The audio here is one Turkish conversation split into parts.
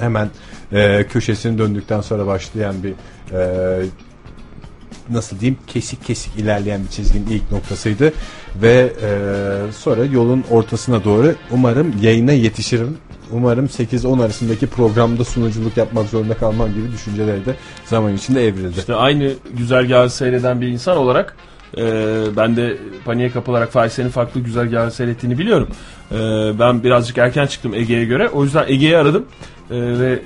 hemen e, köşesini döndükten sonra başlayan bir e, nasıl diyeyim kesik kesik ilerleyen bir çizginin ilk noktasıydı ve e, sonra yolun ortasına doğru umarım yayına yetişirim. Umarım 8-10 arasındaki programda sunuculuk yapmak zorunda kalmam gibi düşünceleri de zaman içinde evrildi. İşte aynı güzergahı seyreden bir insan olarak e, ben de paniğe kapılarak Fahişe'nin farklı güzergahı seyrettiğini biliyorum. E, ben birazcık erken çıktım Ege'ye göre. O yüzden Ege'yi aradım. E, ve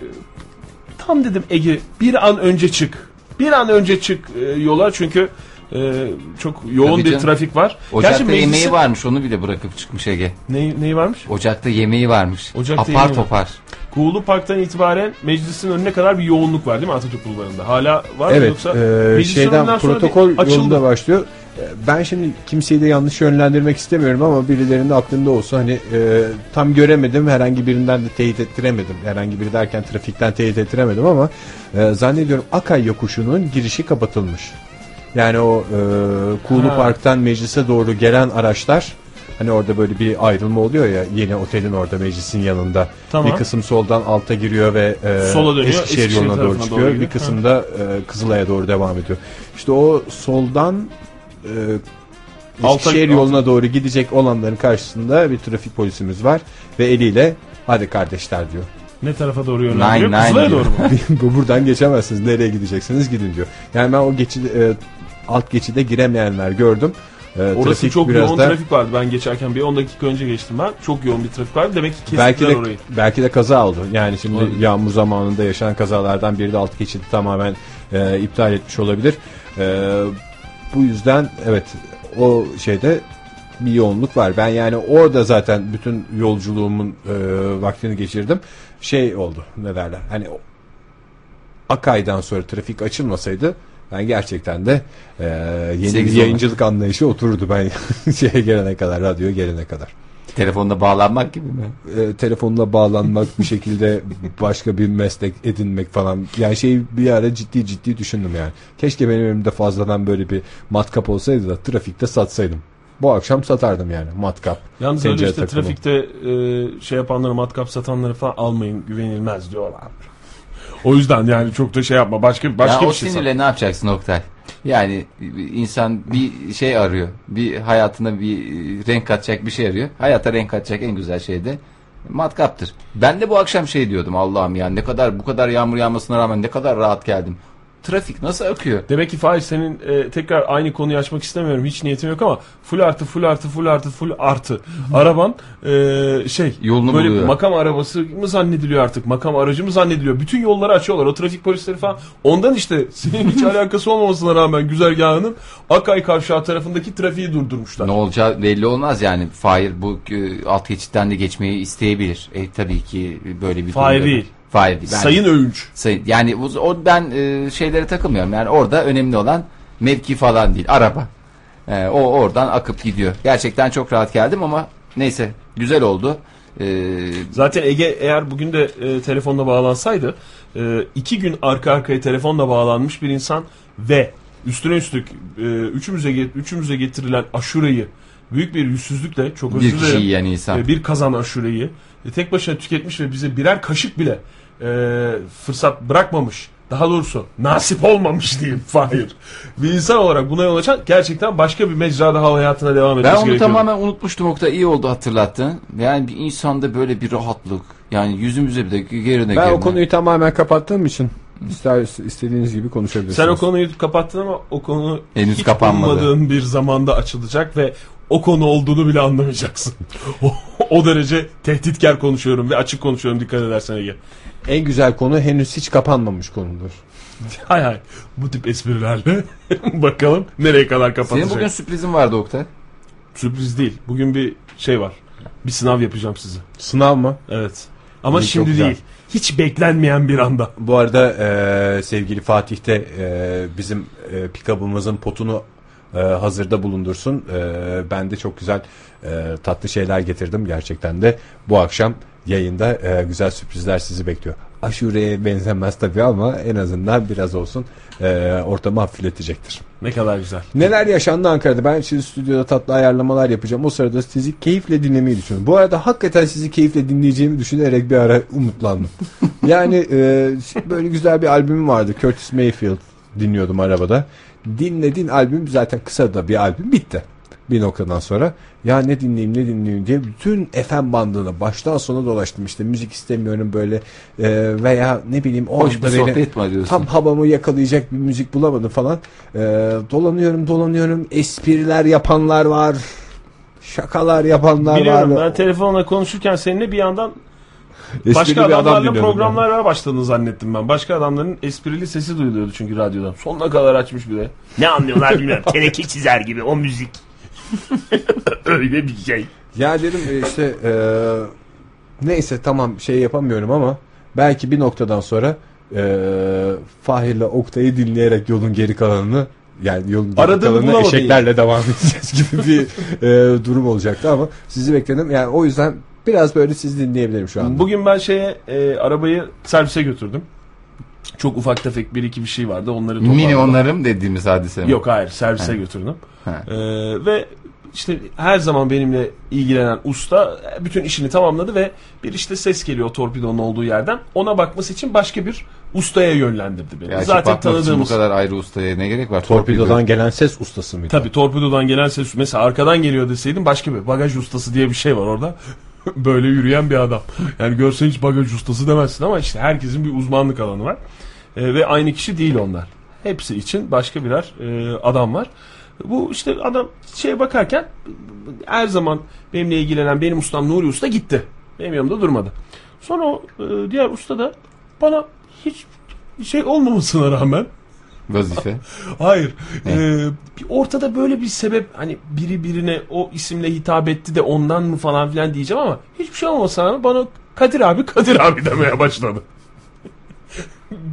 tam dedim Ege bir an önce çık. Bir an önce çık e, yola çünkü e, çok yoğun Tabii bir canım. trafik var. Ocakta meclisin- yemeği varmış onu bile bırakıp çıkmış Ege. Neyi, neyi varmış? Ocakta yemeği varmış. Ocakta apar yemeği var. topar. Kuğulu Park'tan itibaren meclisin önüne kadar bir yoğunluk var değil mi Atatürk Bulvarı'nda? Hala var mı Evet, yoksa? e, meclis önünden şeyden sonra bir protokol açıldı. yolunda başlıyor. E, Ben şimdi kimseyi de yanlış yönlendirmek istemiyorum ama birilerinin aklında olsa hani e, tam göremedim herhangi birinden de teyit ettiremedim. Herhangi biri derken trafikten teyit ettiremedim ama e, zannediyorum Akay yokuşunun girişi kapatılmış. Yani o e, Kuğulu Ha. Park'tan meclise doğru gelen araçlar hani orada böyle bir ayrılma oluyor ya yeni otelin orada meclisin yanında. Tamam. Bir kısım soldan alta giriyor ve e, Sola dönüyor, Eskişehir, Eskişehir yoluna doğru tarafına çıkıyor. doğru bir gidiyor. kısım da e, Kızılay'a doğru devam ediyor. İşte o soldan e, Alta- Eskişehir alta- yoluna doğru gidecek olanların karşısında bir trafik polisimiz var ve eliyle hadi kardeşler diyor. Ne tarafa doğru yönlendiriyor? Nine, nine Kızılay'a diyor. doğru mu? Bu Buradan geçemezsiniz. Nereye gideceksiniz gidin diyor. Yani ben o geçi e, alt geçide giremeyenler gördüm. E, Orası trafik çok biraz yoğun da- trafik vardı. Ben geçerken bir 10 dakika önce geçtim ben. Çok yoğun bir trafik vardı. Demek ki kestiler belki de orayı. belki de kaza oldu. Yani şimdi Olabilir. yağmur zamanında yaşanan kazalardan biri de altı geçidi tamamen e, iptal etmiş olabilir. E, bu yüzden evet o şeyde bir yoğunluk var. Ben yani orada zaten bütün yolculuğumun e, vaktini geçirdim. Şey oldu ne derler. Hani o- Akay'dan sonra trafik açılmasaydı ben gerçekten de e, yeni bir Sekiz olur. yayıncılık anlayışı otururdu ben şeye gelene kadar, radyoya gelene kadar Telefonda bağlanmak gibi mi? e, telefonla bağlanmak bir şekilde başka bir meslek edinmek falan. Yani şey bir ara ciddi ciddi düşündüm yani. Keşke benim elimde fazladan böyle bir matkap olsaydı da trafikte satsaydım. Bu akşam satardım yani matkap. Yalnız öyle Tencere işte takımı. trafikte e, şey yapanları matkap satanları falan almayın güvenilmez diyorlar. O yüzden yani çok da şey yapma. Başka başka ya bir o şey sinirle ne yapacaksın Oktay? Yani insan bir şey arıyor. Bir hayatına bir renk katacak bir şey arıyor. Hayata renk katacak en güzel şey de matkaptır. Ben de bu akşam şey diyordum Allah'ım ya ne kadar bu kadar yağmur yağmasına rağmen ne kadar rahat geldim. Trafik nasıl akıyor? Demek ki Faiz senin e, tekrar aynı konuyu açmak istemiyorum. Hiç niyetim yok ama full artı full artı full artı full artı. Araban e, şey Yolunu böyle buluyor. makam arabası mı zannediliyor artık? Makam aracı mı zannediliyor? Bütün yolları açıyorlar. O trafik polisleri falan. Ondan işte senin hiç alakası olmamasına rağmen güzergahının Akay Kavşağı tarafındaki trafiği durdurmuşlar. Ne olacağı belli olmaz yani. Fahir bu e, alt geçitten de geçmeyi isteyebilir. E, tabii ki böyle bir Fahir durumda da- değil. Fahir değil. Ben- Sayın Övünç. Sayın- yani o, o- ben e, şeylere takılmıyorum. Yani orada önemli olan mevki falan değil. Araba. E, o oradan akıp gidiyor. Gerçekten çok rahat geldim ama neyse güzel oldu. E, Zaten Ege eğer bugün de e, telefonla bağlansaydı e, iki gün arka arkaya telefonla bağlanmış bir insan ve üstüne üstlük e, üçümüze, get- üçümüze getirilen aşureyi büyük bir yüzsüzlükle çok özür bir kişi dilerim yiyen insan. e, bir kazan aşureyi e, tek başına tüketmiş ve bize birer kaşık bile e, fırsat bırakmamış. Daha doğrusu nasip olmamış diyeyim Fahir. Bir insan olarak buna yol açan gerçekten başka bir mecra daha hayatına devam etmesi Ben onu gerekiyor. tamamen unutmuştum Oktay. iyi oldu hatırlattın. Yani bir insanda böyle bir rahatlık. Yani yüzümüze bir de gerine Ben o gerine. konuyu tamamen kapattığım için ister istediğiniz gibi konuşabilirsiniz. Sen o konuyu kapattın ama o konu Henüz hiç kapanmadı. ummadığın bir zamanda açılacak ve o konu olduğunu bile anlamayacaksın. o, o derece tehditkar konuşuyorum ve açık konuşuyorum dikkat edersen Ege. En güzel konu henüz hiç kapanmamış konudur. Hay hay bu tip esprilerle bakalım nereye kadar Senin kapatacak. bugün sürprizin vardı Oktay. Sürpriz değil. Bugün bir şey var. Bir sınav yapacağım size. Sınav mı? Evet. Ama İyi, çok şimdi güzel. değil. Hiç beklenmeyen bir anda. Bu arada e, sevgili Fatih de e, bizim e, pikabımızın potunu e, hazırda bulundursun. E, ben de çok güzel e, tatlı şeyler getirdim gerçekten de. Bu akşam yayında e, güzel sürprizler sizi bekliyor. Aşureye benzemez tabii ama en azından biraz olsun e, ortamı hafifletecektir. Ne kadar güzel. Neler yaşandı Ankara'da? Ben şimdi stüdyoda tatlı ayarlamalar yapacağım. O sırada sizi keyifle dinlemeyi düşünüyorum. Bu arada hakikaten sizi keyifle dinleyeceğimi düşünerek bir ara umutlandım. yani e, böyle güzel bir albümüm vardı. Curtis Mayfield dinliyordum arabada. Dinledin albüm zaten kısa da bir albüm bitti. Bir noktadan sonra ya ne dinleyeyim ne dinleyeyim diye bütün FM bandını baştan sona dolaştım işte müzik istemiyorum böyle e, veya ne bileyim o Hoş anda bir beni- sohbet mi arıyorsun? Tam havamı yakalayacak bir müzik bulamadım falan. Ee, dolanıyorum dolanıyorum. Espriler yapanlar var. Şakalar yapanlar Biliyorum var. ben telefonla konuşurken seninle bir yandan Esprili başka bir adam adamlarla dinliyorum programlara başladığını zannettim ben. Başka adamların esprili sesi duyuluyordu çünkü radyodan. Sonuna kadar açmış bir de. Ne anlıyorlar bilmiyorum. Teneke çizer gibi o müzik. Öyle bir şey. Ya Ya dedim e, işte e, neyse tamam şey yapamıyorum ama belki bir noktadan sonra e, Fahir'le Oktay'ı dinleyerek yolun geri kalanını yani yolun geri Aradığını kalanını bulamadın eşeklerle devam edeceğiz gibi bir e, durum olacaktı ama sizi bekledim. Yani o yüzden biraz böyle sizi dinleyebilirim şu anda. Bugün ben şeye e, arabayı servise götürdüm. Çok ufak tefek bir iki bir şey vardı. Onları toparladım. Mini onarım dediğimiz hadise mi? Yok hayır servise götürdüm. Ha. Ee, ve işte her zaman benimle ilgilenen usta e, bütün işini tamamladı ve bir işte ses geliyor torpidonun olduğu yerden. Ona bakması için başka bir ustaya yönlendirdi beni. Ya Zaten bakmak için tanıdığımız. Bu kadar ayrı ustaya ne gerek var? Torpidodan gelen ses ustası mıydı? Tabii torpidodan gelen ses mesela arkadan geliyor deseydim başka bir bagaj ustası diye bir şey var orada. Böyle yürüyen bir adam. Yani görsen hiç bagaj ustası demezsin ama işte herkesin bir uzmanlık alanı var. Ee, ve aynı kişi değil onlar. Hepsi için başka birer e, adam var. Bu işte adam şeye bakarken her zaman benimle ilgilenen benim ustam Nuri Usta gitti. Benim yanımda durmadı. Sonra o e, diğer usta da bana hiç şey olmamasına rağmen Vazife. Hayır. Ee, bir ortada böyle bir sebep hani biri birine o isimle hitap etti de ondan mı falan filan diyeceğim ama hiçbir şey olmasa rağmen bana Kadir abi Kadir abi demeye başladı.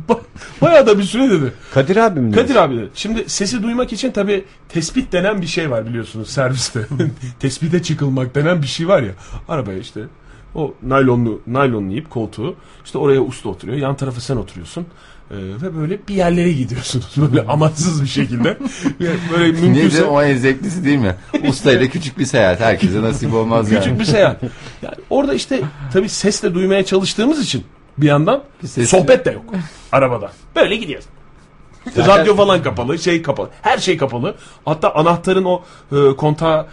Ba- Bayağı da bir süre dedi. Kadir abim mi? Kadir abi dedi. Şimdi sesi duymak için tabi tespit denen bir şey var biliyorsunuz serviste. Tespite çıkılmak denen bir şey var ya. Arabaya işte o naylonlu naylonlayıp koltuğu işte oraya usta oturuyor. Yan tarafa sen oturuyorsun. Ee, ve böyle bir yerlere gidiyorsunuz böyle amatsız bir şekilde. böyle Niye mümkünse canım? o en zevklisi değil mi? Ustayla küçük bir seyahat. Herkese nasip olmaz yani. küçük bir seyahat. Yani orada işte tabi sesle duymaya çalıştığımız için bir yandan ses- sohbet de yok arabada. Böyle gidiyoruz. Radyo falan kapalı, şey kapalı. Her şey kapalı. Hatta anahtarın o e, kontağın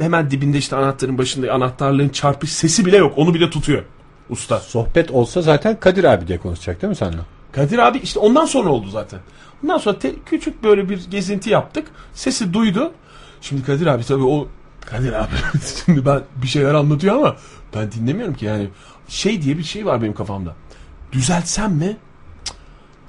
hemen dibinde işte anahtarın başında anahtarlığın çarpış sesi bile yok. Onu bile tutuyor usta. Sohbet olsa zaten Kadir abi diye konuşacak değil mi seninle? Kadir abi işte ondan sonra oldu zaten. Ondan sonra te- küçük böyle bir gezinti yaptık. Sesi duydu. Şimdi Kadir abi tabii o Kadir abi şimdi ben bir şeyler anlatıyor ama ben dinlemiyorum ki yani. Şey diye bir şey var benim kafamda. Düzeltsem mi? Cık.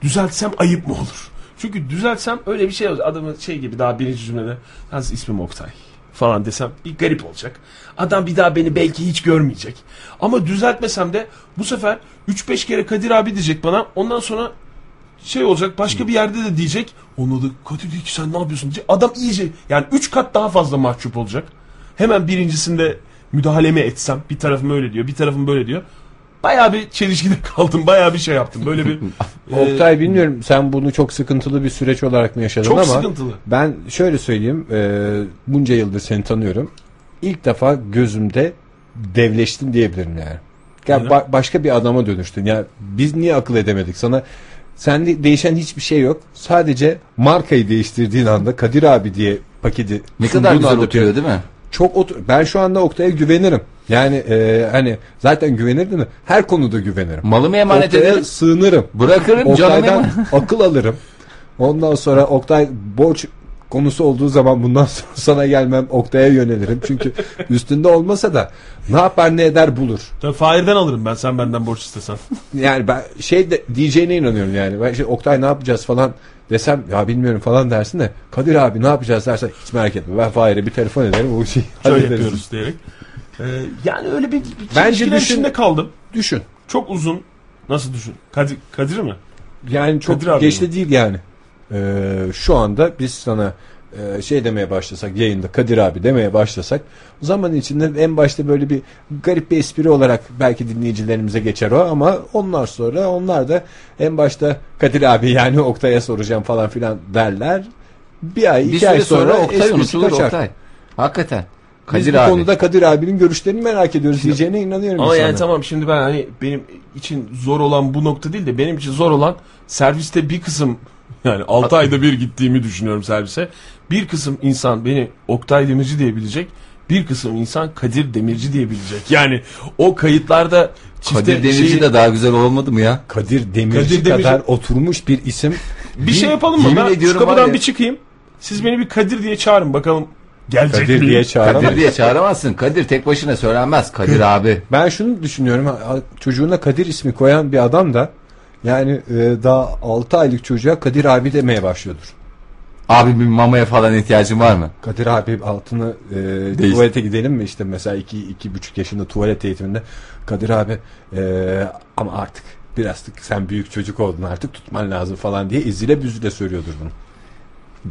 Düzeltsem ayıp mı olur? Çünkü düzeltsem öyle bir şey olur. Adamın şey gibi daha birinci cümlede az ismim Oktay falan desem bir garip olacak. Adam bir daha beni belki hiç görmeyecek. Ama düzeltmesem de bu sefer 3-5 kere Kadir abi diyecek bana. Ondan sonra şey olacak başka bir yerde de diyecek. Onu da Kadir diyor ki sen ne yapıyorsun diyecek. Adam iyice yani 3 kat daha fazla mahcup olacak. Hemen birincisinde müdahalemi etsem bir tarafım öyle diyor bir tarafım böyle diyor. Bayağı bir çelişkide kaldım. Bayağı bir şey yaptım. Böyle bir e, Oktay bilmiyorum sen bunu çok sıkıntılı bir süreç olarak mı yaşadın çok ama sıkıntılı. ben şöyle söyleyeyim e, bunca yıldır seni tanıyorum. İlk defa gözümde devleştin diyebilirim yani. Ya Neden? ba- başka bir adama dönüştün. Ya biz niye akıl edemedik sana? Sende değişen hiçbir şey yok. Sadece markayı değiştirdiğin anda Kadir abi diye paketi Ne sunduğun kadar güzel anda- oturuyor değil mi? çok otur. Ben şu anda Oktay'a güvenirim. Yani e, hani zaten güvenirdim de her konuda güvenirim. Malımı emanet Oktay'a ederim. sığınırım. Bırakırım canımı Oktay'dan emanet. akıl alırım. Ondan sonra Oktay borç konusu olduğu zaman bundan sonra sana gelmem Oktay'a yönelirim. Çünkü üstünde olmasa da ne yapar ne eder bulur. Tabii Fahir'den alırım ben sen benden borç istesen. Yani ben şey de, diyeceğine inanıyorum yani. Ben şey, Oktay ne yapacağız falan desem ya bilmiyorum falan dersin de Kadir abi ne yapacağız dersen hiç merak etme. Ben Fahir'e bir telefon ederim o şeyi Şöyle hallederiz. yapıyoruz diyerek. E, yani öyle bir, bir Bence çelişkiler düşün- içinde kaldım. Düşün. Çok uzun. Nasıl düşün? Kadir, Kadir mi? Yani çok Kadir abi geç de mi? değil yani. Ee, şu anda biz sana e, şey demeye başlasak yayında Kadir abi demeye başlasak zaman içinde en başta böyle bir garip bir espri olarak belki dinleyicilerimize geçer o ama onlar sonra onlar da en başta Kadir abi yani Oktay'a soracağım falan filan derler. Bir ay, Bir iki ay süre sonra, sonra, Oktay esprisi unutulur kaçar. Oktay. Hakikaten. Biz Kadir bu abi. konuda Kadir abinin görüşlerini merak ediyoruz diyeceğine inanıyorum. Ama yani insanların. tamam şimdi ben hani benim için zor olan bu nokta değil de benim için zor olan serviste bir kısım yani 6 ayda bir gittiğimi düşünüyorum servise. Bir kısım insan beni Oktay Demirci diyebilecek. Bir kısım insan Kadir Demirci diyebilecek. Yani o kayıtlarda çifte Kadir Demirci şey- şeyi- de daha güzel olmadı mı ya? Kadir Demirci Kadir Demirci- kadar oturmuş bir isim. bir şey yapalım mı? Yemin Ben şu ediyorum var kapıdan ya. bir çıkayım. Siz beni bir Kadir diye çağırın bakalım. Gelecek Kadir miyim? diye çağıramayız. Kadir diye çağıramazsın. Kadir tek başına söylenmez. Kadir abi. Ben şunu düşünüyorum. ha- ha- Çocuğuna Kadir ismi koyan bir adam da yani e, daha 6 aylık çocuğa Kadir abi demeye başlıyordur. Abi bir mamaya falan ihtiyacın var mı? Kadir abi altını e, Değiş- tuvalete gidelim mi işte mesela 2 iki, iki buçuk yaşında tuvalet eğitiminde Kadir abi e, ama artık biraz sen büyük çocuk oldun artık tutman lazım falan diye izile büzüle söylüyordur bunu.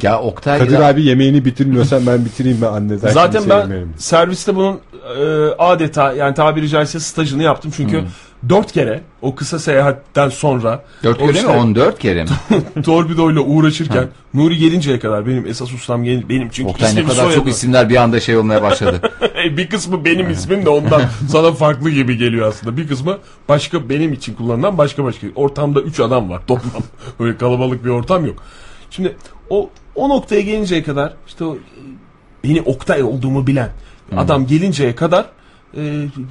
Ya Oktay Kadir ya- abi yemeğini bitirmiyorsan ben bitireyim mi anne? Zaten, Zaten kimse ben yemeyelim. serviste bunun e, adeta yani tabiri caizse stajını yaptım. Çünkü Hmm. dört kere o kısa seyahatten sonra Dört o kere işte- mi? 14 kere mi? Torbido'yla uğraşırken Nuri gelinceye kadar benim esas ustam gel- benim çünkü Oktay ne ismim kadar çok soyadım. isimler bir anda şey olmaya başladı. bir kısmı benim ismim de ondan sana farklı gibi geliyor aslında. Bir kısmı başka benim için kullanılan başka başka. Ortamda 3 adam var toplam. Böyle kalabalık bir ortam yok. Şimdi o o noktaya gelinceye kadar işte o e, beni Oktay olduğumu bilen adam gelinceye kadar e,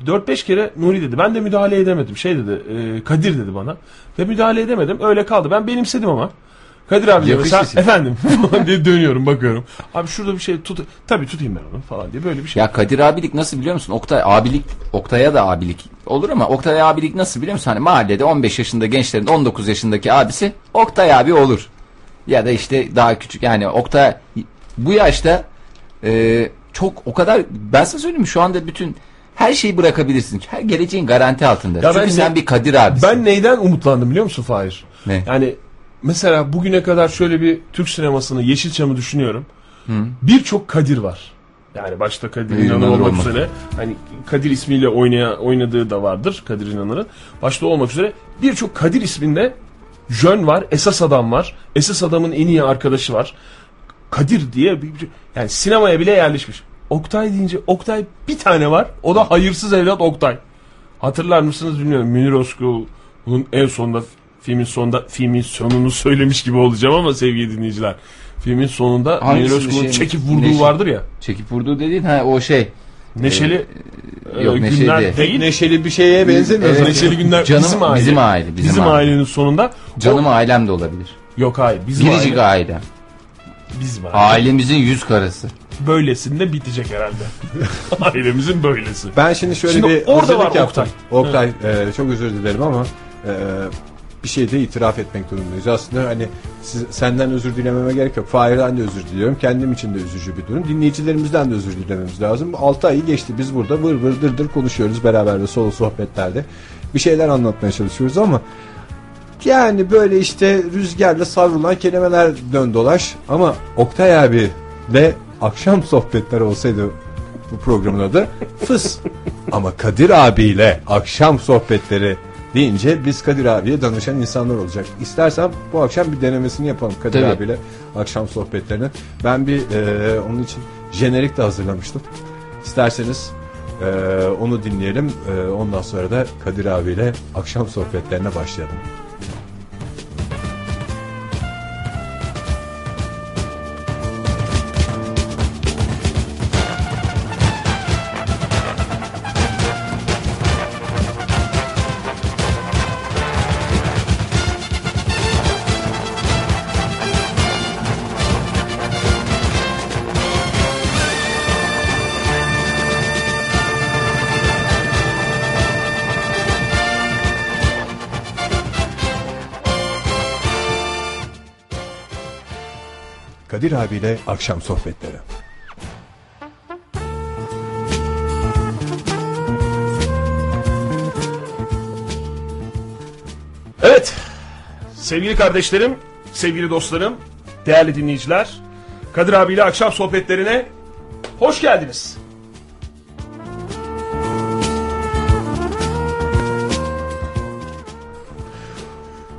4-5 kere Nuri dedi. Ben de müdahale edemedim. Şey dedi. e, Kadir dedi bana. Ve müdahale edemedim. Öyle kaldı. Ben benimsedim ama. Kadir abi diyor, sen, Yakışmış isim. efendim falan diye dönüyorum bakıyorum. Abi şurada bir şey tut. Tabii tutayım ben onu falan diye böyle bir şey. ya Kadir abilik nasıl biliyor musun? Oktay abilik, Oktay'a da abilik olur ama Oktay abilik nasıl biliyor musun? Hani mahallede 15 yaşında gençlerin 19 yaşındaki abisi Oktay abi olur. Ya da işte daha küçük yani Oktay bu yaşta e, çok o kadar ben sana söyleyeyim mi? şu anda bütün her şeyi bırakabilirsin. Her geleceğin garanti altında. Ya ben Çünkü ne- sen bir Kadir abisin. Ben neyden umutlandım biliyor musun Fahir? Ne? Yani mesela bugüne kadar şöyle bir Türk sinemasını, Yeşilçam'ı düşünüyorum. Birçok Kadir var. Yani başta Kadir İnanır İnanır olmak olmak. üzere. Hani Kadir ismiyle oynaya, oynadığı da vardır Kadir İnanır'ın. Başta olmak üzere birçok Kadir isminde Jön var, esas adam var. Esas adamın en iyi arkadaşı var. Kadir diye bir, bir- yani sinemaya bile yerleşmiş. Oktay deyince Oktay bir tane var. O da hayırsız evlat Oktay. Hatırlar mısınız bilmiyorum. Münir Özkul'un en sonunda filmin sonunda filmin sonunu söylemiş gibi olacağım ama sevgili dinleyiciler. Filmin sonunda Hangisinde Münir Özkul'un şey mi? çekip vurduğu Neşe- vardır ya. Çekip vurduğu dediğin ha o şey. Neşeli e, yok, neşeli günler değil. değil. Neşeli bir şeye benzemiyor. Evet. Neşeli günler Canım- bizim aile. bizim aile, bizim aile. ailenin sonunda. Canım ailem de olabilir. Yok hayır. Bizim Biricik aile. ailem. Bizim aile. Ailemizin yüz karası. Böylesinde bitecek herhalde. Ailemizin böylesi. Ben şimdi şöyle Şimdi bir orada hazırlık var yaptım. Oktay. e, çok özür dilerim ama e, bir şey de itiraf etmek durumundayız. Aslında hani siz, senden özür dilememe gerek yok. Fahir'den de özür diliyorum. Kendim için de üzücü bir durum. Dinleyicilerimizden de özür dilememiz lazım. 6 ayı geçti. Biz burada vır vır dır dır konuşuyoruz beraber de solo sohbetlerde. Bir şeyler anlatmaya çalışıyoruz ama yani böyle işte rüzgarla savrulan kelimeler dön dolaş ama Oktay abi de akşam sohbetleri olsaydı bu programın adı fıs. Ama Kadir abiyle akşam sohbetleri deyince biz Kadir abiye danışan insanlar olacak. İstersen bu akşam bir denemesini yapalım Kadir Tabii. abiyle akşam sohbetlerini. Ben bir e, onun için jenerik de hazırlamıştım. İsterseniz e, onu dinleyelim. E, ondan sonra da Kadir abiyle akşam sohbetlerine başlayalım. Kadir abiyle akşam sohbetleri. Evet. Sevgili kardeşlerim, sevgili dostlarım, değerli dinleyiciler. Kadir abiyle akşam sohbetlerine hoş geldiniz.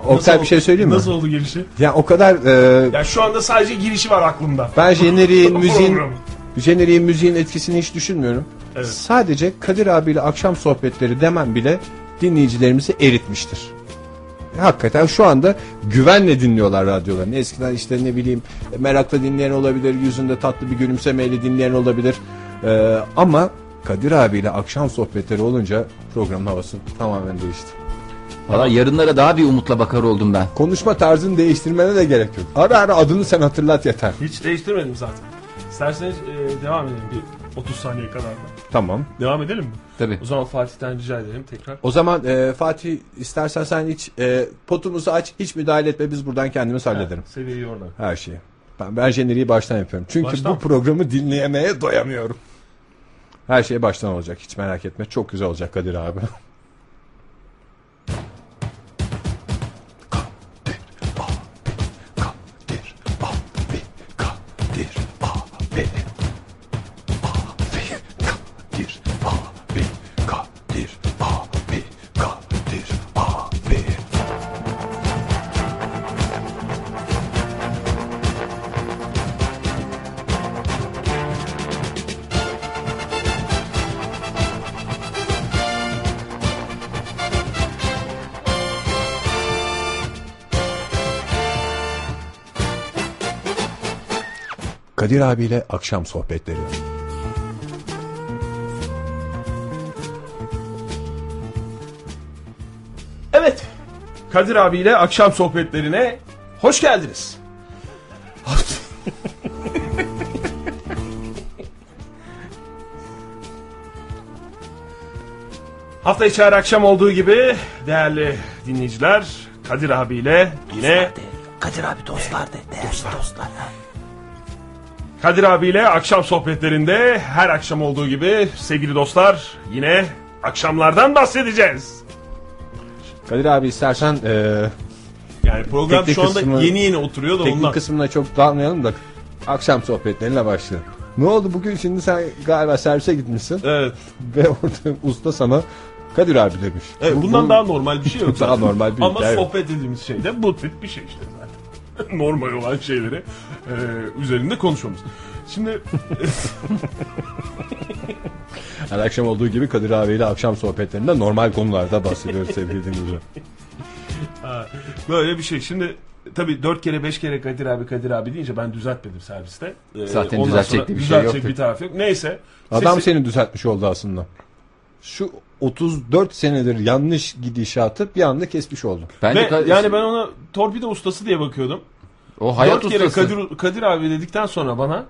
Oktay bir şey söyleyeyim mi? Nasıl oldu girişi? Ya o kadar e, Ya şu anda sadece girişi var aklımda. ben jeneriğin müziğin Program. jeneriğin müziğin etkisini hiç düşünmüyorum. Evet. Sadece Kadir abiyle akşam sohbetleri demem bile dinleyicilerimizi eritmiştir. Hakikaten şu anda güvenle dinliyorlar radyolarını. Eskiden işte ne bileyim merakla dinleyen olabilir, yüzünde tatlı bir gülümsemeyle dinleyen olabilir. E, ama Kadir abiyle akşam sohbetleri olunca programın havası tamamen değişti. Valla yarınlara daha bir umutla bakar oldum ben. Konuşma tarzını değiştirmene de gerek yok. Ara ara adını sen hatırlat yeter. Hiç değiştirmedim zaten. İsterseniz e, devam edelim bir 30 saniye kadar da. Tamam. Devam edelim mi? Tabii. O zaman Fatih'ten rica edelim tekrar. O zaman e, Fatih istersen sen hiç e, potumuzu aç hiç müdahale etme biz buradan kendimiz hallederim. Seviyeyi oradan. Her şeyi. Ben, ben jeneriği baştan yapıyorum. Çünkü Baştan bu mı? programı dinleyemeye doyamıyorum. Her şey baştan olacak hiç merak etme. Çok güzel olacak Kadir abi. Kadir abi, Kadir abi, Kadir abi, Kadir abi, Kadir abi. Kadir abiyle akşam sohbetleri. Evet. Kadir abiyle akşam sohbetlerine hoş geldiniz. Hafta içi her akşam olduğu gibi değerli dinleyiciler Kadir abiyle yine Kadir abi dostlar de. Değerli dostlar. Kadir abiyle akşam sohbetlerinde her akşam olduğu gibi sevgili dostlar yine akşamlardan bahsedeceğiz. Kadir abi istersen e, Yani program Teknik şu anda kısmı- yeni yeni oturuyor da Teknik ondan. kısmına çok dalmayalım da akşam sohbetlerine başlayalım. Ne oldu bugün şimdi sen galiba servise gitmişsin Evet. ve orada usta sana Kadir abi demiş. Evet, Bu- bundan bu- daha normal bir şey yok. Daha zaten. normal bir Ama hikaye yok. sohbet dediğimiz şey de bu tip bir şey işte zaten. normal olan şeyleri e, üzerinde konuşmamız. Şimdi Her akşam olduğu gibi Kadir abiyle akşam sohbetlerinde normal konularda bahsediyoruz sevgili dinleyiciler. ha, böyle bir şey. Şimdi tabii dört kere beş kere Kadir abi Kadir abi deyince ben düzeltmedim serviste. E, Zaten ondan düzeltecek sonra de bir şey düzeltecek yoktu. bir taraf yok. Neyse. Adam Sesi- seni düzeltmiş oldu aslında. Şu 34 senedir yanlış gidişatı bir anda kesmiş oldu. Bence Ve Ka- yani ben ona torpido ustası diye bakıyordum. o hayat Dört kere ustası. Kadir, Kadir abi dedikten sonra bana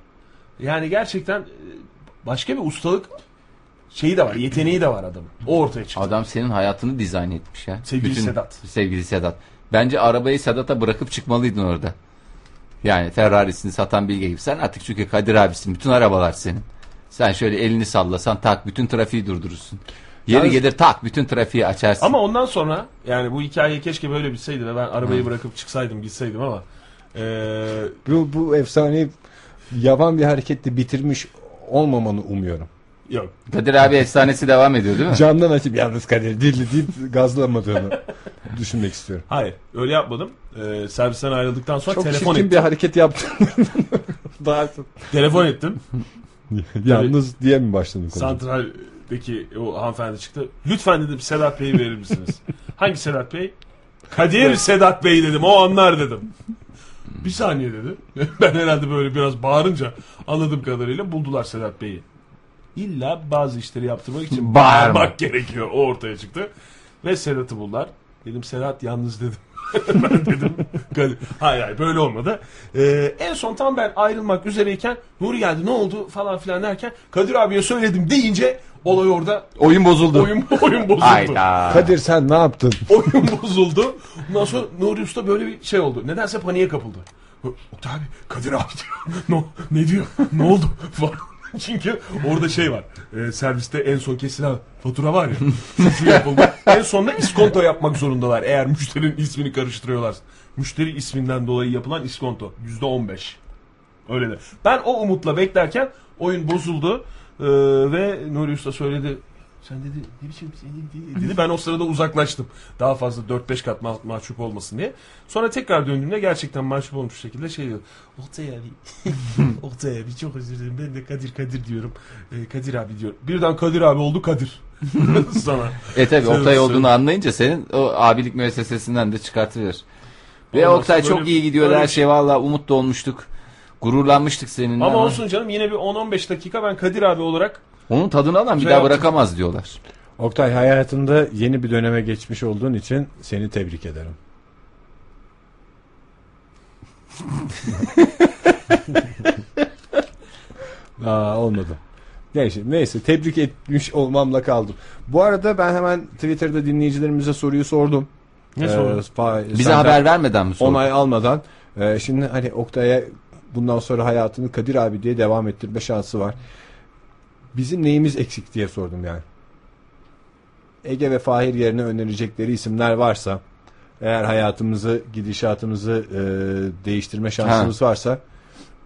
yani gerçekten e, başka bir ustalık şeyi de var, yeteneği de var adamın. O ortaya çıktı. Adam senin hayatını dizayn etmiş ya. Sevgili Sedat. Sevgili Sedat. Bence arabayı Sedat'a bırakıp çıkmalıydın orada. Yani Ferrari'sini satan bilge gibi. Sen artık çünkü Kadir abisin. Bütün arabalar senin. Sen şöyle elini sallasan tak bütün trafiği durdurursun. Yeri Yalnız- gelir tak bütün trafiği açarsın. Ama ondan sonra yani bu hikaye keşke böyle bitseydi ve ben arabayı bırakıp çıksaydım gitseydim ama e, Bu, bu efsaneyi yavan bir hareketle bitirmiş olmamanı umuyorum. yok. Kadir abi efsanesi devam ediyor değil mi? Camdan açıp yalnız Kadir dilli deyip gazlamadığını düşünmek istiyorum. Hayır öyle yapmadım. E, servisten ayrıldıktan sonra Çok telefon çirkin ettim. bir hareket yaptın. Daha Telefon ettim. yalnız diye mi başladın konuya? Santraldeki o hanımefendi çıktı. Lütfen dedim Sedat Bey'i verir misiniz? Hangi Sedat Bey? Kadir Sedat Bey dedim. O anlar dedim. Bir saniye dedi. Ben herhalde böyle biraz bağırınca anladığım kadarıyla buldular Sedat Bey'i. İlla bazı işleri yaptırmak için Bağırma. bağırmak gerekiyor. O ortaya çıktı. Ve Sedat'ı buldular. Dedim Sedat yalnız dedim. ben dedim. Kadir- Hayır hayır böyle olmadı. Ee, en son tam ben ayrılmak üzereyken Nuri geldi ne oldu falan filan derken Kadir abiye söyledim deyince olay orada Oyun bozuldu. oyun, oyun bozuldu. Hayda. Kadir sen ne yaptın? Oyun bozuldu. Ondan sonra Nuri Usta böyle bir şey oldu. Nedense paniğe kapıldı. Oktay abi Kadir abi diyor. No, ne diyor? Ne oldu? Falan. Çünkü orada şey var. Ee, serviste en son kesilen fatura var ya. Şu yapıldı. En sonunda iskonto yapmak zorundalar. Eğer müşterinin ismini karıştırıyorlar. Müşteri isminden dolayı yapılan iskonto. Yüzde on beş. Öyle de. Ben o umutla beklerken oyun bozuldu Ee, ve Nuri Usta söyledi. Sen dedi ne biçim seni dedi. dedi. Ben o sırada uzaklaştım. Daha fazla 4-5 kat ma- mahcup olmasın diye. Sonra tekrar döndüğümde gerçekten mahcup olmuş şekilde şey diyor. Oktay abi. Oktay abi çok özür dilerim. Ben de Kadir Kadir diyorum. Ee, Kadir abi diyor. Birden Kadir abi oldu Kadir. Sana. E tabi Tabii, Oktay tabii. olduğunu anlayınca senin o abilik müessesesinden de çıkartılır. Ve Olmaz, Oktay böyle- çok iyi gidiyor böyle- her şey valla umut da olmuştuk. Gururlanmıştık seninle. Ama ama olsun canım yine bir 10-15 dakika ben Kadir abi olarak Onun tadını alan bir Şey daha yaptım. bırakamaz diyorlar. Oktay hayatında yeni bir döneme geçmiş olduğun için seni tebrik ederim. Aa, olmadı. Neyse, neyse tebrik etmiş olmamla kaldım. Bu arada ben hemen Twitter'da dinleyicilerimize soruyu sordum. ne Ee, soruyorsun? Fa- Bize senden haber vermeden mi sordun? Onay almadan. Ee, şimdi hani Oktay'a bundan sonra hayatını Kadir abi diye devam ettirme şansı var. Bizim neyimiz eksik diye sordum yani. Ege ve Fahir yerine önerecekleri isimler varsa eğer hayatımızı, gidişatımızı e, değiştirme şansımız varsa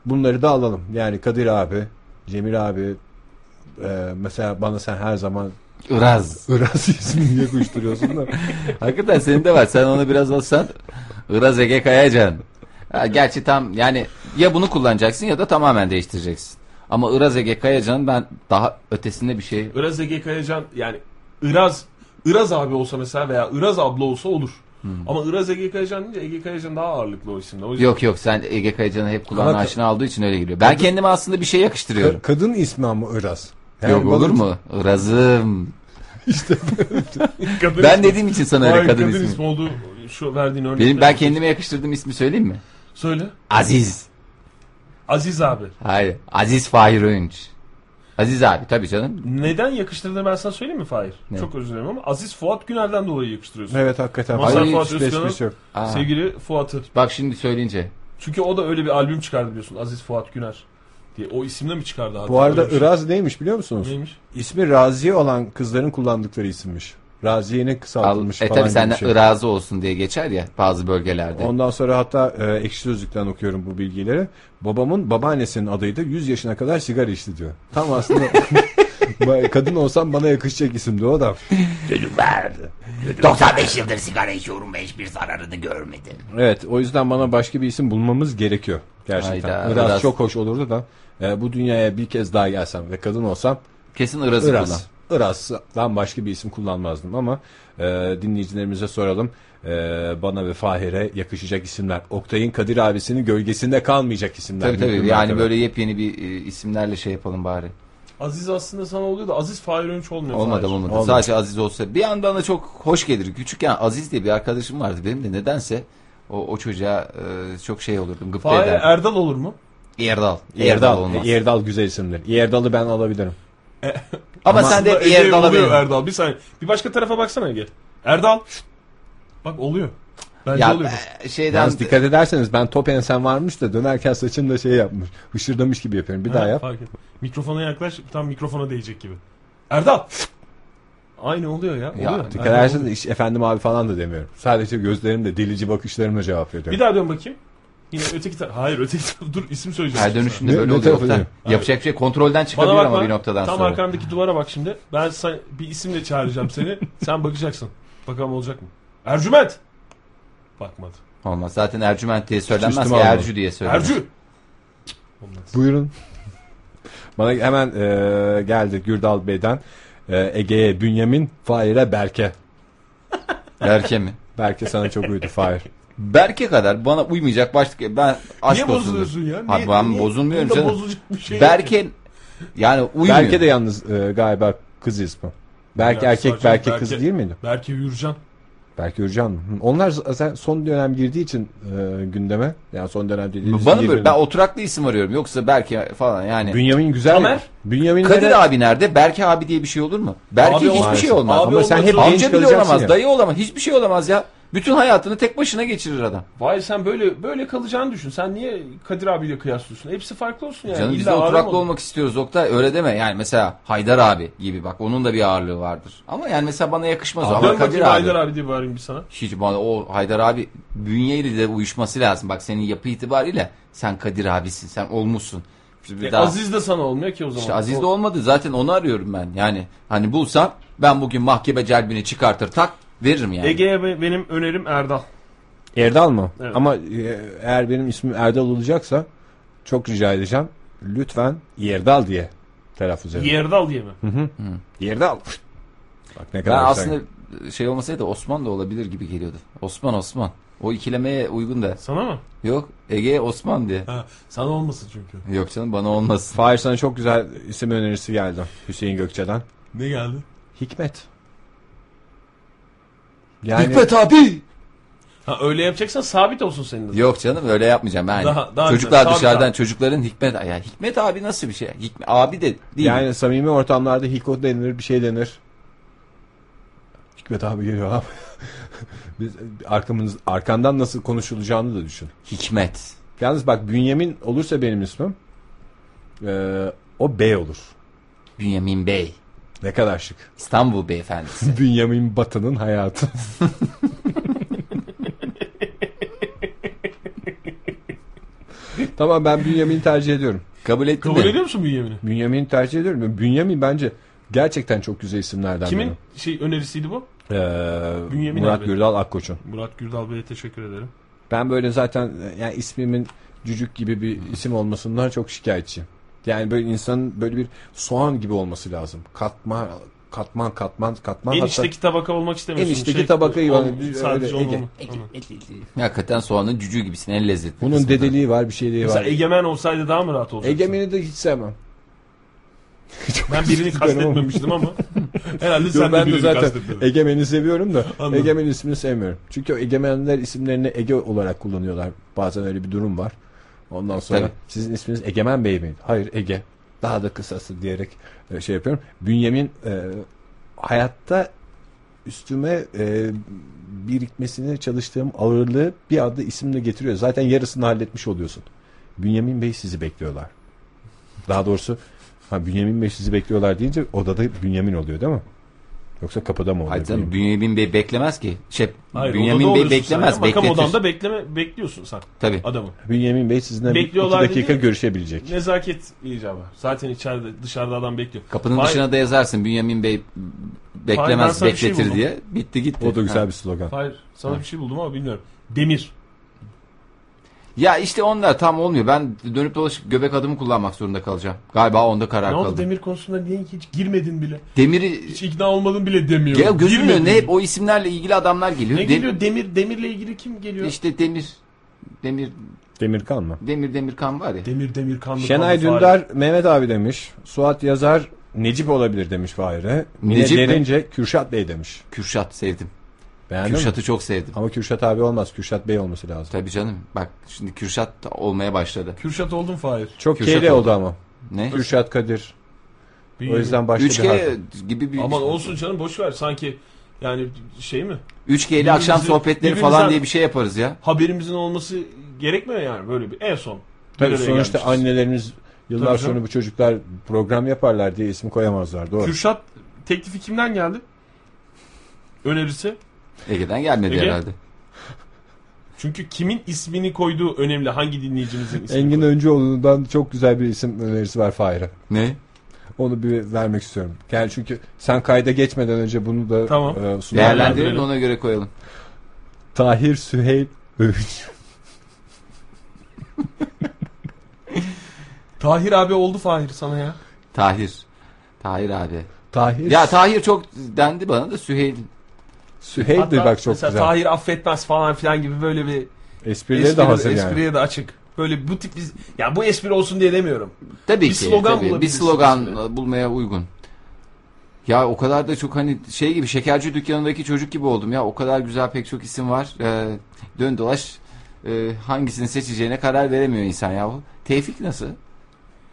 bunları da alalım. Yani Kadir abi, Cemil abi e, mesela bana sen her zaman Iraz. Iraz ismini niye koşturuyorsun da Hakikaten senin de var. Sen onu biraz alsan Iraz Ege Kayacan. Ha, gerçi tam yani ya bunu kullanacaksın ya da tamamen değiştireceksin. Ama Iraz Ege Kayacan ben daha ötesinde bir şey Iraz Ege Kayacan yani Iraz Iraz abi olsa mesela veya Iraz abla olsa olur. Ama Iraz Ege Kayacan deyince Ege Kayacan daha ağırlıklı o isimde. O yüzden Hmm. Yok yok sen Ege Kayacan'ı hep kulağına Ama- aşina aldığı için öyle geliyor. Ben kendime aslında bir şey yakıştırıyorum. kadın ismi ama Iraz. Yani yok bana- olur mu? Iraz'ım. kadın Ben ismi- dediğim için sana Hayır, öyle kadın, ismi. olduğu şu verdiğin örnek. Benim ben kendime yakıştırdığım ismi söyleyeyim mi? Söyle. Aziz. Aziz abi. Hayır. Aziz Fahir Öğünç. Aziz abi tabii canım. Neden yakıştırdığını ben sana söyleyeyim mi Fahir? Çok özür dilerim ama Aziz Fuat Güner'den dolayı yakıştırıyorsun. Evet hakikaten. Mazhar Hayır, Fuat hiç Özkan'ın- beş beş yok. Aa, Sevgili Fuat'ı. Bak şimdi söyleyince. Çünkü o da öyle bir albüm çıkardı biliyorsun. Aziz Fuat Güner diye. O isimle mi çıkardı abi? Bu arada Öyle bir şey. Iraz neymiş biliyor musunuz? Neymiş? İsmi Raziye olan kızların kullandıkları isimmiş. Raziye'nin Al, kısaltılmış e falan tabii gibi senden bir şey. ırazı olsun diye geçer ya bazı bölgelerde. Ondan sonra hatta e, ekşi sözlükten okuyorum bu bilgileri. Babamın babaannesinin adıydı. 100 yaşına kadar sigara içti diyor. Tam aslında Ba- kadın olsam bana yakışacak isimdi o da. Çocuklar. 95 yıldır sigara içiyorum ve hiçbir zararını görmedim. Evet o yüzden bana başka bir isim bulmamız gerekiyor. Gerçekten. Hayda, Iraz Iraz. çok hoş olurdu da e, bu dünyaya bir kez daha gelsem ve kadın olsam Kesin ırazı kullan. Iraz. Iraz'dan başka bir isim kullanmazdım ama e, dinleyicilerimize soralım. E, bana ve Fahir'e yakışacak isimler. Oktay'ın Kadir abisinin gölgesinde kalmayacak isimler. Tabii tabii Mümkün yani mertebe. böyle yepyeni bir e, isimlerle şey yapalım bari. Aziz aslında sana oluyor da Aziz Fahir Önç olmuyor. Olmadı Fahir. olmadı. Olmadı. Sadece Aziz olsa. Bir an bana çok hoş gelir. Küçükken Aziz diye bir arkadaşım vardı. Benim de nedense o, o çocuğa e, çok şey olurdum. Gıpta Fahir ederdim. Erdal olur mu? Erdal. Erdal Yerdal, olmaz. Yerdal E, güzel isimdir. Yerdal'ı ben alabilirim. Ama, sen de Aslında hep Ege Erdal'a oluyor benziyorsun. Erdal. Bir saniye. Bir başka tarafa baksana Ege. Erdal. Bak oluyor. Bence Ya oluyor. e, şeyden Yalnız dikkat ederseniz ben top ensem varmış da dönerken saçım da şey yapmış. Hışırdamış gibi yapıyorum. Bir daha Ha, yap. fark ettim. Mikrofona yaklaş. Tam mikrofona değecek gibi. Erdal. Aynı oluyor ya. Oluyor. Ya, Dikkat Erdal şey- ederseniz oluyor. iş efendim abi falan da demiyorum. Sadece gözlerimle delici bakışlarımla cevap Bir veriyorum. daha dön bakayım. Yine öteki taraf. Hayır öteki taraf. Dur isim söyleyeceğim. her dönüşünde Ne- böyle ne oluyor. tarafı Oktay. diyor? Yapacak bir şey kontrolden Bana çıkabilir bakma. ama bir noktadan Tam sonra. arkamdaki duvara bak şimdi. Ben sana bir isimle çağıracağım seni. Sen bakacaksın. Bakalım olacak mı? Ercüment. Bakmadı. Olmaz. Zaten Ercüment diye söylenmez ki üstüme alma. Ercü diye söylenir. Ercü. Buyurun. Bana hemen e, geldi Gürdal Bey'den. E, Ege'ye Bünyamin, Fahir'e Berke. Berke mi? Berke sana çok uydu Fahir. Berke kadar bana uymayacak başlık. Ben aşk Niye olsun. bozuluyorsun ya? Ha, Niye- ben niye- bozulmuyorum Bunda canım. Bozulacak bir şey yok ki. Berke yani uymuyor. Berke de yalnız e, galiba kız ismi. Berke Ya, erkek, sadece Berke, kız Berke. değil miydi? Berke Yürcan. Berke Ürcan mı? Hı. Onlar zaten son dönem girdiği için e, gündeme. Yani son dönem dediğimiz Bana böyle yirmi- ben oturaklı isim arıyorum. Yoksa Berke falan yani. Bünyamin güzel. Tamer. Bünyamin Kadir de- abi nerede? Berke abi diye bir şey olur mu? Berke Abi hiçbir olmaz. şey olmaz. Abi Ama sen olmaz. hep Amca genç Amca bile kalacaksın olamaz, ya. dayı olamaz, hiçbir şey olamaz ya. Bütün hayatını tek başına geçirir adam. Vay sen böyle böyle kalacağını düşün. Sen niye Kadir abiyle kıyaslıyorsun? Hepsi farklı olsun yani. Canım biz İlla de adam oturaklı olun. olmak istiyoruz Oktay. Öyle deme. Yani mesela Haydar abi gibi bak onun da bir ağırlığı vardır. Ama yani mesela bana yakışmaz o. Dön Ama bakayım Kadir abi. Haydar abi diye bağırayım bir sana. Hiç bana o Haydar abi bünyeyle de uyuşması lazım. Bak senin yapı itibariyle sen Kadir abisin. Sen olmuşsun. Bir E, daha- Aziz de sana olmuyor ki o zaman. İşte Aziz de O- olmadı. Zaten onu arıyorum ben. Yani hani bulsam ben bugün mahkeme celbini çıkartır tak veririm yani. Ege'ye be- benim önerim Erdal. Erdal mı? Evet. Ama e, eğer benim ismim Erdal olacaksa çok rica edeceğim. Lütfen Yerdal diye telaffuz edin. Yerdal diye mi? Yerdal. Bak ne kadar güzel. ben aslında şey olmasaydı Osman da olabilir gibi geliyordu. Osman Osman. O ikilemeye uygun da. Sana mı? Yok Ege Osman diye. Ha, sana olmasın çünkü. Yok canım bana olmasın. Fahir sana çok güzel isim önerisi geldi Hüseyin Gökçe'den. Ne geldi? Hikmet. Yani abi. Ha, öyle yapacaksan sabit olsun senin de. Yok canım öyle yapmayacağım ben. Daha- daha Çocuklar güzel. dışarıdan Tabii, çocukların Hikmet ya Hikmet abi nasıl bir şey? Hikmet abi de değil. Yani yani samimi ortamlarda hiko denir, bir şey denir. Hikmet abi geliyor abi. Biz arkamız arkandan nasıl konuşulacağını da düşün. Hikmet. Yalnız bak Bünyamin olursa benim ismim e, o bey olur. Bünyamin Bey. Ne kadar şık. İstanbul beyefendisi. Bünyamin Batı'nın hayatı. tamam ben Bünyamin'i tercih ediyorum. Kabul ettin Kabul mi? ediyor musun Bünyamin'i? Bünyamin'i tercih ediyorum. Bünyamin bence gerçekten çok güzel isimlerden Kimin şey önerisiydi bu? biri. Ee, Bünyamin Murat abi. Gürdal Akkoç'un. Murat Gürdal Bey'e teşekkür ederim. Ben böyle zaten e, yani ismimin cücük gibi bir isim olmasından çok şikayetçiyim. Yani böyle insanın böyle bir soğan gibi olması lazım. Katma katman katman katman. en Hatta içteki tabaka olmak istemiyorsun. Enişteki tabakayı ol- yani sadece öyle, onu- Ege. onu. Hakikaten soğanın cücüğü gibisin en lezzetli. bunun dedeliği var, bir şeyliği Mesela var. egemen olsaydı daha mı rahat olacaktı? Egemen'i de hiç sevmem. Ben birini Üzgünüm ama. kastetmemiştim ama. Herhalde Yok, sen de ben de birini zaten e, kastetmedin. Egemen'i seviyorum da Anladım. Egemen ismini sevmiyorum. Çünkü o Egemenler isimlerini Ege olarak kullanıyorlar. Bazen öyle bir durum var. Ondan sonra Tabii. sizin isminiz Egemen Bey miydi? Hayır Ege. Daha da kısası diyerek e, şey yapıyorum. Bünyamin e, hayatta üstüme e, birikmesini çalıştığım ağırlığı bir adı isimle getiriyor. Zaten yarısını halletmiş oluyorsun. Bünyamin Bey sizi bekliyorlar. Daha doğrusu ha, Bünyamin Bey sizi bekliyorlar deyince odada Bünyamin oluyor değil mi? Yoksa kapıda mı oluyor? Hayır canım Bünyamin Bey beklemez ki. Şey, Hayır, Bünyamin odada Bey oluyorsun beklemez. sen. Makam Bekletir. odanda bekleme, bekliyorsun sen Tabii. adamı. Bünyamin Bey sizinle bir iki Bekliyorlar dakika dedi. görüşebilecek. Nezaket icabı. Zaten içeride dışarıda adam bekliyor. Kapının Fahir- dışına da yazarsın Bünyamin Bey Hayır, ben beklemez sana bir şey bekletir buldum. diye. Bitti gitti. O da güzel Ha. bir slogan. Hayır sana bir şey buldum ama bilmiyorum. Demir. Ya işte onlar tam olmuyor. Ben dönüp dolaşıp göbek adımı kullanmak zorunda kalacağım. Galiba onda karar Ne oldu kaldım. demir konusunda niye hiç girmedin bile? Demiri Hiç ikna olmadın bile demiyor. ya gözümün Girmedin. önüne hep o isimlerle ilgili adamlar geliyor. Ne Dem- geliyor? Demir, demirle ilgili kim geliyor? İşte Demir Demir Demirkan mı? Demir Demirkan var ya. Demir demir kanlı Şenay kanlı Dündar Mehmet abi demiş. Suat Yazar Necip olabilir demiş Fahir'e. Necip Necip mi? Derince Kürşat Bey demiş. Kürşat sevdim. Beğendin mi? Kürşat'ı çok sevdim. Ama Kürşat abi olmaz. Kürşat Bey olması lazım. Tabii canım. Bak şimdi Kürşat da olmaya başladı. Kürşat oldun Fahir. Çok Kürşat keyifli oldu. oldu ama. Ne? Kürşat Kadir. O Büyüyor. yüzden başka bir harf. 3G gibi bir şey. Aman olsun canım boş ver sanki yani şey mi? 3G'li akşam Birbirimizin- sohbetleri birbirimizden- falan diye bir şey yaparız ya. Haberimizin olması gerekmiyor yani böyle bir en son. Tabii Bir araya sonuçta gelmişiz. annelerimiz yıllar Tabii sonra canım. bu çocuklar program yaparlar diye isim koyamazlar. Doğru. Kürşat teklifi kimden geldi? Önerisi. Ege'den gelmedi Ege? herhalde. Çünkü kimin ismini koyduğu önemli. Hangi dinleyicimizin ismi. Engin Öncüoğlu'ndan çok güzel bir isim önerisi var Fahir'e. Ne? Onu bir vermek istiyorum. Yani çünkü sen kayda geçmeden önce bunu da Tamam. e, sunar. Değerlendirelim Değerlendirelim. de ona göre koyalım. Tahir Süheyl Övünç. Tahir abi oldu Fahir sana ya. Tahir. Tahir abi. Tahir Ya Tahir çok dendi bana da Süheyl. Süheyl de Hatta bak çok mesela güzel. Tahir affetmez falan filan gibi böyle bir Esprileri espri, de hazır yani. espriye de açık. Böyle bu tip biz ya bu espri olsun diye demiyorum. Tabii Bir ki. slogan tabii. Bir bulabilirsiniz slogan şimdi. bulmaya uygun. Ya o kadar da çok hani şey gibi şekerci dükkanındaki çocuk gibi oldum ya. O kadar güzel pek çok isim var. Ee, dön dolaş e, hangisini seçeceğine karar veremiyor insan yahu. Tevfik nasıl?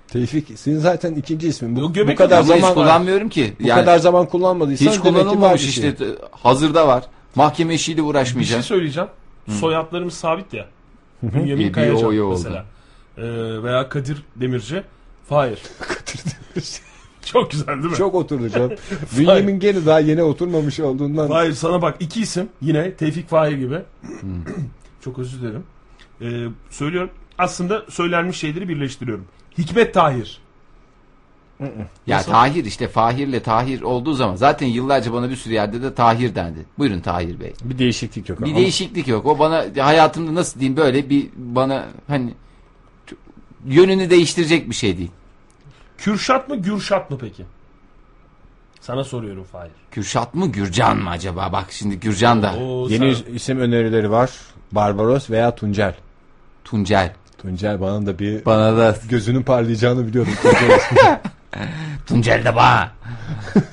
Tevfik senin zaten ikinci ismin. Bu, Yok, bu göbek kadar Ama hiç zaman kullanmıyorum ki. bu kadar zaman kullanmadıysan hiç demek ki var bir kullanılmamış şey. işte e, hazırda var. Mahkeme işiyle Bir şey uğraşmayacağım. söyleyeceğim. Soyadlarımız sabit ya. Bünyamin İyi, bir o iyi Kayacan oldu. mesela. Ee, veya Kadir Demirci. Fahir. Çok güzel değil mi? Çok oturdu canım. Bünyamin gene daha yeni oturmamış olduğundan. Fahir sana bak iki isim yine Tevfik Fahir gibi. Çok özür dilerim. Ee, söylüyorum. Aslında söylenmiş şeyleri birleştiriyorum. Hikmet Tahir. Ya Nasıl? Tahir işte Fahir'le Tahir olduğu zaman zaten yıllarca bana bir sürü yerde de Tahir dendi. Buyurun Tahir Bey. Bir değişiklik yok. Bir değişiklik yok. O bana hayatımda nasıl diyeyim böyle bir bana hani çok- yönünü değiştirecek bir şey değil. Kürşat mı Gürşat mı peki? Sana soruyorum Fahir. Kürşat mı Gürcan mı acaba? Bak şimdi Gürcan da Oo, Yeni sen- isim önerileri var. Barbaros veya Tuncel. Tuncel. Tuncel bana da bir Bana da gözünün parlayacağını biliyordum. Tuncel ismi. Tuncel de bana.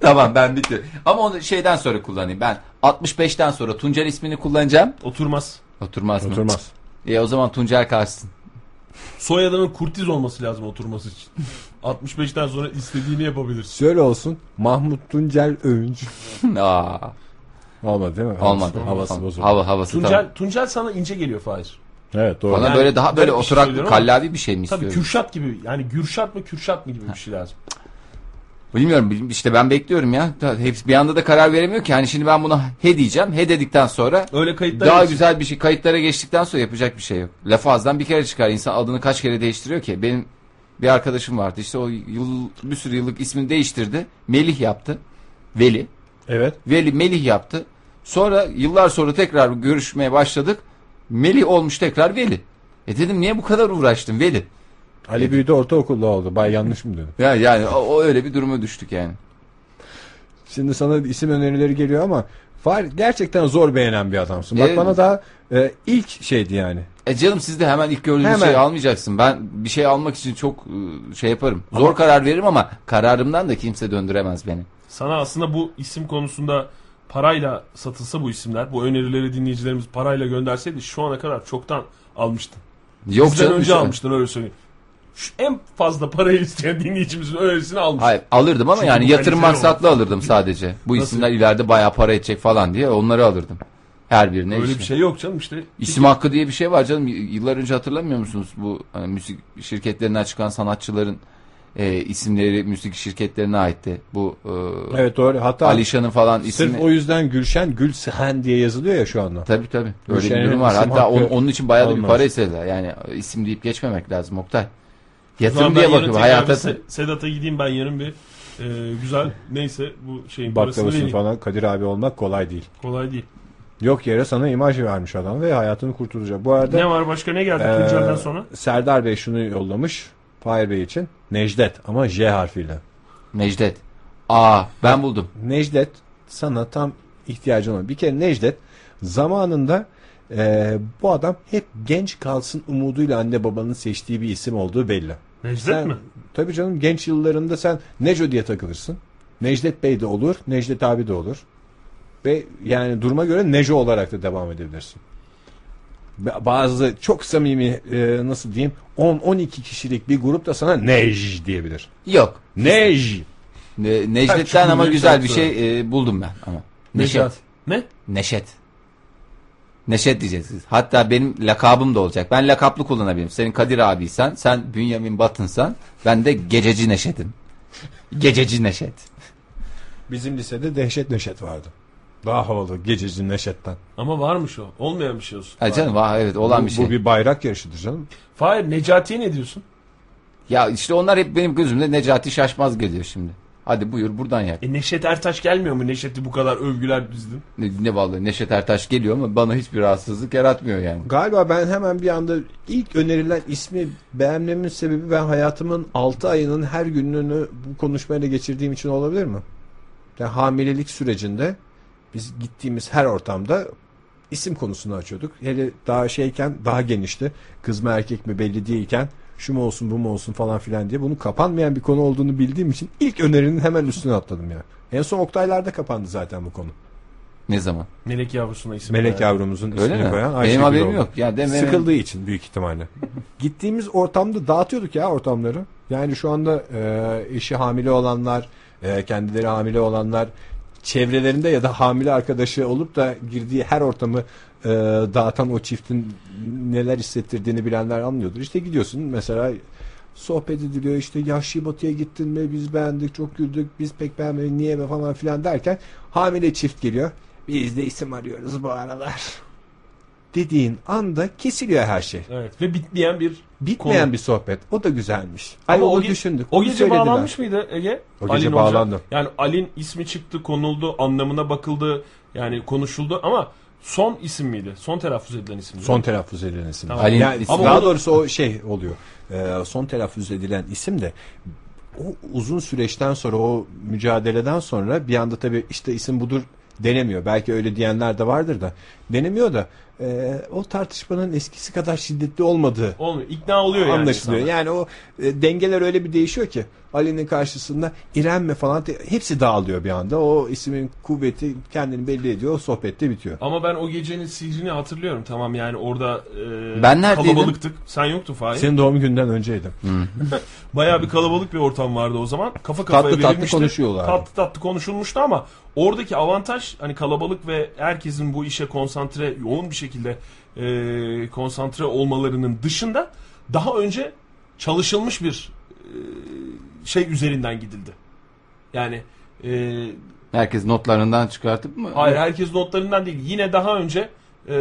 tamam ben bitti. Ama onu şeyden sonra kullanayım. Ben 65'ten sonra Tuncel ismini kullanacağım. Oturmaz. Oturmaz mı? Oturmaz. E o zaman Tuncel kalsın. Soyadının kurtiz olması lazım oturması için. 65'ten sonra istediğini yapabilirsin. Şöyle olsun. Mahmut Tuncel Övünç. Aa, Olmadı değil mi? olmadı. Havası, havası Tamam. bozuldu. Hava, havası Tuncel, tamam. Tuncel sana ince geliyor Fahir. Evet doğru. Bana Yani böyle daha böyle böyle bir şey oturaklı söylüyorum ama- kallavi bir şey mi Tabii istiyorum? Kürşat gibi yani Gürşat mı Kürşat mı gibi bir şey lazım. Bilmiyorum bil- işte ben bekliyorum ya. Ta- Hepsi bir anda da karar veremiyor ki. Hani şimdi ben buna he diyeceğim. He dedikten sonra Öyle kayıtlar daha yapsın. güzel bir şey kayıtlara geçtikten sonra yapacak bir şey yok. Lafı ağızdan bir kere çıkar. İnsan adını kaç kere değiştiriyor ki? Benim bir arkadaşım vardı. İşte o yıl bir sürü yıllık ismini değiştirdi. Melih yaptı. Veli. Evet. Veli Melih yaptı. Sonra yıllar sonra tekrar görüşmeye başladık. Melih olmuş tekrar Veli. E dedim niye bu kadar uğraştın Veli? Ali büyüdü ortaokulda oldu. Bay yanlış mı dedim. Ya yani o, o öyle bir duruma düştük yani. Şimdi sana isim önerileri geliyor ama Fahir gerçekten zor beğenen bir adamsın. Bak Evet. bana daha e, ilk şeydi yani. E canım siz de hemen ilk gördüğünüz Hemen. şeyi almayacaksın. Ben bir şey almak için çok e, şey yaparım. Zor karar veririm ama kararımdan da kimse döndüremez beni. Sana aslında bu isim konusunda parayla satılsa bu isimler, bu önerileri dinleyicilerimiz parayla gönderseydi şu ana kadar çoktan almıştın. Yok Bizden canım, şey- önce işte- almıştın öyle söyleyeyim. Şu en fazla parayı isteyen dinleyicimizin önerisini almıştın. Hayır alırdım ama Çünkü yani bu yatırım kaliteli maksatlı alırdım sadece. Bu Nasıl? isimler ileride bayağı para edecek falan diye onları alırdım. Her birine Öyle işte. bir şey yok canım işte. İsim hakkı diye bir şey var canım. Y- Yıllar önce hatırlamıyor musunuz? Bu hani müzik şirketlerinden çıkan sanatçıların e, isimleri müzik şirketlerine aitti. Bu e, Evet doğru. Hatta Alişan'ın falan sırf ismi. o yüzden Gülşen Gülsehen diye yazılıyor ya şu anda. Tabii tabii. Öyle bir Müşterinin durum var. isim Hatta hakkı on- onun için bayağı da bir almaz. para istediler. Yani isim deyip geçmemek lazım Oktay. O zaman Yatırım ben diye yarın bakıyorum. tekrar bir Hayata Se- Sedat'a gideyim ben yarın bir e, güzel neyse bu şeyin parasını Baklavasını vereyim. falan Kadir abi olmak kolay değil. Kolay değil. Yok yere sana imaj vermiş adam ve hayatını kurtulacak. Bu arada Ne var başka ne geldi Ee, Tuncel'den sonra? Serdar Bey şunu yollamış. Fahir Bey için. Necdet ama J harfiyle. Necdet. Aa ben buldum. Necdet sana tam ihtiyacın olan. Bir kere Necdet zamanında e, bu adam hep genç kalsın umuduyla anne babanın seçtiği bir isim olduğu belli. Necdet Sen, mi? Tabii canım genç yıllarında sen Neco diye takılırsın. Necdet Bey de olur, Necdet abi de olur. Ve yani duruma göre Neco olarak da devam edebilirsin. Ba- Bazı çok samimi e, nasıl diyeyim 10-12 kişilik bir grup da sana Nej diyebilir. Yok. Nej. Ne- Ben çok Necdet'ten ama güzel bir Necdet şey e, buldum ben. Ama. Neşet. Ne? Neşet. Neşet diyeceksiniz. Hatta benim lakabım da olacak. Ben lakaplı kullanabilirim. Senin Kadir abiysen, sen Bünyamin Batın'san, ben de Gececi Neşet'im. Gececi Neşet. Bizim lisede dehşet neşet vardı. Daha havalı gececi neşetten. Ama varmış o. Olmayan bir şey olsun. Ha canım vah evet olan bu, bir şey. bu bir bayrak yarışıdır canım. Fahir Necati'ye ne diyorsun? Ya işte onlar hep benim gözümde Necati Şaşmaz geliyor şimdi. Hadi buyur buradan yak. E Neşet Ertaş gelmiyor mu? Neşet'i bu kadar övgüler dizdin. Ne, ne vallahi Neşet Ertaş geliyor ama bana hiçbir rahatsızlık yaratmıyor yani. Galiba ben hemen bir anda ilk önerilen ismi beğenmemin sebebi ben hayatımın 6 ayının her gününü bu konuşmayla geçirdiğim için olabilir mi? Yani hamilelik sürecinde biz gittiğimiz her ortamda isim konusunu açıyorduk. Hele daha şeyken daha genişti. Kız mı erkek mi belli değilken şu mu olsun bu mu olsun falan filan diye bunun kapanmayan bir konu olduğunu bildiğim için ilk önerinin hemen üstüne atladım ya. En son Oktaylar'da kapandı zaten bu konu. Ne zaman? Melek yavrusuna isim. Melek koyar. yavrumuzun Öyle ismini mi? koyan Ayşegül benim haberim oldu. yok. Ya deme. Sıkıldığı için büyük ihtimalle. Gittiğimiz ortamda dağıtıyorduk ya ortamları. Yani şu anda e, eşi hamile olanlar, e, kendileri hamile olanlar çevrelerinde ya da hamile arkadaşı olup da girdiği her ortamı e, dağıtan o çiftin neler hissettirdiğini bilenler anlıyordur. İşte gidiyorsun mesela sohbet ediliyor işte Yahşi Batı'ya gittin mi biz beğendik çok güldük biz pek beğenmedik niye be falan filan derken hamile çift geliyor. Biz de isim arıyoruz bu aralar. Dediğin anda kesiliyor her şey. Evet ve bitmeyen bir Bitmeyen Konu. bir sohbet. O da güzelmiş. Ama Ay o, ge- düşündük. O onu gece söylediler. bağlanmış mıydı Ege? O gece bağlandı. Hoca. Yani Alin ismi çıktı, konuldu, anlamına bakıldı, yani konuşuldu ama son isim miydi? Son telaffuz edilen isim miydi? Son telaffuz edilen isim. Tamam. Ali'nin Yani ismi- daha Ama o- doğrusu o şey oluyor. Ee, son telaffuz edilen isim de o uzun süreçten sonra o mücadeleden sonra bir anda tabii işte isim budur denemiyor. Belki öyle diyenler de vardır da denemiyor da e, o tartışmanın eskisi kadar şiddetli olmadığı Olmuyor. İkna oluyor yani. anlaşılıyor. insanlar. Yani o e, dengeler öyle bir değişiyor ki Ali'nin karşısında İrem mi falan de- hepsi dağılıyor bir anda. O isimin kuvveti kendini belli ediyor. O sohbette bitiyor. Ama ben o gecenin sihrini hatırlıyorum. Tamam yani orada e, Ben neredeydim? kalabalıktık. Sen yoktun Fahir. Senin doğum günden önceydim. Bayağı bir kalabalık bir ortam vardı o zaman. Kafa kafaya Tatlı tatlı verilmişti. konuşuyorlardı. Tatlı tatlı konuşulmuştu ama oradaki avantaj hani kalabalık ve herkesin bu işe konsantre yoğun bir şekilde e, konsantre olmalarının dışında daha önce çalışılmış bir e, şey üzerinden gidildi. Yani e, Herkes notlarından çıkartıp mı? Hayır herkes notlarından değil. Yine daha önce e,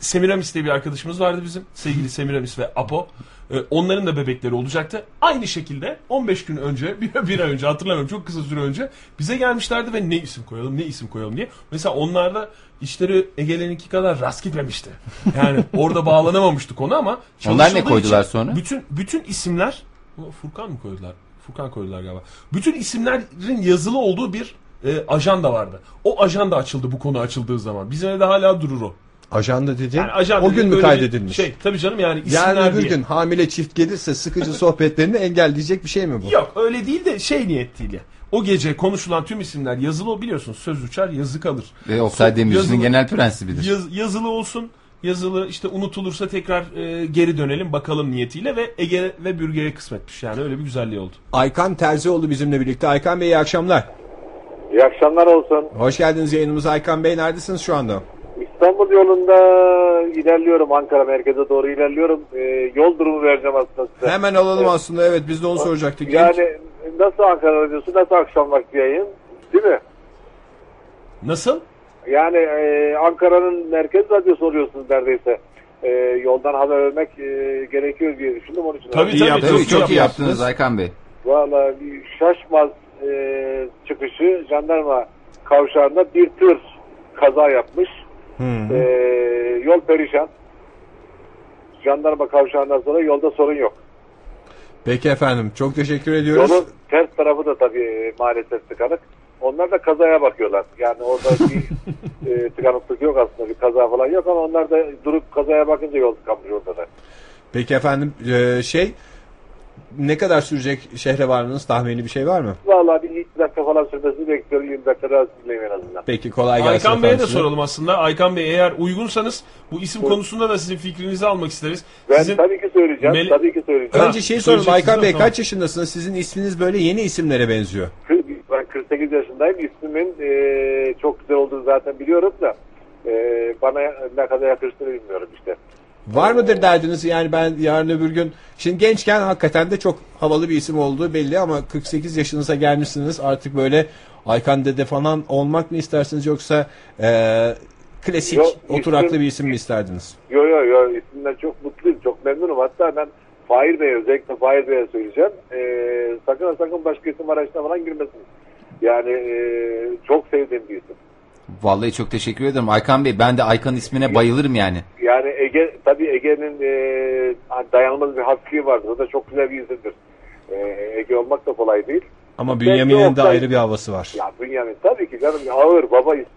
Semiramis diye bir arkadaşımız vardı bizim. Sevgili Semiramis ve Apo. E, onların da bebekleri olacaktı. Aynı şekilde 15 gün önce, bir, bir ay önce hatırlamıyorum çok kısa süre önce bize gelmişlerdi ve ne isim koyalım ne isim koyalım diye. Mesela onlarda işleri Ege'lerinki kadar rast gitmemişti. Yani orada bağlanamamıştı konu ama Onlar ne çalışıldığı koydular için sonra? Bütün bütün isimler Ulan Furkan mı koydular? Furkan koydular galiba. Bütün isimlerin yazılı olduğu bir e, ajanda vardı. O ajanda açıldı bu konu açıldığı zaman. Bizim evde hala durur o. Ajanda dediğin Yani ajanda o gün dediğim mü böyle bir kaydedilmiş? Şey tabii canım yani isimler Yarın öbür diye. gün hamile çift gelirse sıkıcı sohbetlerini engelleyecek bir şey mi bu? Yok öyle değil de şey niyetiyle. O gece konuşulan tüm isimler yazılı o biliyorsunuz söz uçar yazı kalır. Ve Oktay Demirci'nin Yazılı- genel prensibidir. Yaz- yazılı olsun. Yazılı işte unutulursa tekrar e, geri dönelim bakalım niyetiyle ve Ege ve Bürge'ye kısmetmiş yani öyle bir güzelliği oldu. Aykan Terzioğlu bizimle birlikte. Aykan Bey iyi akşamlar. İyi akşamlar olsun. Hoş geldiniz yayınımıza Aykan Bey. Neredesiniz şu anda? İstanbul yolunda ilerliyorum. Ankara merkeze doğru ilerliyorum. Ee, yol durumu vereceğim aslında size. Hemen alalım aslında. Evet biz de onu soracaktık. İlk- Yani nasıl Ankara radyosu, nasıl akşam vakti yayın? Değil mi? Nasıl? Yani e, Ankara'nın merkez radyosu oluyorsunuz neredeyse. E, yoldan haber vermek e, gerekiyor diye düşündüm onun için. Tabii, tabii. Vallahi Tabii, Çok iyi çok, iyi yaptınız yaptınız. Aykan Bey. Valla bir şaşmaz e, çıkışı jandarma kavşağında bir tır kaza yapmış. Hı. Ee, yol perişan. Jandarma kavşağından sonra yolda sorun yok. Peki efendim çok teşekkür ediyoruz. Yolun ters tarafı da tabii maalesef tıkanık. Onlar da kazaya bakıyorlar. Yani orada bir e, tıkanıklık yok aslında. Bir kaza falan yok ama onlar da durup kazaya bakınca yol tıkanmış orada da. Peki efendim e, şey ne kadar sürecek şehre varlığınız tahmini bir şey var mı? Vallahi bir 20 dakika falan sürmesini bekliyorum. 20 dakika daha sizinleyim en azından. Peki kolay gelsin. Aykan efendim Bey'e de size. soralım aslında. Aykan Bey eğer uygunsanız bu isim konusunda da sizin fikrinizi almak isteriz. Ben Sizin tabii ki söyleyeceğim. Mel- Tabii ki söyleyeceğim. Önce Ha, şey soralım Aykan söyleyeceksiniz Bey ama. kaç yaşındasınız? Sizin isminiz böyle yeni isimlere benziyor. Kır- Ben 48 yaşındayım. İsmimin e, çok güzel olduğunu zaten biliyorum da e, bana ne kadar yakıştığını bilmiyorum işte. Var mıdır derdiniz yani ben yarın öbür gün şimdi gençken hakikaten de çok havalı bir isim olduğu belli ama 48 yaşınıza gelmişsiniz artık böyle Aykan Dede falan olmak mı istersiniz yoksa eee, klasik Yok, oturaklı isim- bir isim mi isterdiniz? Yo yo yo isimden çok mutluyum. Çok memnunum. Hatta ben Fahir Bey'e özellikle Fahir Bey'e söyleyeceğim. E, sakın ha sakın başka isim araçına falan girmesin. Yani e, çok sevdiğim bir isim. Vallahi çok teşekkür ederim Aykan Bey. Ben de Aykan ismine bayılırım yani. Yani Ege tabii Ege'nin e, dayanılmaz bir hafifliği vardır. O da çok güzel bir isimdir. E, Ege olmak da kolay değil. Ama Belki Bünyamin'in de Oktay- ayrı bir havası var. Ya Bünyamin tabii ki canım ağır baba isim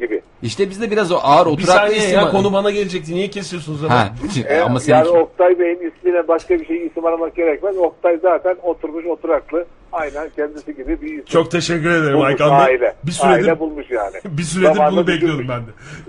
gibi. İşte bizde biraz o ağır bir oturaklı saniye isim. ya konu bana gelecekti. Niye kesiyorsunuz ama? Ha, Ee, ama senin yani Oktay Bey'in ismine başka bir şey isim aramak gerekmez. Oktay zaten oturmuş oturaklı. aynen kendisi gibi bir isim. Çok teşekkür ederim bulmuş Aykan Bey. aile. Bir süredir Aile bulmuş yani. bir süredir Zamanında bunu bekliyordum düşünmüş.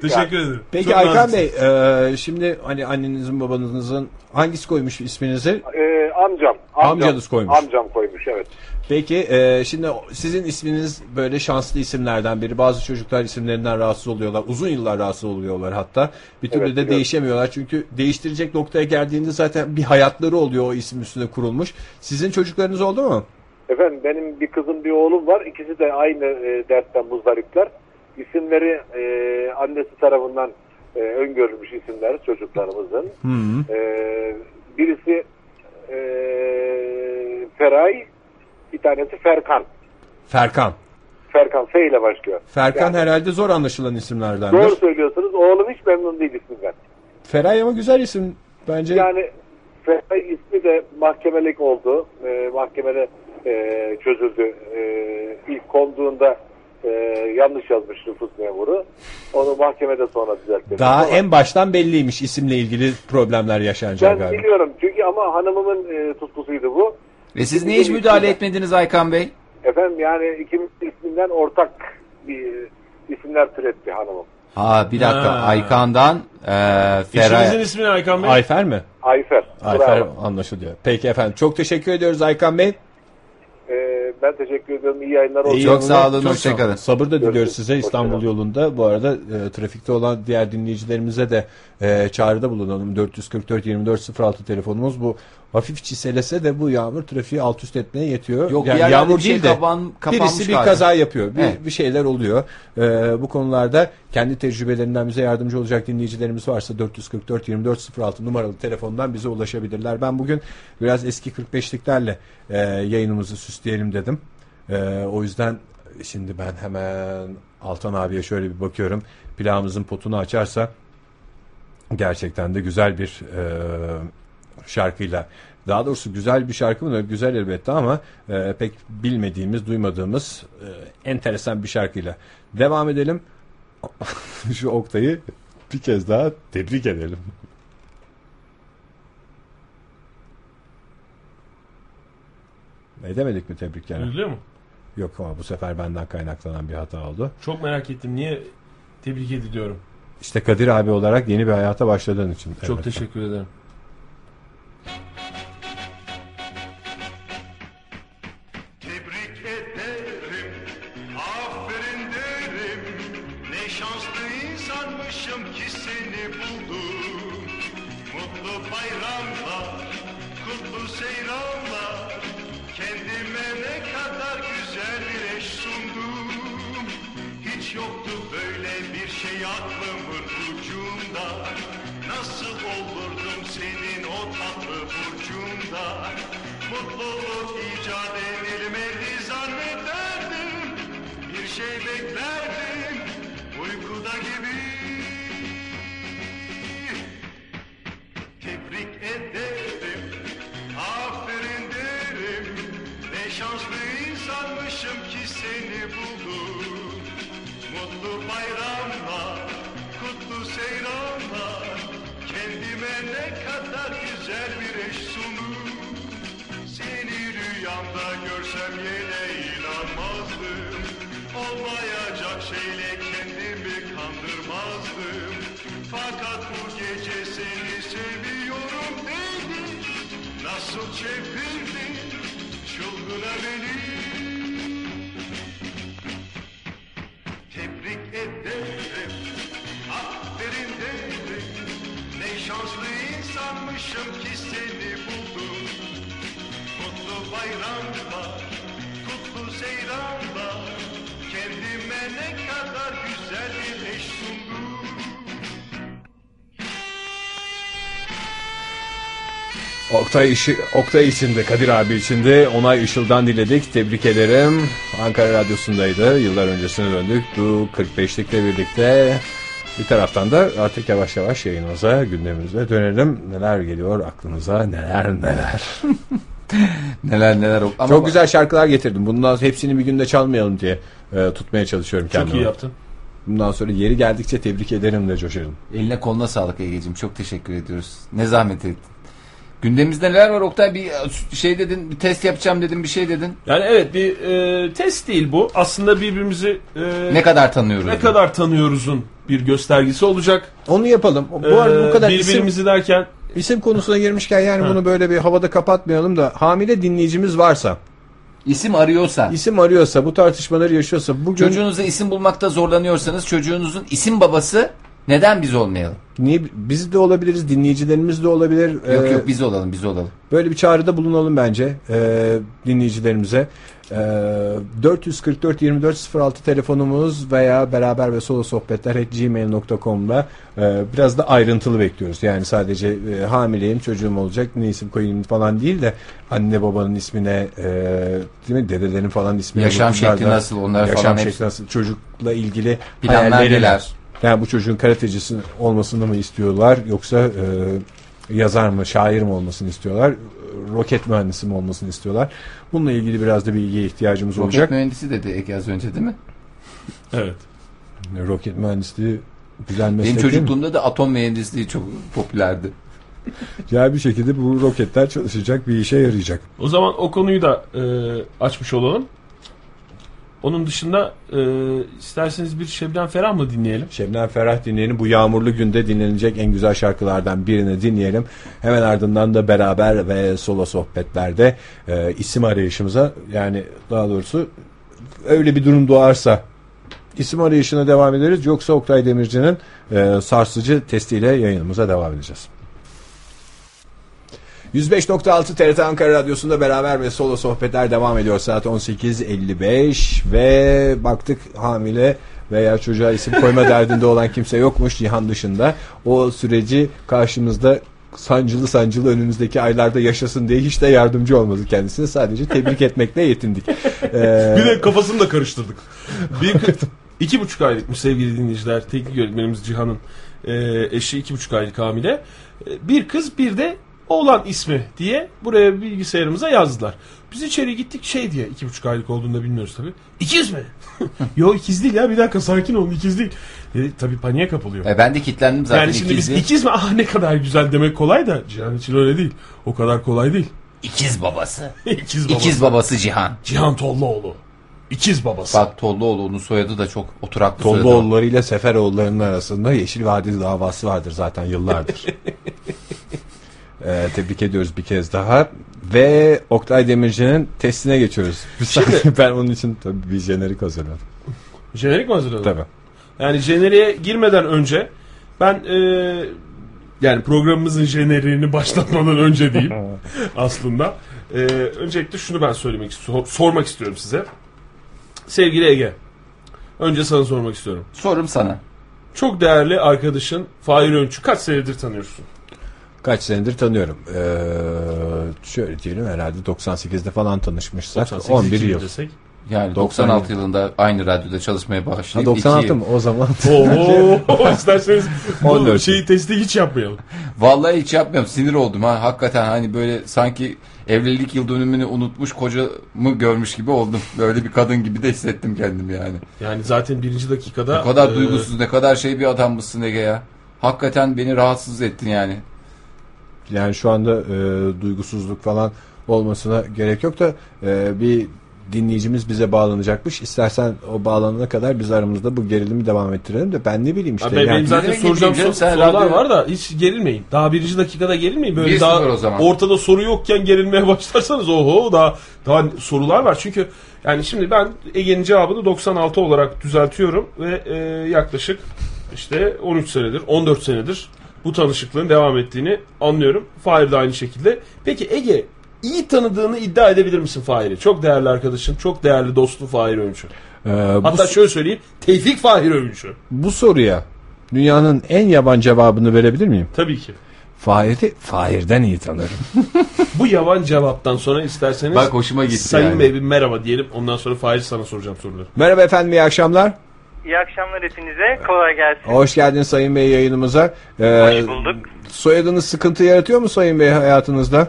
ben de. Teşekkür ederim. Peki Çok Aykan naziksiniz. Bey e, şimdi hani annenizin babanızın hangisi koymuş isminizi? Ee, amcam, amcam. Amcanız koymuş. Amcam koymuş evet. Peki e, şimdi sizin isminiz böyle şanslı isimlerden biri. Bazı çocuklar isimlerinden rahatsız oluyorlar. Uzun yıllar rahatsız oluyorlar hatta. Bir türlü Evet, de biliyorum. değişemiyorlar. Çünkü değiştirecek noktaya geldiğinde zaten bir hayatları oluyor o isim üstüne kurulmuş. Sizin çocuklarınız oldu mu? Efendim benim bir kızım bir oğlum var. İkisi de aynı e, dertten muzdaripler. İsimleri e, annesi tarafından e, öngörülmüş isimler çocuklarımızın. E, birisi e, Feray, bir tanesi Ferkan. Ferkan. Ferkan F ile başlıyor. Ferkan Yani. herhalde zor anlaşılan isimlerden. Doğru söylüyorsunuz. Oğlum hiç memnun değil isminden. Feray ama güzel isim bence. Yani Feray ismi de mahkemelik oldu. Ee, mahkemede e, çözüldü. Ee, ilk konduğunda e, yanlış yazmış nüfus memuru. Onu mahkemede sonra düzeltti. Daha en baştan belliymiş isimle ilgili problemler yaşanacak ben galiba. biliyorum çünkü ama hanımımın e, tutkusuydu bu. Ve siz niye hiç müdahale etmediniz Aykan Bey? Efendim yani ikimiz isminden ortak bir e, isimler türetti hanımım. Ha bir dakika Ha. Aykan'dan eee İşinizin Feray. ismi ne Aykan Bey? Ayfer mi? Ayfer. Ayfer bravo. anlaşılıyor. Peki efendim çok teşekkür ediyoruz Aykan Bey. Ee, ben teşekkür ediyorum. İyi yayınlar olsun. İyi Çok sağ yayınlar, olun, çok hoşça sağ kalın. Sabır da diliyoruz Görüşürüz. size Hoşça İstanbul kalın. yolunda. Bu arada e, trafikte olan diğer dinleyicilerimize de e, çağrıda bulunalım. 444 2406 telefonumuz bu. Hafif çiselese de bu yağmur trafiği alt üst etmeye yetiyor. Yok, bir yani yerlerde yağmur bir şey değil de kapan- kapanmış birisi bir galiba. kaza yapıyor. Bir, Evet. bir şeyler oluyor. E, bu konularda kendi tecrübelerinden bize yardımcı olacak dinleyicilerimiz varsa 444 2406 numaralı telefondan bize ulaşabilirler. Ben bugün biraz eski 45'liklerle e, yayınımızı süsleyelim dedim. Ee, o yüzden şimdi ben hemen Altan abiye şöyle bir bakıyorum. Plağımızın potunu açarsa gerçekten de güzel bir e, şarkıyla. Daha doğrusu güzel bir şarkı mı? Güzel elbette ama e, pek bilmediğimiz, duymadığımız e, enteresan bir şarkıyla. Devam edelim. Şu Oktay'ı bir kez daha tebrik edelim. Edemedik mi tebrikleri? Üzülüyor mu? Yok ama bu sefer benden kaynaklanan bir hata oldu. Çok merak ettim. Niye tebrik ediliyorum? İşte Kadir abi olarak yeni bir hayata başladığın için. Çok Evet. teşekkür ederim. Tebrik ederim, aferin derim. Ne şanslı insanmışım ki seni buldum. Mutlu bayramlar, kutlu seyranlar. Kendime ne kadar güzel bir eş sundum. Hiç yoktu böyle bir şey aklımın ucunda. Nasıl olurdum senin o tatlı burcunda? Mutluluk icat edilmedi zannederdim. Bir şey beklerdim uykuda gibi. Tebrik ederim, aferin derim. Ne şanslı insanmışım ki seni buldum. Mutlu bayramlar, kutlu seyranlar. Kendime ne kadar güzel bir eş sunur. Seni rüyamda görsem yine inanmazdım Olmayacak şeyle kendimi kandırmazdım Fakat bu gece seni seviyorum dedi Nasıl çevirdin çılgına beni Tebrik ederim, aferin derim Ne şanslı insanmışım ki seni buldum Kutlu bayramlar, kutlu seyranlar Kendime ne kadar güzel bir eş sundum Oktay, işi, Oktay için de Kadir abi için de Onay Işıl'dan diledik. Tebrik ederim. Ankara Radyosu'ndaydı. Yıllar öncesine döndük. Bu 45'likle birlikte bir taraftan da artık yavaş yavaş yayınımıza, gündemimize dönelim. Neler geliyor aklınıza, neler neler. Neler neler. Ama Çok güzel şarkılar getirdim. Bundan hepsini bir günde çalmayalım diye e, tutmaya çalışıyorum Çok kendimi. iyi yaptın. Bundan sonra yeri geldikçe tebrik ederim de coşarım. Eline koluna sağlık Ege'ciğim. Çok teşekkür ediyoruz. Ne zahmet ettin. Gündemimizde neler var Oktay? Bir şey dedin, bir test yapacağım dedin, bir şey dedin. Yani evet bir e, test değil bu. Aslında birbirimizi e, Ne kadar tanıyoruz? ne kadar tanıyoruzun bir göstergesi olacak. Onu yapalım. Bu arada bu Ee, kadar isim, birbirimizi derken isim konusuna girmişken yani Ha. bunu böyle bir havada kapatmayalım da hamile dinleyicimiz varsa, İsim arıyorsa, isim arıyorsa, bu tartışmaları yaşıyorsa bugün çocuğunuza isim bulmakta zorlanıyorsanız çocuğunuzun isim babası neden biz olmayalım? niye biz de olabiliriz, dinleyicilerimiz de olabilir. Yok Ee, yok biz olalım, biz olalım. Böyle bir çağrıda bulunalım bence e, dinleyicilerimize. E, 444 2406 telefonumuz veya beraber ve solo sohbetler gmail.com'da e, biraz da ayrıntılı bekliyoruz. Yani sadece e, hamileyim çocuğum olacak ne isim koyayım falan değil de anne babanın ismine e, değil mi dedelerin falan ismine Yaşam bakımlar şekli da- nasıl, onlar yaşam falan şekli hepsi. nasıl çocukla ilgili Planlar hayalleri neler? yani bu çocuğun karatecisi olmasını mı istiyorlar yoksa e, yazar mı, şair mi olmasını istiyorlar? e, Roket mühendisi mi olmasını istiyorlar? Bununla ilgili biraz da bilgiye ihtiyacımız Roket olacak. mühendisi dedi Ege az önce değil mi? evet. Roket mühendisliği güzel meslek değil Benim mi? çocukluğumda da atom mühendisliği çok popülerdi. Ya bir şekilde bu roketler çalışacak, bir işe yarayacak. O zaman o konuyu da e, açmış olalım. Onun dışında e, isterseniz bir Şebnem Ferah mı dinleyelim? Şebnem Ferah dinleyelim. Bu yağmurlu günde dinlenecek en güzel şarkılardan birini dinleyelim. Hemen ardından da beraber ve solo sohbetlerde e, isim arayışımıza yani daha doğrusu öyle bir durum doğarsa isim arayışına devam ederiz. Yoksa Oktay Demirci'nin e, sarsıcı testiyle yayınımıza devam edeceğiz. 105.6 TRT Ankara Radyosu'nda beraber ve solo sohbetler devam ediyor. Saat 18.55 ve baktık hamile veya çocuğa isim koyma derdinde olan kimse yokmuş Cihan dışında. O süreci karşımızda sancılı sancılı önümüzdeki aylarda yaşasın diye hiç de yardımcı olmadı kendisine. Sadece tebrik etmekle yetindik. Ee, Bir de kafasını da karıştırdık. Bir, iki buçuk aylıkmış sevgili dinleyiciler. Teknik öğretmenimiz Cihan'ın e, eşi iki buçuk aylık hamile. E, bir kız bir de oğlan ismi diye buraya bilgisayarımıza yazdılar. Biz içeri gittik şey diye iki buçuk aylık olduğunda bilmiyoruz tabii. İkiz mi? Yo ikiz değil ya bir dakika sakin olun ikiz değil. E, tabii paniğe kapılıyor. E, ben de kilitlendim zaten yani şimdi ikizdi. biz ikiz mi? Ah ne kadar güzel demek kolay da Cihan için öyle değil. O kadar kolay değil. İkiz babası. ikiz babası. İkiz babası Cihan. Cihan Tollaoğlu. İkiz babası. Bak Tolluoğlu onun soyadı da çok oturaklı soyadı. Tolluoğulları ile Seferoğulları'nın arasında Yeşil Vadi davası vardır zaten yıllardır. Ee, tebrik ediyoruz bir kez daha. Ve Oktay Demirci'nin testine geçiyoruz. Bir saniye, ben onun için tabii bir jenerik hazırladım. Jenerik mi hazırladın? Tabii. Yani jeneriğe girmeden önce ben e, yani programımızın jeneriğini başlatmadan önce diyeyim aslında. E, öncelikle şunu ben söylemek sor- sormak istiyorum size. Sevgili Ege. Önce sana sormak istiyorum. Sorum sana. Çok değerli arkadaşın Fahir Önç'ü kaç senedir tanıyorsun? Kaç senedir tanıyorum. Ee, şöyle diyelim herhalde 98'de falan tanışmışsak 11 yıl. Desek. Yani 97 96 yılında aynı radyoda çalışmaya Ha, başlayıp 96 iki- mı? O zaman Oo, isterseniz bu 14 şeyi testi hiç yapmayalım. Vallahi hiç yapmıyorum. Sinir oldum ha. Hakikaten hani böyle sanki evlilik yıl dönümünü unutmuş kocamı görmüş gibi oldum. Böyle bir kadın gibi de hissettim kendimi yani. Yani zaten birinci dakikada Ne kadar e, duygusuz, ne kadar şey bir adam mısın Ege ya. Hakikaten beni rahatsız ettin yani. Yani şu anda e, duygusuzluk falan olmasına gerek yok da e, bir dinleyicimiz bize bağlanacakmış. İstersen o bağlanana kadar biz aramızda bu gerilimi devam ettirelim de ben ne bileyim işte. Abi benim yani, zaten Nereye soracağım gideceğim? sor- Sen sorular radyo- var da hiç gerilmeyin. Daha birinci dakikada gerilmeyin. Böyle Bir daha sıfır o zaman. ortada soru yokken gerilmeye başlarsanız oho daha daha sorular var. Çünkü yani şimdi ben Ege'nin cevabını 96 olarak düzeltiyorum ve e, yaklaşık işte 13 senedir 14 senedir bu tanışıklığın devam ettiğini anlıyorum. Fahir de aynı şekilde. Peki Ege iyi tanıdığını iddia edebilir misin Fahir'i? Çok değerli arkadaşın, çok değerli dostu Fahir Öncü. e, bu, Hatta şöyle söyleyeyim. Tevfik Fahir Öncü. bu soruya dünyanın en yaban cevabını verebilir miyim? Tabii ki. Fahir'i Fahir'den iyi tanırım. Bu yavan cevaptan sonra isterseniz Bak hoşuma gitti Sayın yani. Bey bir merhaba diyelim. Ondan sonra Fahir sana soracağım soruları. Merhaba efendim iyi akşamlar. İyi akşamlar hepinize. Kolay gelsin. Hoş geldin Sayın Bey yayınımıza. E, Hoş bulduk. Soyadınız sıkıntı yaratıyor mu Sayın Bey hayatınızda?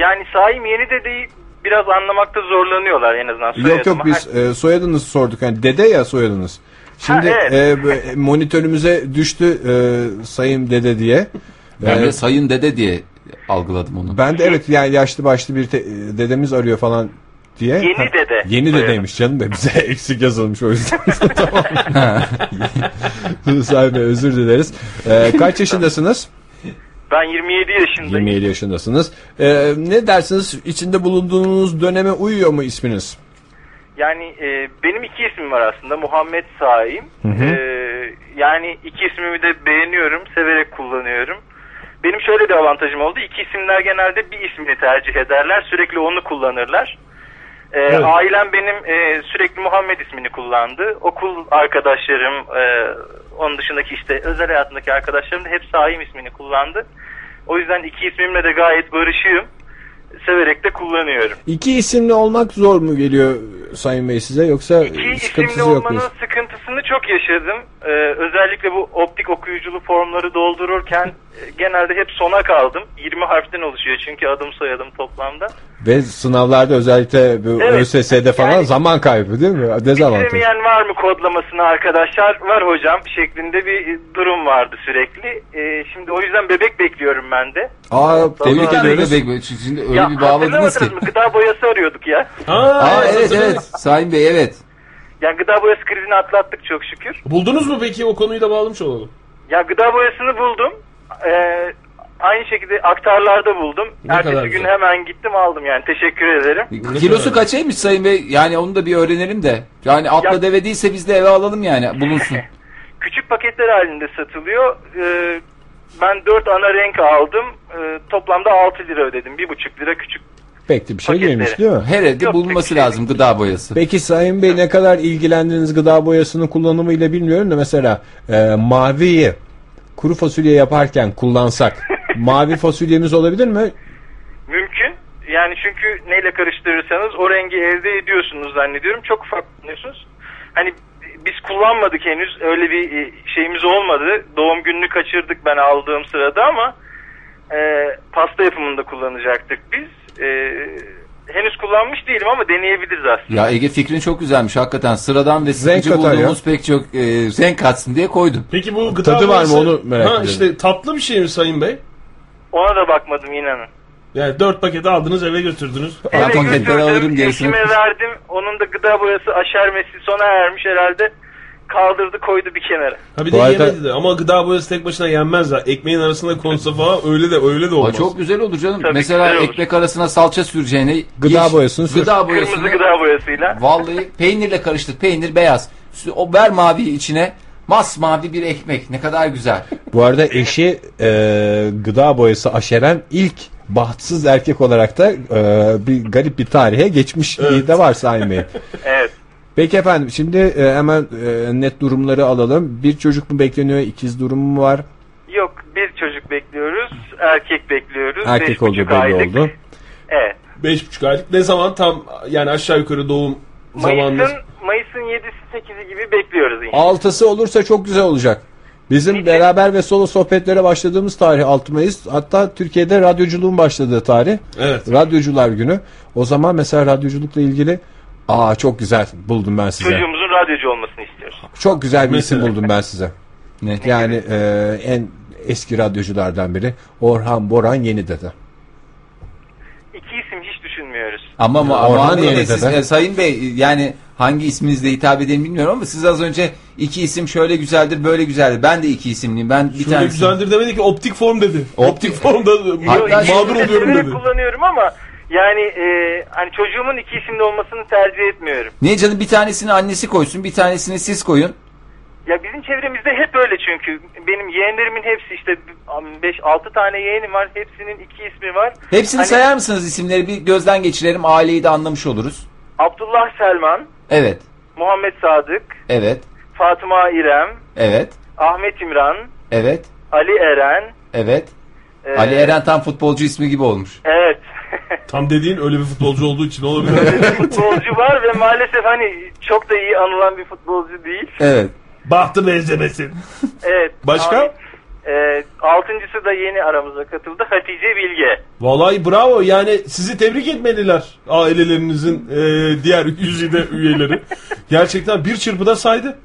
Yani Saim yeni dedeyi biraz anlamakta zorlanıyorlar en azından. Yok Soyadımı- yok biz e, soyadınızı sorduk. Yani dede ya soyadınız. Şimdi Ha, evet. e, b- monitörümüze düştü e, sayın dede diye. Ben E, de sayın dede diye algıladım onu. Ben de evet yani yaşlı başlı bir te- dedemiz arıyor falan diye. Yeni Ha, dede. Yeni Soyadı. dedeymiş canım da bize eksik yazılmış o yüzden. tamam. Sahi Bey, özür dileriz. Ee, kaç yaşındasınız? Ben 27 yaşındayım. 27 yaşındasınız. Ee, ne dersiniz? İçinde bulunduğunuz döneme uyuyor mu isminiz? Yani e, benim iki ismim var aslında. Muhammed Saim. E, yani iki ismimi de beğeniyorum, severek kullanıyorum. Benim şöyle bir avantajım oldu. İki isimler genelde bir ismini tercih ederler. Sürekli onu kullanırlar. E, Ailem benim e, sürekli Muhammed ismini kullandı. Okul arkadaşlarım, e, onun dışındaki işte özel hayatındaki arkadaşlarım da hep Saim ismini kullandı. O yüzden iki ismimle de gayet barışığım. Severek de kullanıyorum. İki isimli olmak zor mu geliyor Sayın Bey size yoksa Ee, İki sıkıntısı isimli yok olmanın mu? sıkıntısını çok yaşadım. Ee, özellikle bu optik okuyuculu formları doldururken e, genelde hep sona kaldım. 20 harften oluşuyor çünkü adım soyadım toplamda. Ve sınavlarda özellikle bu Evet. ÖSS'de falan Yani- zaman kaybı değil mi? Dezavantaj. Bitiremeyen var mı kodlamasını arkadaşlar? Var hocam şeklinde bir e, durum vardı sürekli. Ee, şimdi o yüzden bebek bekliyorum ben de. Aa, tebrik Tebrik ediyoruz. ediyoruz. Çünkü şimdi öyle ya bir bağladınız ki. hatırlamadınız mı? Gıda boyası arıyorduk ya. Aa evet hatırladım. evet. Sayın Bey evet. Ya gıda boyası krizini atlattık çok şükür. Buldunuz mu peki o konuyu da bağlamış olalım. Ya gıda boyasını buldum. Ee, aynı şekilde aktarlarda buldum. Ne kadar Ertesi gün güzel. hemen gittim aldım yani. Teşekkür ederim. Kilosu kaçaymış Sayın Bey? Yani onu da bir öğrenelim de. Yani atla Ya- deve değilse biz de eve alalım yani. Bulunsun. Küçük paketler halinde satılıyor. Ee, ben 4 ana renk aldım. Ee, toplamda 6 lira ödedim. 1,5 lira küçük. Pek de bir şey Paketleri. değilmiş değil mi? Her evde Yok, bulunması pek şey lazım gıda boyası. Peki Sayın Bey ne kadar ilgilendiğiniz gıda boyasının kullanımıyla bilmiyorum da mesela e, maviyi kuru fasulye yaparken kullansak mavi fasulyemiz olabilir mi? Mümkün. Yani çünkü neyle karıştırırsanız o rengi elde ediyorsunuz zannediyorum. Çok ufak kullanıyorsunuz. Hani biz kullanmadık henüz. Öyle bir e, şeyimiz olmadı. Doğum gününü kaçırdık ben aldığım sırada ama e, pasta yapımında kullanacaktık biz. E, henüz kullanmış değilim ama deneyebiliriz aslında. Ya Ege fikrin çok güzelmiş hakikaten. Sıradan ve sıkıcı katar ya. bulduğumuz pek çok e, renk katsın diye koydum. Peki bu gıda Tadı var mı? boyası- Onu merak ha, ediyorum. işte tatlı bir şey mi Sayın Bey? Ona da bakmadım inanın. Yani dört paketi aldınız eve götürdünüz. Ben Eve paketleri götürdüm, alırım gerisini. eşime verdim. Onun da gıda boyası aşermesi sona ermiş herhalde. Kaldırdı koydu bir kenara. Ha bir Bu de arada- yemedi de ama gıda boyası tek başına yenmez ha. Ekmeğin arasına konsa falan öyle de öyle de Aa, olmaz. çok güzel olur canım. Tabii, Mesela güzel olur. ekmek arasına salça süreceğine Gıda yeş- boyasını sür. Gıda boyasını Kırmızı gıda boyasıyla. Vallahi peynirle karıştır. Peynir beyaz. Sü- O ver maviyi içine. Masmavi bir ekmek. Ne kadar güzel. Bu arada eşi e, gıda boyası aşeren ilk bahtsız erkek olarak da e, bir garip bir tarihe geçmişliği de var Sayın Bey. Evet. Peki efendim şimdi e, hemen e, net durumları alalım. Bir çocuk mu bekleniyor? ikiz durumu mu var? Yok bir çocuk bekliyoruz. Erkek bekliyoruz. Erkek beş olduğu buçuk belli aylık. oldu. Evet. Beş buçuk aylık ne zaman tam yani aşağı yukarı doğum zamanınız. Mayıs'ın, Mayıs'ın 7'si 8'i gibi bekliyoruz. inşallah. Altısı olursa çok güzel olacak. Bizim beraber ve solo sohbetlere başladığımız tarih 6 Mayıs. Hatta Türkiye'de radyoculuğun başladığı tarih. Evet. Radyocular günü. O zaman mesela radyoculukla ilgili Aa çok güzel buldum ben size. Çocuğumuzun radyocu olmasını istiyoruz. Çok güzel bir isim Mesela. buldum ben size. Ne? Yani e, en eski radyoculardan biri Orhan Boran Yeni Dede. İki isim hiç düşünmüyoruz. Ama ma- Orhan ama Bey'e Bey, de siz- de. e, Sayın Bey yani hangi isminizle hitap edeyim bilmiyorum ama siz az önce iki isim şöyle güzeldir böyle güzeldir. Ben de iki isimliyim. Ben bir Şöyle tane güzeldir demedi ki optik form dedi. Optik formda Hatta ma- şimdi- mağdur oluyorum Severek dedi. kullanıyorum ama yani e, hani çocuğumun iki isimli olmasını tercih etmiyorum. Niye canım bir tanesini annesi koysun bir tanesini siz koyun. Ya bizim çevremizde hep öyle çünkü. Benim yeğenlerimin hepsi işte 5-6 tane yeğenim var. Hepsinin iki ismi var. Hepsini Hani- sayar mısınız isimleri bir gözden geçirelim aileyi de anlamış oluruz. Abdullah Selman, Evet Muhammed Sadık, evet Fatıma İrem, evet Ahmet İmran, evet Ali Eren. evet. e, Ali Eren tam futbolcu ismi gibi olmuş. Evet. Tam dediğin öyle bir futbolcu olduğu için olabilir. futbolcu var ve maalesef hani çok da iyi anılan bir futbolcu değil. Evet. Bahtı benzemesi. Evet. Başka? Ahmet- e, altıncısı da yeni aramıza katıldı. Hatice Bilge. Vallahi bravo yani sizi tebrik etmeliler ailelerinizin e, diğer yüzüde üyeleri. Gerçekten bir çırpıda saydı.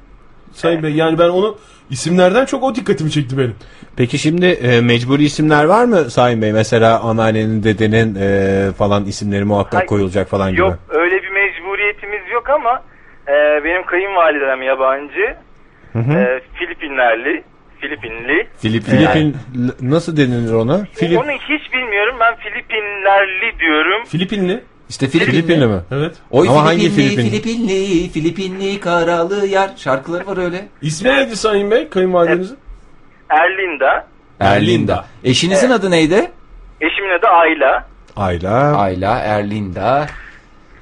Sayın Bey. Yani ben onu isimlerden çok o dikkatimi çekti benim. Peki şimdi e, mecburi isimler var mı Sayın Bey? Mesela anneannenin, dedenin e, falan isimleri muhakkak Hayır. koyulacak falan gibi. Yok öyle bir mecburiyetimiz yok ama e, benim kayınvalidem yabancı. E, Filipinlerli. Filipinli. Filip, Filipin l- nasıl denilir ona? Filip, Onu hiç bilmiyorum. Ben Filipinlerli diyorum. Filipinli. İşte Filipinli. Filipinli mi? Evet. Oy Ama hangi Filipinli, Filipinli? Filipinli, Filipinli, karalı yer. Şarkıları var öyle. İsmi neydi Sayın Bey kayınvalidenizin? Erlinda. Erlinda. Eşinizin adı neydi? Eşimin adı Ayla. Ayla. Ayla Erlinda.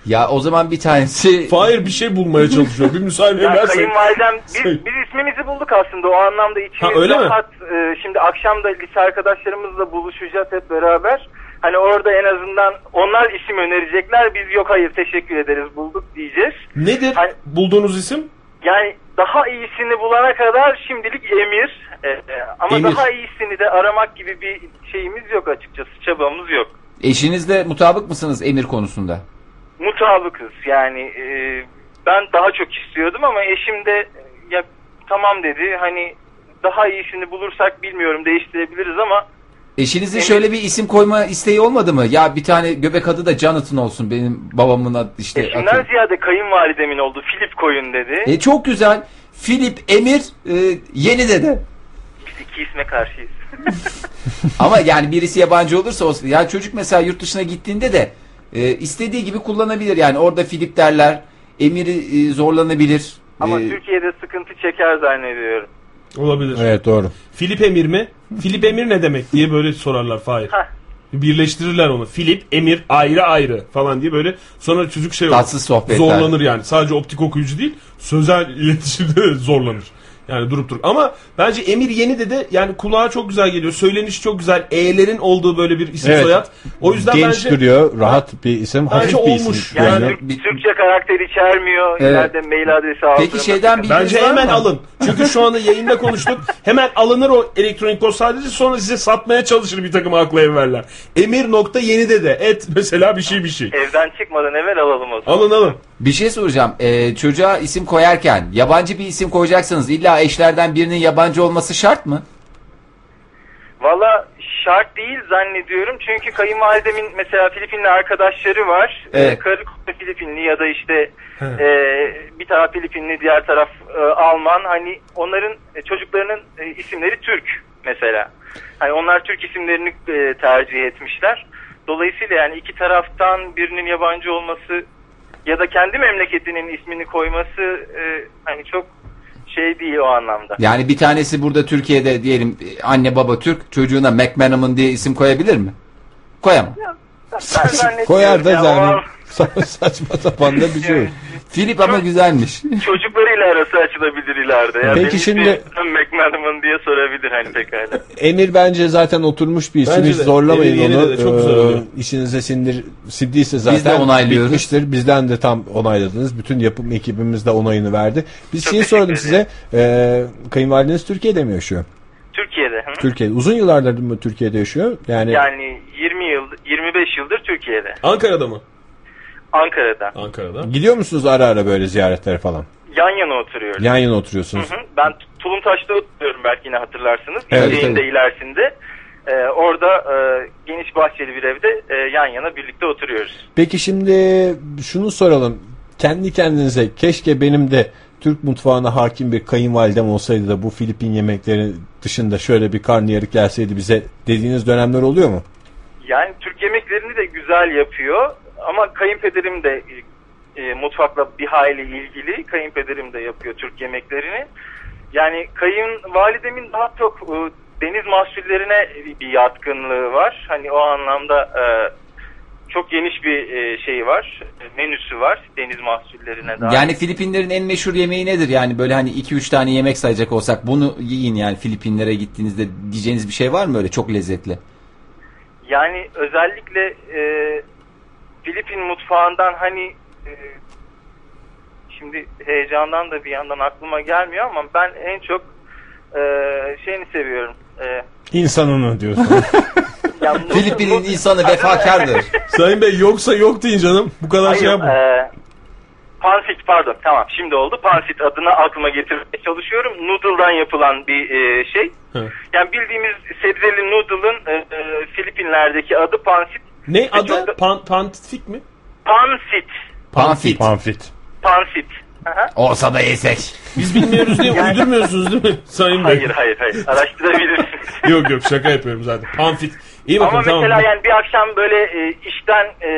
Ya o zaman bir tanesi Fahir bir şey bulmaya çalışıyor. Bir müsaade Yani edersen. kayınvalidem biz, Sayın- biz ismimizi bulduk aslında o anlamda içimizde. Ha, öyle mi? Fakat, e, şimdi akşam da lise arkadaşlarımızla buluşacağız hep beraber. Hani orada en azından onlar isim önerecekler. Biz yok hayır teşekkür ederiz bulduk diyeceğiz. Nedir Hayır. bulduğunuz isim? Yani daha iyisini bulana kadar şimdilik emir. E, e, ama Emir. daha iyisini de aramak gibi bir şeyimiz yok açıkçası. Çabamız yok. eşinizle mutabık mısınız emir konusunda? mutabıkız yani e, ben daha çok istiyordum ama eşim de e, ya tamam dedi hani daha iyisini bulursak bilmiyorum değiştirebiliriz ama Eşinizin Emir. şöyle bir isim koyma isteği olmadı mı? Ya bir tane göbek adı da Jonathan olsun benim babamın adı işte. eşimden E, atıyorum. ziyade kayınvalidemin oldu Filip koyun dedi. E, çok güzel. Filip Emir e, yeni dede. Biz iki isme karşıyız. Ama yani birisi yabancı olursa olsun. Ya çocuk mesela yurt dışına gittiğinde de e, istediği gibi kullanabilir. Yani orada Filip derler. Emir'i e, zorlanabilir. Ama E, Türkiye'de sıkıntı çeker zannediyorum. Olabilir. Evet doğru. Filip Emir mi? Filip Emir ne demek diye böyle sorarlar Fahir. Hah. Birleştirirler onu. Filip, Emir ayrı ayrı falan diye böyle sonra çocuk şey olur. Tatsız sohbetler. Zorlanır yani. Sadece optik okuyucu değil, sözel iletişimde de zorlanır. Yani durup durup. Ama bence Emir yeni dedi yani kulağa çok güzel geliyor. Söylenişi çok güzel. E'lerin olduğu böyle bir isim Evet. soyad. O yüzden Genç bence duruyor, rahat bir isim, hafif bir olmuş. isim. Yani, Yani, Türk- Türkçe karakter içermiyor. Evet. İleride mail adresi aldığımda. Peki şeyden bir Bence var hemen mı? alın. Çünkü şu anda yayında konuştuk. Hemen alınır o elektronik post adresi sonra size satmaya çalışır bir takım akla evveler. Emir nokta yeni de de et mesela bir şey bir şey. Evden çıkmadan evvel alalım o zaman. Alın alın. Bir şey soracağım. E, çocuğa isim koyarken yabancı bir isim koyacaksanız illa eşlerden birinin yabancı olması şart mı? Valla şart değil zannediyorum. Çünkü kayınvalidemin mesela Filipinli arkadaşları var. Evet. Ee, Karı koca Filipinli ya da işte e, bir taraf Filipinli diğer taraf e, Alman. Hani onların e, çocuklarının e, isimleri Türk mesela. Hani onlar Türk isimlerini e, tercih etmişler. Dolayısıyla yani iki taraftan birinin yabancı olması ya da kendi memleketinin ismini koyması e, hani çok şey değil o anlamda. Yani bir tanesi burada Türkiye'de diyelim e, anne baba Türk çocuğuna McManaman diye isim koyabilir mi? Koyamam. Ben zannetmiyorum koyar da ya, o zaten an- sa- saçma sapan da bir şey. Evet. Filip ama güzelmiş. çocuklarıyla arası açılabilir ileride. Ya Peki Benim şimdi- ismim McManaman diye sorabilir hani pekala. Emir bence zaten oturmuş bir isim. Bence Hiç de. zorlamayın Emir yeni onu. de çok güzel Ee, oluyor. işinize sindir, sindiyse zaten Biz de onaylıyoruz. bitmiştir. Bizden de tam onayladınız. Bütün yapım ekibimiz de onayını verdi. Biz Çok şeyi teşekkür sordum ederim. size. Ee, kayınvalideniz Türkiye'de mi yaşıyor? Türkiye'de. Hı? Türkiye'de. Uzun yıllardır mı Türkiye'de yaşıyor? Yani, Yani 20 yıl 25 yıldır Türkiye'de. Ankara'da mı? Ankara'da. Ankara'da. gidiyor musunuz ara ara böyle ziyaretlere falan? Yan yana oturuyoruz. Yan yana oturuyorsunuz. Hı? Ben Tulumtaş'ta oturuyorum belki yine hatırlarsınız. Evet, Yayın da tabii. ilerisinde. Ee, orada e, geniş bahçeli bir evde e, yan yana birlikte oturuyoruz. Peki şimdi şunu soralım. Kendi kendinize keşke benim de Türk mutfağına hakim bir kayınvalidem olsaydı da bu Filipin yemekleri dışında şöyle bir karnıyarık gelseydi bize dediğiniz dönemler oluyor mu? Yani Türk yemeklerini de güzel yapıyor ama kayınpederim de e, mutfakla bir hayli ilgili. Kayınpederim de yapıyor Türk yemeklerini. Yani kayınvalidemin daha çok e, deniz mahsullerine bir yatkınlığı var. Hani o anlamda e, çok geniş bir e, şey var. Menüsü var deniz mahsullerine dair. Yani Filipinlerin en meşhur yemeği nedir? Yani böyle hani 2-3 tane yemek sayacak olsak bunu yiyin yani Filipinlere gittiğinizde diyeceğiniz bir şey var mı öyle çok lezzetli? Yani özellikle e, Filipin mutfağından hani e, şimdi heyecandan da bir yandan aklıma gelmiyor ama ben en çok e, şeyini seviyorum. E, İnsanını diyorsunuz. yani Filipin'in insanı vefakardır. Sayın Bey yoksa yok deyin canım. Bu kadar şey Hayır, yapma. e, Pansit e, pardon tamam şimdi oldu. Pansit adına aklıma getirmeye çalışıyorum. Noodle'dan yapılan bir e, şey. Hı. Yani bildiğimiz sebzeli noodle'ın e, e, Filipinler'deki adı pansit. Ne adı? e, çok- Pan, pantifik mi? Pansit. Panfit. Panfit. Pansit. Aha. Olsa da yesek. Biz bilmiyoruz diye uydurmuyorsunuz değil mi Sayın Bey? Hayır hayır hayır. Araştırabilirsiniz. Yok yok şaka yapıyorum zaten. Panfit. İyi bakın Ama tamam. mesela yani bir akşam böyle e, işten e,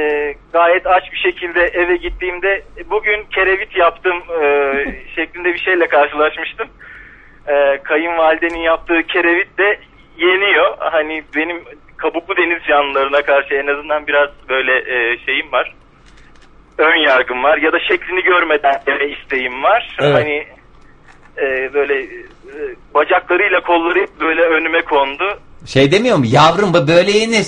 gayet aç bir şekilde eve gittiğimde e, bugün kerevit yaptım e, şeklinde bir şeyle karşılaşmıştım. E, kayınvalidenin yaptığı kerevit de yeniyor. Hani benim kabuklu deniz canlılarına karşı en azından biraz böyle e, şeyim var. Ön yargım var ya da şeklini görmeden yeme isteğim var. Evet. Hani e, böyle e, bacaklarıyla kolları böyle önüme kondu. Şey demiyor mu? Yavrum bu böyle yenir.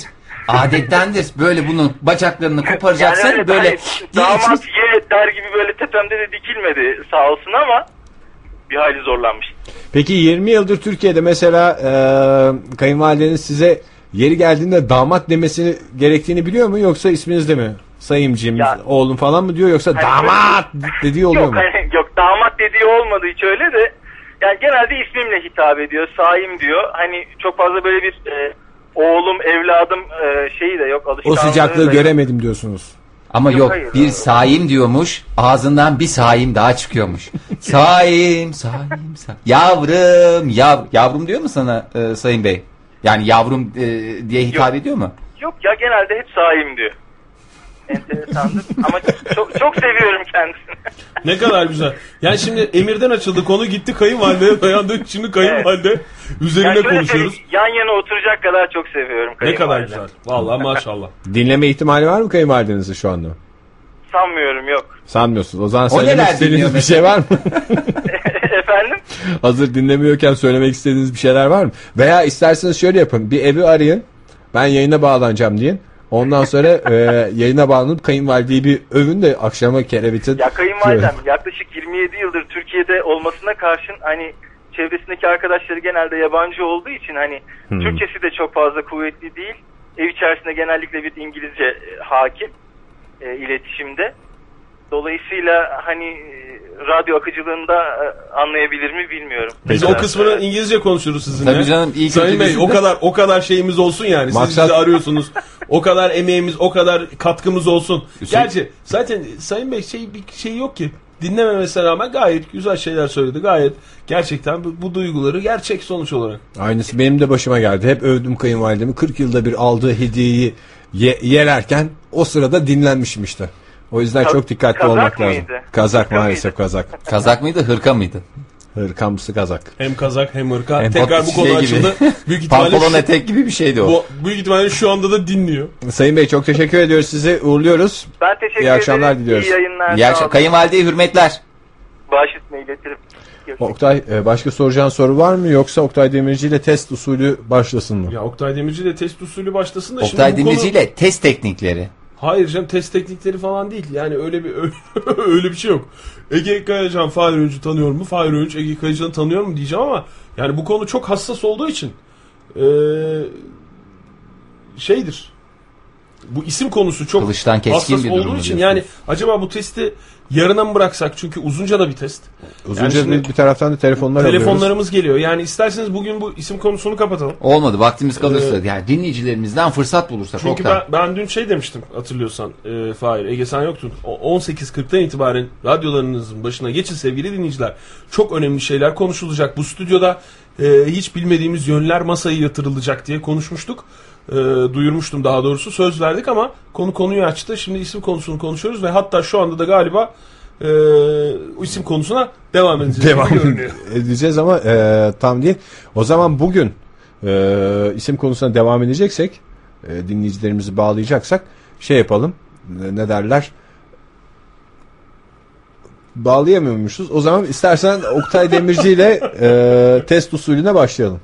Adettendir. Böyle bunun bacaklarını koparacaksın. öyle böyle hani damat ye der gibi böyle tepemde de dikilmedi sağ olsun ama bir hayli zorlanmış. Peki 20 yıldır Türkiye'de mesela e, kayınvalideniz size yeri geldiğinde damat demesini gerektiğini biliyor mu yoksa isminizde mi? Sayımcım, Ya- oğlum falan mı diyor yoksa Hani damat dediği oluyor Yok mu? hani, yok damat dediği olmadı hiç öyle de yani genelde ismimle hitap ediyor. Saim diyor. Hani çok fazla böyle bir e, oğlum, evladım e, şeyi de yok O alışkanlığı. da sıcaklığı yok. göremedim diyorsunuz. Ama yok, hayır bir abi. saim diyormuş ağzından bir saim daha çıkıyormuş. saim saim saim. Yavrum yav, yavrum diyor mu sana e, Sayın Bey? Yani yavrum e, diye hitap ediyor mu? Yok ya genelde hep Saim diyor. Enteresandır ama çok çok seviyorum kendisini. Ne kadar güzel. Yani şimdi emirden açıldı konu gitti kayınvalideye dayandı. Şimdi kayınvalide üzerine Yani şöyle konuşuyoruz. söyleyeyim, yan yana oturacak kadar çok seviyorum. Ne kadar kayınvalidemi. güzel. Vallahi maşallah. Dinleme ihtimali var mı kayınvalidenizin şu anda? Sanmıyorum yok. Sanmıyorsunuz. O zaman O söylemek neler istediğiniz dinliyor bir şey var mı? Efendim? Hazır dinlemiyorken söylemek istediğiniz bir şeyler var mı? Veya isterseniz şöyle yapın. Bir evi arayın. Ben yayına bağlanacağım diyin. Ondan sonra e, yayına bağlanıp kayınvalideyi bir övün de akşama kerevitin. Ya kayınvalidem yaklaşık 27 yıldır Türkiye'de olmasına karşın hani çevresindeki arkadaşları genelde yabancı olduğu için hani Hmm. Türkçesi de çok fazla kuvvetli değil. Ev içerisinde genellikle bir İngilizce e, hakim e, iletişimde. Dolayısıyla hani e, radyo akıcılığında e, anlayabilir mi bilmiyorum. Biz Tekrar- o kısmını İngilizce konuşuruz sizinle. Tabii canım, iyi Sayın kötü Bey bizim o de- kadar o kadar şeyimiz olsun yani. Siz Maksat- bizi arıyorsunuz. o kadar emeğimiz, o kadar katkımız olsun. Gerçi zaten Sayın Bey şey bir şey yok ki. Dinlememesine rağmen gayet güzel şeyler söyledi. Gayet gerçekten bu, bu duyguları gerçek sonuç olarak. Aynısı benim de başıma geldi. Hep övdüm kayınvalidemi. 40 yılda bir aldığı hediyeyi ye- yererken o sırada dinlenmişim işte. O yüzden Ka- çok dikkatli kazak olmak lazım. mıydı? Kazak Hırka maalesef mıydı? kazak. Kazak mıydı hırka mıydı? Hırkamsı kazak. Hem kazak hem hırka. Hem Tekrar pat- bu konu şey gibi. açıldı. Büyük ihtimalle Pantolon şu, etek gibi bir şeydi o. bu, büyük ihtimalle şu anda da dinliyor. Sayın Bey çok teşekkür ediyoruz sizi. Uğurluyoruz. Ben teşekkür İyi akşamlar ederim. diliyoruz. İyi yayınlar. İyi sağ akşam- olun. kayınvalideye hürmetler. Baş üstüne iletirim. Görüşmek Oktay e, başka soracağın soru var mı yoksa Oktay Demirci ile test usulü başlasın mı? Ya Oktay Demirci de test usulü başlasın da Oktay şimdi bu konu- Demirci ile test teknikleri. Hayır canım test teknikleri falan değil. Yani öyle bir öyle bir şey yok. Ege Kayacan Fahir Öğüncü tanıyor mu? Fahir Öğüncü Ege Kayacan'ı tanıyor mu diyeceğim ama yani bu konu çok hassas olduğu için eee, şeydir. Bu isim konusu çok Kılıçtan keskin hassas bir durum olduğu için diyorsunuz. yani acaba bu testi yarına mı bıraksak? Çünkü uzunca da bir test. Uzunca Yani şimdi bir taraftan da telefonlar alıyoruz. Telefonlarımız geliyor. Yani isterseniz bugün bu isim konusunu kapatalım. Olmadı vaktimiz kalırsa yani dinleyicilerimizden fırsat bulursak Ee, Çünkü Oktay. ben, ben dün şey demiştim hatırlıyorsan e, Fahir Ege sen yoktun. O- 18.40'tan itibaren radyolarınızın başına geçin sevgili dinleyiciler. Çok önemli şeyler konuşulacak. Bu stüdyoda e, hiç bilmediğimiz yönler masaya yatırılacak diye konuşmuştuk. E, duyurmuştum daha doğrusu söz verdik ama konu konuyu açtı. Şimdi isim konusunu konuşuyoruz ve hatta şu anda da galiba e, o isim konusuna devam edeceğiz. Devam gibi görünüyor. edeceğiz ama e, tam değil. O zaman bugün e, isim konusuna devam edeceksek e, dinleyicilerimizi bağlayacaksak şey yapalım ne, ne derler bağlayamıyormuşuz. O zaman istersen Oktay Demirci ile e, test usulüne başlayalım.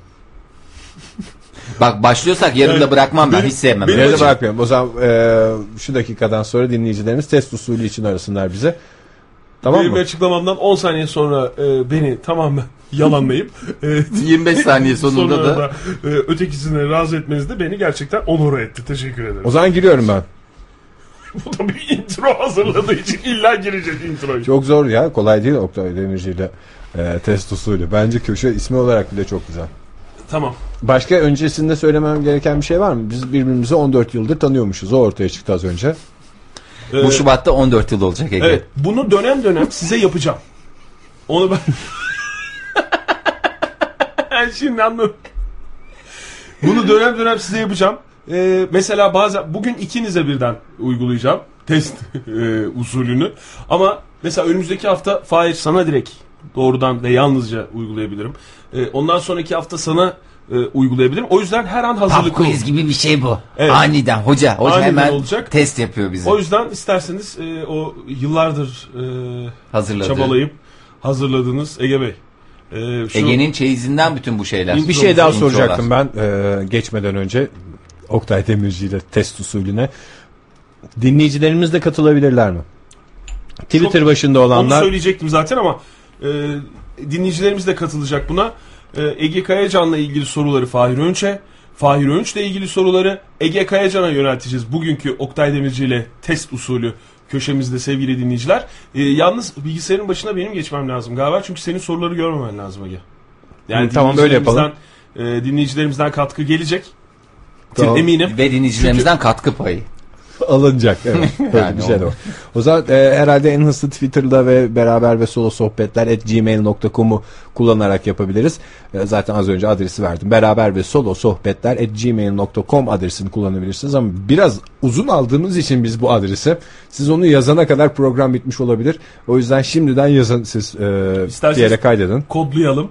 Bak başlıyorsak yarın Yani da bırakmam ben benim- hiç sevmem. benim Nerede hocam. bırakmayalım. O zaman e, şu dakikadan sonra dinleyicilerimiz test usulü için arasınlar bize. Tamam Benim mı? açıklamamdan 10 saniye sonra e, beni tamamen yalanlayıp e, 25 saniye Ee, sonunda, Sonunda da da e, ötekisini razı etmeniz de beni gerçekten onur etti. Teşekkür ederim. O zaman giriyorum ben. Buna bir intro hazırladığı için illa gireceğiz introyu. Çok zor ya. Kolay değil Oktay Demirci ile e, test usulü. Bence köşe ismi olarak bile çok güzel. Tamam. Başka öncesinde söylemem gereken bir şey var mı? Biz birbirimizi 14 yıldır tanıyormuşuz. O ortaya çıktı az önce. Ee, Bu Şubat'ta 14 yıl olacak Ege. Evet. Bunu dönem dönem size yapacağım. Onu ben... Ben Şimdi anladım. Bunu dönem dönem size yapacağım. Ee, mesela bazen bugün ikinize birden uygulayacağım test e, usulünü. Ama mesela önümüzdeki hafta Fahir sana direkt doğrudan ve yalnızca uygulayabilirim. Ee, ondan sonraki hafta sana e, uygulayabilirim. O yüzden her an Pub hazırlıklı olun. quiz gibi bir şey bu. Evet. Aniden hoca. Hoca Aniden hemen olacak. test yapıyor bizi. O yüzden isterseniz e, o yıllardır e, Hazırladı. çabalayıp hazırladığınız Ege Bey. Ee, şu- Ege'nin çeyizinden Şey bütün bu şeyler. Bir şey daha soracaktım ben e, geçmeden önce. Oktay Demirci ile test usulüne. Dinleyicilerimiz de katılabilirler mi? Twitter Çok- başında Onu olanlar söyleyecektim zaten ama e, dinleyicilerimiz de katılacak buna. E, Ege Kayacan'la ilgili soruları Fahir Önç'e, Fahir Önç'le ilgili soruları Ege Kayacan'a yönelteceğiz. Bugünkü Oktay Demirci ile test usulü köşemizde sevgili dinleyiciler. E, yalnız bilgisayarın başına benim geçmem lazım galiba çünkü senin soruları görmemen lazım Ege. Yani Hı, tamam, böyle yapalım. dinleyicilerimizden, e, dinleyicilerimizden katkı gelecek. Tamam. Eminim. Ve dinleyicilerimizden katkı payı. alınacak. Evet, böyle Yani bir şey de o. var. O zaman e, herhalde en hızlı Twitter'da ve beraber ve solo sohbetler at gmail.com'u kullanarak yapabiliriz. E, zaten az önce adresi verdim. Beraber ve solo sohbetler at gmail.com adresini kullanabilirsiniz ama biraz uzun aldığımız için biz bu adresi siz onu yazana kadar program bitmiş olabilir. O yüzden şimdiden yazın siz e, İsterseniz- bir yere kaydedin. Kodlayalım.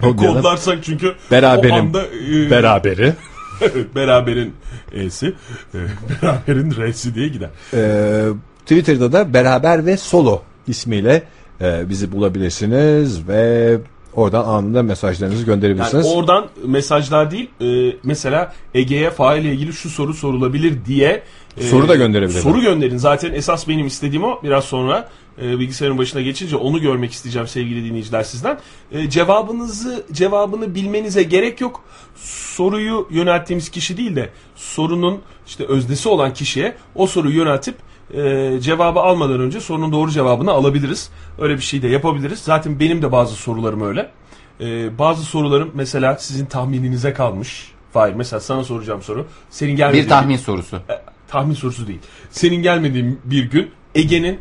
Kodlayalım. Kodlarsak çünkü Beraberim. o anda e, Beraberi. beraberin E'si, e, beraberin R'si diye gider. Ee, Twitter'da da beraber ve solo ismiyle e, bizi bulabilirsiniz ve oradan anında mesajlarınızı Yani gönderebilirsiniz. oradan mesajlar değil, e, mesela Ege'ye faile ilgili şu soru sorulabilir diye e, Soru da gönderebilirim. Soru gönderin. Zaten esas benim istediğim o. Biraz sonra e, bilgisayarın başına geçince onu görmek isteyeceğim sevgili dinleyiciler sizden. E, cevabınızı cevabını bilmenize gerek yok. Soruyu yönelttiğimiz kişi değil de sorunun işte öznesi olan kişiye o soruyu yöneltip e, cevabı almadan önce sorunun doğru cevabını alabiliriz. Öyle bir şey de yapabiliriz. Zaten benim de bazı sorularım öyle. E, bazı sorularım mesela sizin tahmininize kalmış. Hayır mesela sana soracağım soru. Senin gelmediğin Bir tahmin sorusu. e, tahmin sorusu değil. Senin gelmediğin bir gün Ege'nin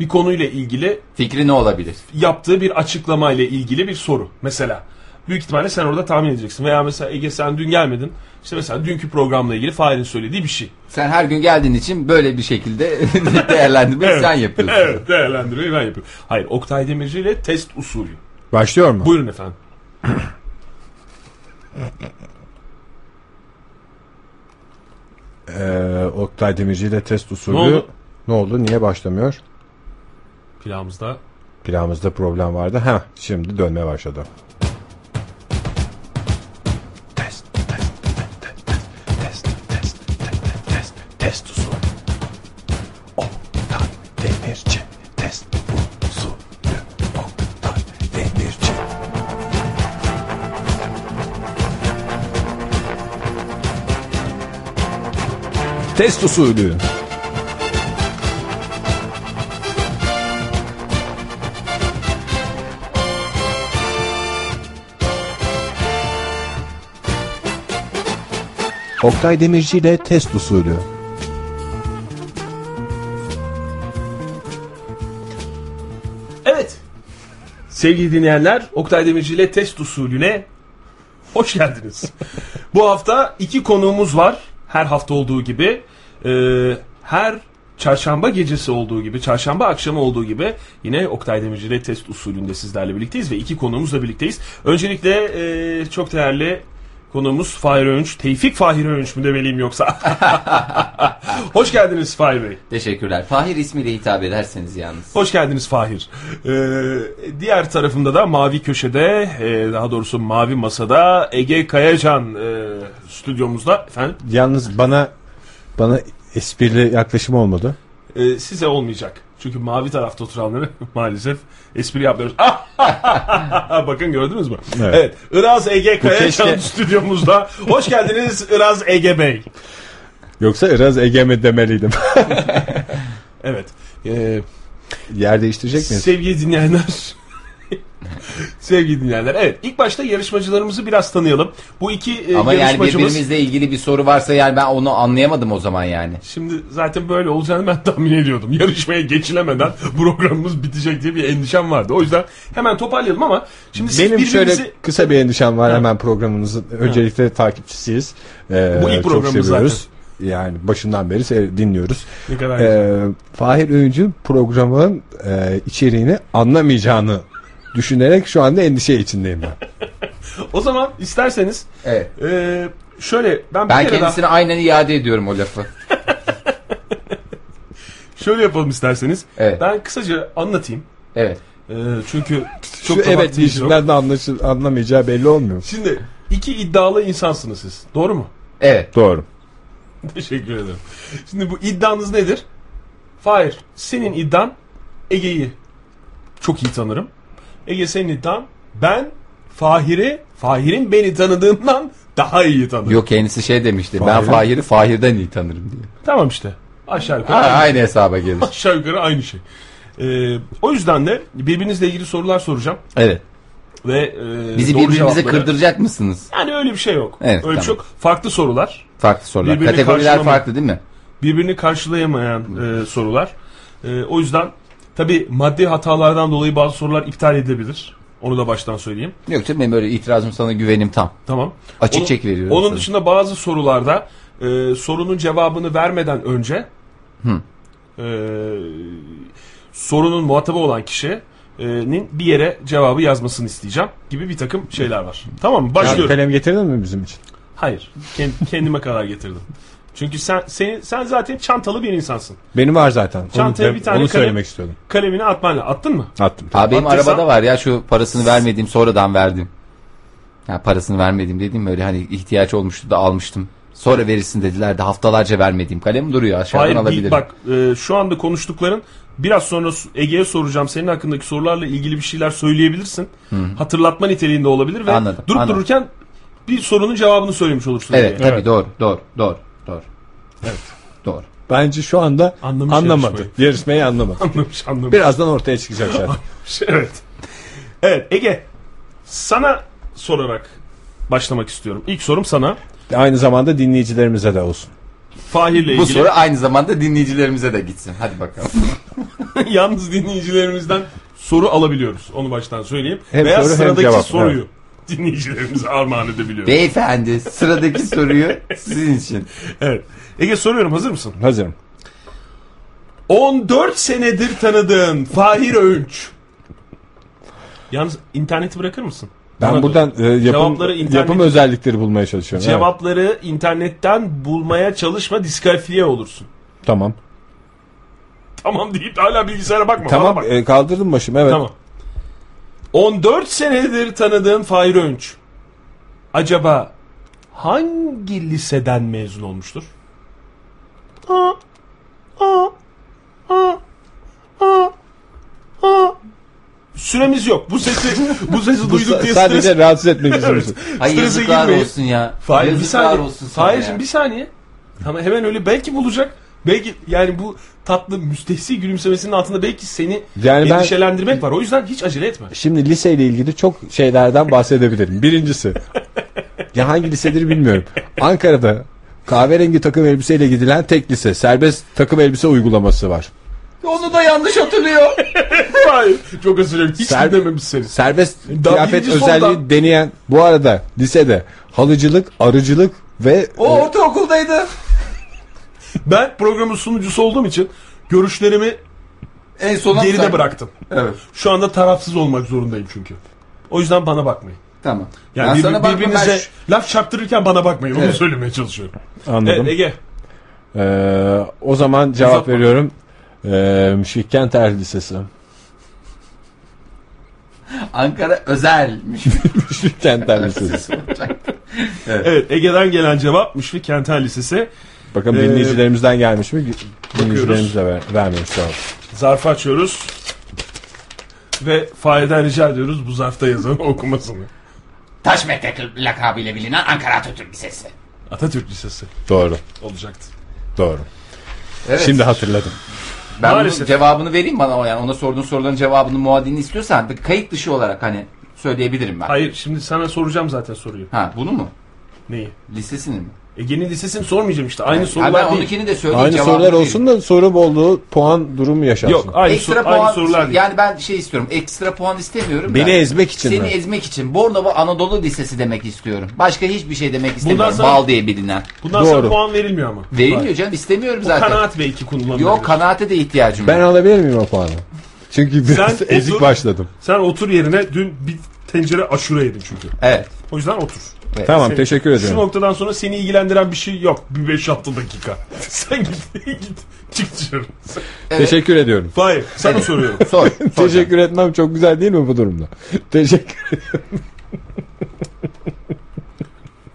bir konuyla ilgili Fikri ne olabilir? yaptığı bir açıklamayla ilgili bir soru mesela. Büyük ihtimalle sen orada tahmin edeceksin. Veya mesela Ege sen dün gelmedin. İşte mesela dünkü programla ilgili Fahir'in söylediği bir şey. Sen her gün geldiğin için böyle bir şekilde değerlendirme sen yapıyorsun. Evet değerlendiriyor ben yapıyorum. Hayır Oktay Demirci ile test usulü. Başlıyor mu? Buyurun efendim. Ee, Oktay Demirci ile test usulü. Ne oldu? Ne oldu? Niye başlamıyor? Pilavımızda Planımızda problem vardı. Ha, şimdi dönmeye başladı. Test, test, test, test, test, test, test, test usulü. Oktay Demirci, test usulü. Oktay Demirci. Test usulü. Oktay Demirci ile test usulü. Evet. Sevgili dinleyenler, Oktay Demirci ile test usulüne hoş geldiniz. Bu hafta iki konuğumuz var. Her hafta olduğu gibi, e, her çarşamba gecesi olduğu gibi, çarşamba akşamı olduğu gibi yine Oktay Demirci ile test usulünde sizlerle birlikteyiz ve iki konuğumuzla birlikteyiz. Öncelikle e, çok değerli konuğumuz Fahir Önç, Tevfik Fahir Önç mü demeliyim yoksa? hoş geldiniz Fahir Bey. Teşekkürler. Fahir ismiyle hitap ederseniz yalnız. Hoş geldiniz Fahir. Ee, diğer tarafımda da mavi köşede, e, daha doğrusu mavi masada Ege Kayacan e, stüdyomuzda. Efendim Yalnız bana bana esprili yaklaşım olmadı. e, size olmayacak. Çünkü mavi tarafta oturanları maalesef espri yapmıyoruz. Bakın gördünüz mü? Evet. Evet. Iraz Ege Kayacan keşke- stüdyomuzda. Hoş geldiniz Iraz Ege Bey. Yoksa biraz Ege mi demeliydim? Evet. Ee, Yer değiştirecek miyiz? sevgili dinleyenler. sevgili dinleyenler. Evet. ilk başta yarışmacılarımızı biraz tanıyalım. Bu iki e, Ama yani yarışmacımız... birbirimizle ilgili bir soru varsa yani ben onu anlayamadım o zaman yani. Şimdi zaten böyle olacağını ben tahmin ediyordum. Yarışmaya geçilemeden programımız bitecek diye bir endişem vardı. O yüzden hemen toparlayalım ama şimdi siz Benim birbirinizi... şöyle kısa bir endişem var hemen programımızın. Öncelikle takipçisiyiz. Ee, Bu ilk çok programımız seviyoruz. Yani başından beri se- dinliyoruz. Ne kadar güzel. Ee, Fahir Öğüncü programın e, içeriğini anlamayacağını düşünerek şu anda endişe içindeyim ben. O zaman isterseniz Evet. e, şöyle ben bir Ben kere daha kendisine aynen iade ediyorum o lafı. şöyle yapalım isterseniz. Evet. Ben kısaca anlatayım. Evet. E, çünkü Şu çok da evet vaktimiz yok. diyişimden de anlaşıl- anlamayacağı belli olmuyor. Şimdi iki iddialı insansınız siz. Doğru mu? Evet. Doğru. Teşekkür ederim. Şimdi bu iddianız nedir? Fahir, senin iddian Ege'yi çok iyi tanırım. Ege senin iddian ben Fahir'i, Fahir'in beni tanıdığından daha iyi tanırım. Yok kendisi şey demişti. Ben Fahir'i Fahir'den iyi tanırım diye. Tamam işte. Aşağı yukarı. Ha, aynı. aynı hesaba gelir. Aşağı yukarı aynı şey. Ee, o yüzden de birbirinizle ilgili sorular soracağım Evet. ve e, Bizi doğru birbirimize cevapları- kırdıracak mısınız? Yani öyle bir şey yok. Evet, öyle bir tamam. şey yok. Farklı sorular. Farklı sorular. Birbirini Kategoriler karşılama- farklı değil mi? birbirini karşılayamayan e, sorular. E, o yüzden tabi maddi hatalardan dolayı bazı sorular iptal edilebilir. Onu da baştan söyleyeyim. Yok canım benim öyle itirazım sana güvenim tam. Tamam. Açık Onun- çek veriyorum Onun sana. dışında bazı sorularda e, sorunun cevabını vermeden önce e, sorunun muhatabı olan kişinin bir yere cevabı yazmasını isteyeceğim gibi bir takım şeyler var. Tamam mı? Kağıt Başlıyorum. kalem getirdin mi bizim için? Hayır. Kend- kendime kadar getirdim. Çünkü sen, sen sen zaten çantalı bir insansın. Benim var zaten. Çantaya onu, bir tane onu kalem- söylemek istiyordum. Kalemini atman lazım. Attın mı? Attım. Ha benim Attıysan- arabada var ya şu parasını vermediğim sonradan verdim. Ya parasını vermedim dediğim böyle hani ihtiyaç olmuştu da almıştım. Sonra verirsin dediler de haftalarca vermediğim kalem duruyor aşağıdan Hayır alabilirim. bir- bak e, şu anda konuştukların biraz sonra s- Ege'ye soracağım senin hakkındaki sorularla ilgili bir şeyler söyleyebilirsin. Hatırlatma niteliğinde olabilir ve Anladım, durup anladım. dururken bir sorunun cevabını söylemiş olursun. evet Ege'ye. tabii doğru doğru doğru doğru. Doğru. Bence şu anda Anlamış anlamadı. yarışmayı. Yarışmayı anlamadı. Anlamış anlamış. Birazdan ortaya çıkacak zaten. evet. Evet Ege sana sorarak başlamak istiyorum. İlk sorum sana. Aynı zamanda dinleyicilerimize de olsun. Fahir'le Bu ilgili soru aynı zamanda dinleyicilerimize de gitsin. Hadi bakalım. yalnız dinleyicilerimizden soru alabiliyoruz. Onu baştan söyleyeyim. Hem Veya soru hem sıradaki cevap, soruyu dinleyicilerimize armağan edebiliyoruz. Beyefendi sıradaki soruyu sizin için. Evet. Ege soruyorum hazır mısın? Hazırım. 14 senedir tanıdığın Fahir Öğünç. Yalnız interneti bırakır mısın? Ben Bana buradan e, yapım, Cevapları internet- yapım özellikleri bulmaya çalışıyorum. Evet, Cevapları internetten bulmaya çalışma diskalifiye olursun. Tamam. Tamam deyip hala bilgisayara bakma. bana Tamam bak. e, kaldırdım başım evet. Tamam. 14 senedir tanıdığın Fahir Öğünç. Acaba hangi liseden mezun olmuştur? Aa, aa, aa, aa, aa. Süremiz yok. Bu sesi bu sesi Bu duyduk sa- diye sadece stres. rahatsız etmek istiyorsun. Hayır Strese yazıklar girmeyin. olsun ya. Fahir bir yazıklar saniye. olsun sana Fahir'cim ya. bir saniye. Ama hemen öyle belki bulacak. Belki yani bu tatlı müstehsi gülümsemesinin altında belki seni Yani ben- endişelendirmek var. O yüzden hiç acele etme. Şimdi liseyle ilgili çok şeylerden bahsedebilirim. Birincisi. ya hangi lisedir bilmiyorum. Ankara'da kahverengi takım elbiseyle gidilen tek lise. Serbest takım elbise uygulaması var. Onu da yanlış hatırlıyor. Hayır. Çok özür dilerim. Hiç Ser- dinlememişsiniz. Serbest Daha kıyafet birinci özelliği soldan. deneyen bu arada lisede halıcılık, arıcılık ve O ortaokuldaydı. Ben programın sunucusu olduğum için görüşlerimi En sona geride sen- bıraktım. Evet. Şu anda tarafsız olmak zorundayım çünkü. O yüzden bana bakmayın. Tamam. Yani Ben bir- sana bakma, birbirinize ben şu- laf çarptırırken bana bakmayın. Onu Evet. söylemeye çalışıyorum. anladım. Evet e- Ege. Ee, o zaman cevap Uzatma. veriyorum. Ee, Müşik Kenter Lisesi. Ankara özelmiş. Müşik Kenter Lisesi. Evet Ege'den gelen cevap Müşfik Kenten Lisesi. Bakın Ee, dinleyicilerimizden gelmiş mi? Dinleyicilerimiz de ver, vermemiş. Sağ olun. Zarfı açıyoruz. Ve Fahir'den rica ediyoruz bu zarfta yazanı okumasını. Taş Metek lakabıyla bilinen Ankara Atatürk Lisesi. Atatürk Lisesi Doğru. olacaktı. Doğru. Evet. Şimdi hatırladım. ben bunun Maalesef. cevabını vereyim bana o yani ona sorduğun soruların cevabını muadilini istiyorsan bir kayıt dışı olarak hani söyleyebilirim ben. Hayır şimdi sana soracağım zaten soruyu. Ha bunu mu? Neyi? Listesini mi? Ege'nin lisesini sormayacağım işte. Aynı Ha, sorular ben değil. onunkini de söyleyeyim. Aynı cevabını sorular vereyim. olsun da soru bolluğu puan durumu yaşansın. Yok aynı, Ekstra sor- puan, aynı sorular değil. Yani ben şey istiyorum. Ekstra puan istemiyorum. Beni da. ezmek için Seni mi? e- ezmek için. Bornova Anadolu Lisesi demek istiyorum. Başka hiçbir şey demek istemiyorum. sonra- Bal diye bilinen. Bundan sonra Doğru. puan verilmiyor ama. Verilmiyor canım. istemiyorum Bak, zaten. Kanaat belki kullanılabilir. Yok kanaate de ihtiyacım Ben yok. alabilir miyim o puanı? Çünkü biraz Sen e- ezik otur. başladım. Sen otur yerine dün bir tencere aşure yedin çünkü. Evet. O yüzden otur. Tamam Seni- teşekkür Şu ederim. noktadan sonra seni ilgilendiren bir şey yok. Bir 5-6 dakika. Sen git, git çık dışarı. Teşekkür ediyorum. Hayır sana Evet. soruyorum. Sor. sor. Teşekkür etmem çok güzel değil mi bu durumda? Teşekkür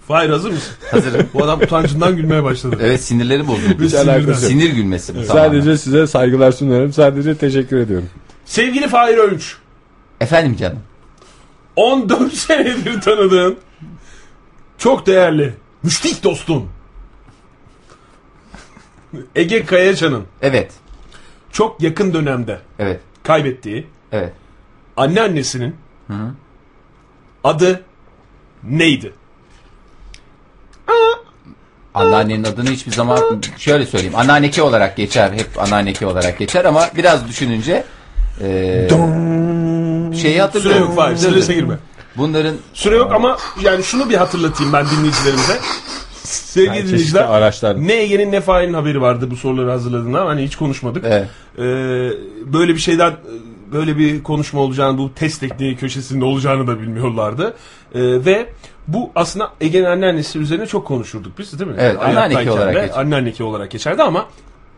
Hayır hazır mısın? Hazırım. Bu adam utancından gülmeye başladı. Evet sinirleri bozuldu. Hiç alakası yok. Sinir gülmesi bu tamamen. Sadece size saygılar sunuyorum. Sadece teşekkür ediyorum. Sevgili Fahir Öğünç. Efendim canım. 14 senedir tanıdığın çok değerli müştik dostun Ege Kayacan'ın Evet. çok yakın dönemde Evet. kaybettiği Evet. anneannesinin adı neydi? Anneannenin adını hiçbir zaman şöyle söyleyeyim. Anneanneki olarak geçer. Hep anneanneki olarak geçer ama biraz düşününce eee şeyi Süre yok Fahir. hatırlıyorum. Strese girme. Bunların Süre yok ama yani şunu bir hatırlatayım ben dinleyicilerimize. Sevgili Yani çeşitli dinleyiciler araçlar. ne Ege'nin ne Fahir'in haberi vardı bu soruları hazırladığında hani hiç konuşmadık. Evet. Ee, böyle bir şeyden e, böyle bir konuşma olacağını bu test tekniği köşesinde olacağını da bilmiyorlardı. Ee, ve bu aslında Ege'nin anneannesi üzerine çok konuşurduk biz değil mi? Evet, Hayattayken anneanneki olarak de geçer. Anneanneki olarak geçerdi ama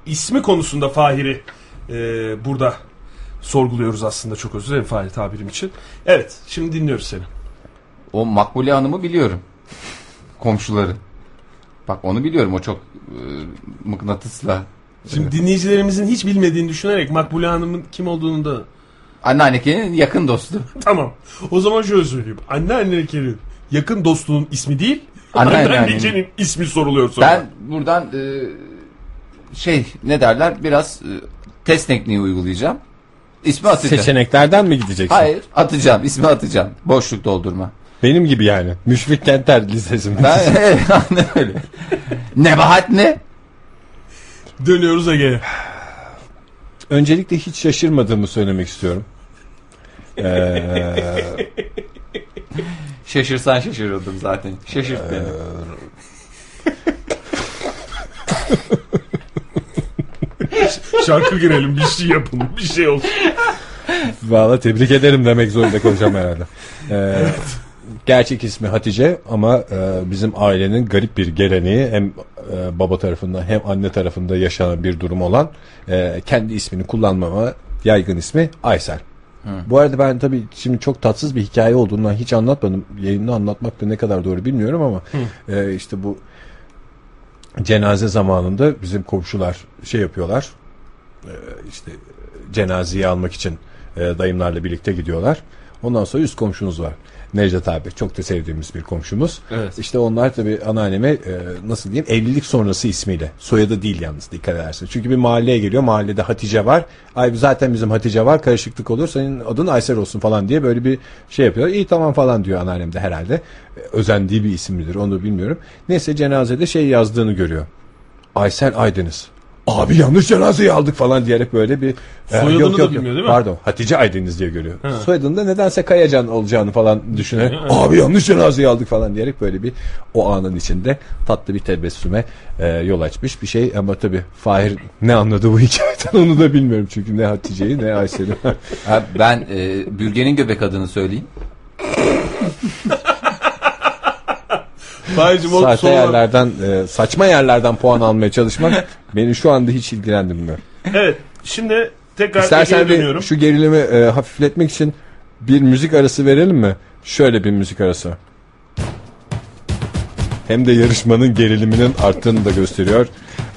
ismi konusunda Fahir'i e, burada sorguluyoruz aslında çok özür dilerim Fahir tabirim için. Evet şimdi dinliyoruz seni. O Makbule Hanım'ı biliyorum. Komşuları. Bak onu biliyorum. O çok e, mıknatısla. Şimdi dinleyicilerimizin hiç bilmediğini düşünerek Makbule Hanım'ın kim olduğunu da... Anneannekenin yakın dostu. Tamam. O zaman şöyle söyleyeyim. Anneannekenin yakın dostunun ismi değil, Anneannenin. anneannekenin ismi soruluyor sonra. Ben buradan e, şey ne derler biraz e, test tekniği uygulayacağım. İsmi atacağım. Seçeneklerden mi gideceksin? Hayır atacağım. ismi atacağım. Boşluk doldurma. Benim gibi yani. Müşfik Kenter Lisesi. Ben aynen öyle. Nebahat ne? Dönüyoruz Ege'ye. Öncelikle hiç şaşırmadığımı söylemek istiyorum. Ee, Şaşırsan şaşırırdım zaten. Şaşırt beni. Şarkı girelim, bir şey yapın, bir şey olsun. Valla tebrik ederim demek zorunda konuşacağım herhalde. Ee, Gerçek ismi Hatice ama e, bizim ailenin garip bir geleneği hem e, baba tarafından hem anne tarafında yaşanan bir durum olan e, kendi ismini kullanmama yaygın ismi Aysel. Bu arada ben tabii şimdi çok tatsız bir hikaye olduğundan hiç anlatmadım. Yayında anlatmak da ne kadar doğru bilmiyorum ama e, işte bu cenaze zamanında bizim komşular şey yapıyorlar. Ee, işte cenazeyi almak için e, dayımlarla birlikte gidiyorlar. Ondan sonra üst komşumuz var. Necdet abi. Çok da sevdiğimiz bir komşumuz. Evet. İşte onlar tabii anneanneme e, nasıl diyeyim evlilik sonrası ismiyle. Soyadı değil yalnız dikkat edersin. Çünkü bir mahalleye geliyor. Mahallede Hatice var. Ay zaten bizim Hatice var. Karışıklık olur. Senin adın Aysel olsun falan diye böyle bir şey yapıyor. İyi tamam falan diyor anneannem de herhalde. E, Özendiği bir isim midir onu da bilmiyorum. Neyse cenazede şey yazdığını görüyor. Aysel Aydeniz. Abi yanlış cenazeyi aldık falan diyerek böyle bir... e, Soyadını da bilmiyor değil mi? Pardon Hatice Aydeniz diye görüyor. Soyadında nedense Kayacan olacağını falan düşünerek abi yanlış cenazeyi aldık falan diyerek böyle bir o anın içinde tatlı bir tebessüme e, yol açmış bir şey. Ama tabii Fahir ne anladı bu hikayeden onu da bilmiyorum. Çünkü ne Hatice'yi ne Aysel'i. Ha, ben e, Bürge'nin göbek adını söyleyeyim. Fahir'cim o Sahte sorular... yerlerden, e, saçma yerlerden puan almaya çalışmak beni şu anda hiç ilgilendirmiyor. Evet, şimdi tekrar İstersen Ege'ye bir dönüyorum. şu gerilimi e, hafifletmek için bir müzik arası verelim mi? Şöyle bir müzik arası. Hem de yarışmanın geriliminin arttığını da gösteriyor.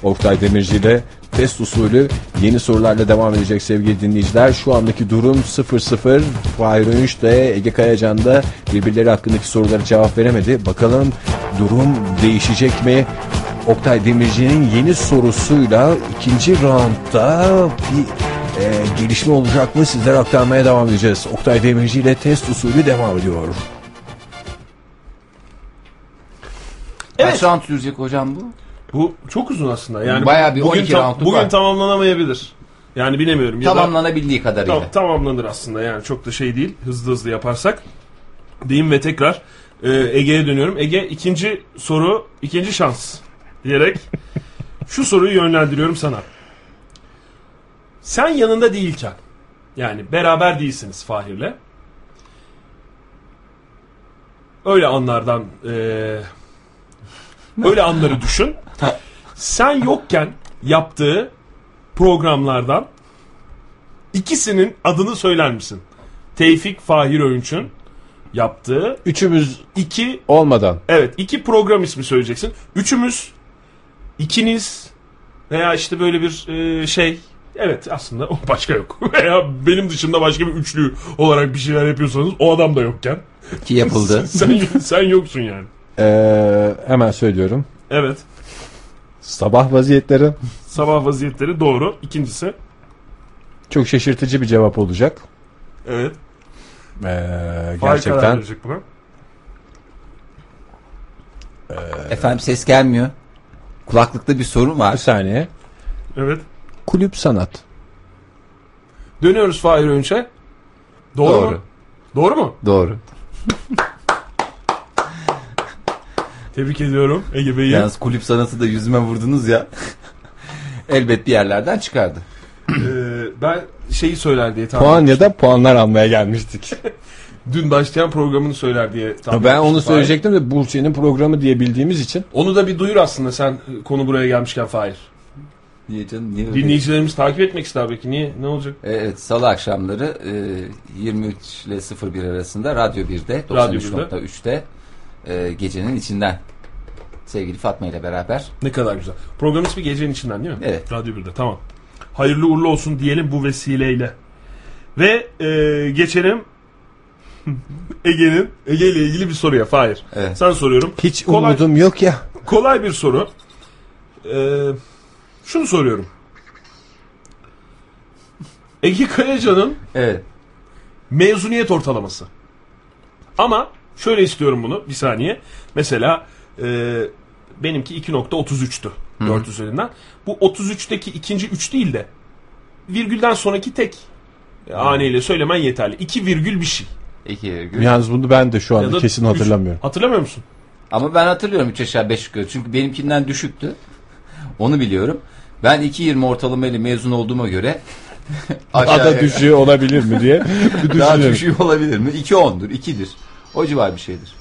Oktay Demirci ile test usulü yeni sorularla devam edecek sevgili dinleyiciler. Şu andaki durum 0-0. Fahir Önüş de Ege Kayacan da birbirleri hakkındaki sorulara cevap veremedi. Bakalım durum değişecek mi? Oktay Demirci'nin yeni sorusuyla ikinci roundda bir e, gelişme olacak mı sizlere aktarmaya devam edeceğiz. Oktay Demirci ile test usulü devam ediyor. Evet. Kaç round sürecek hocam bu? Bu çok uzun aslında. Yani Bayağı bir bugün 12 tam- roundluk bugün var. tamamlanamayabilir. Yani bilemiyorum. Ya da- Tamamlanabildiği kadarıyla. Tam- tamamlanır aslında yani çok da şey değil hızlı hızlı yaparsak. Diyeyim ve tekrar e, Ege'ye dönüyorum. Ege ikinci soru ikinci şans diyerek şu soruyu yönlendiriyorum sana. Sen yanında değilken yani beraber değilsiniz Fahir'le. Öyle anlardan e, öyle anları düşün. Sen yokken yaptığı programlardan İkisinin adını söyler misin? Tevfik Fahir Öğünç'ün yaptığı Üçümüz iki olmadan evet iki program ismi söyleyeceksin. Üçümüz, ikiniz veya işte böyle bir e, şey Evet aslında o başka yok. Veya benim dışımda başka bir üçlü olarak bir şeyler yapıyorsanız o adam da yokken. Ki yapıldı. Sen, sen yoksun yani. e, hemen söylüyorum. Evet. Sabah vaziyetleri Sabah vaziyetleri doğru. İkincisi. çok şaşırtıcı bir cevap olacak. Evet. E, Fahir karar gerçekten verecek buna. Efendim ses gelmiyor. Kulaklıkta bir sorun bir var. saniye. Evet. Kulüp sanat. Dönüyoruz Fahir Öğünç'e. Doğru, doğru. mu? Doğru. Doğru mu? Doğru. Tebrik ediyorum Ege Bey'i. Yalnız kulüp sanatı da yüzüme vurdunuz ya. Elbet bir yerlerden çıkardı. Ee, ben şeyi söyler diye tahmin Puan ya da puanlar almaya gelmiştik. Dün başlayan programını söyler diye tahmin ben onu etmiştim söyleyecektim de Burçin'in programı diye bildiğimiz için. Fahir. Onu da bir duyur aslında sen e, konu buraya gelmişken Fahir. Niye canım? Niye öyle? Dinleyicilerimiz takip etmek ister belki. Niye? Ne olacak? E, Evet salı akşamları e, 23 ile 01 arasında Radyo 1'de Radyo 93.3'te e, gecenin içinden sevgili Fatma ile beraber Ne kadar güzel. Program ismi gecenin içinden değil mi? Evet. Radyo 1'de tamam. Hayırlı uğurlu olsun diyelim bu vesileyle. Ve e, geçelim Ege'nin Ege ile ilgili bir soruya Fahir. Evet. Sen soruyorum. Hiç Kolay- umudum yok ya. Kolay bir soru. Ee, şunu soruyorum. Ege Kayacan'ın evet mezuniyet ortalaması. Ama şöyle istiyorum bunu bir saniye. Mesela e, benimki 2.33'tü 4 üzerinden. Bu 33'teki ikinci 3 değil de virgülden sonraki tek e, haneyle söylemen yeterli. 2 virgül bir şey. iki virgül. Yalnız bunu ben de şu Ya anda da kesin üç- hatırlamıyorum. Hatırlamıyor musun? Ama ben hatırlıyorum 3 aşağı 5 yukarı. Çünkü benimkinden düşüktü. Onu biliyorum. Ben 2.20 ortalama ile mezun olduğuma göre Ada düşüyor olabilir mi diye bir daha düşünüyorum. düşüyor olabilir mi? 2.10'dur, 2'dir. O civar bir şeydir.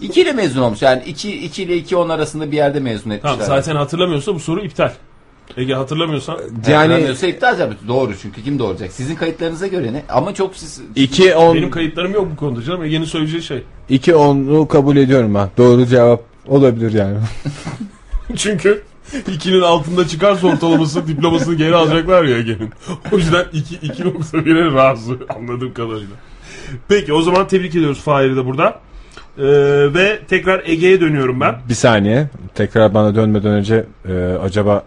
2 ile mezun olmuş. Yani 2, 2 ile 2.10 arasında bir yerde mezun etmişler. Tamam zaten hatırlamıyorsa bu soru iptal. Ege hatırlamıyorsan E, Yani Hatırlamıyorsa iptal tabii. Doğru çünkü kim doğuracak? Sizin kayıtlarınıza göre ne? Ama çok siz... iki benim on kayıtlarım yok bu konuda canım. Ege'nin söyleyeceği şey. iki onu kabul ediyorum ben. Doğru cevap olabilir yani. Çünkü 2'nin altında çıkarsa ortalaması diplomasını geri alacaklar ya Ege'nin. O yüzden 2 2.1'e razı anladığım kadarıyla. Peki o zaman tebrik ediyoruz Fahir'i de burada. Ee, ve tekrar Ege'ye dönüyorum ben. Bir saniye tekrar bana dönmeden önce e, acaba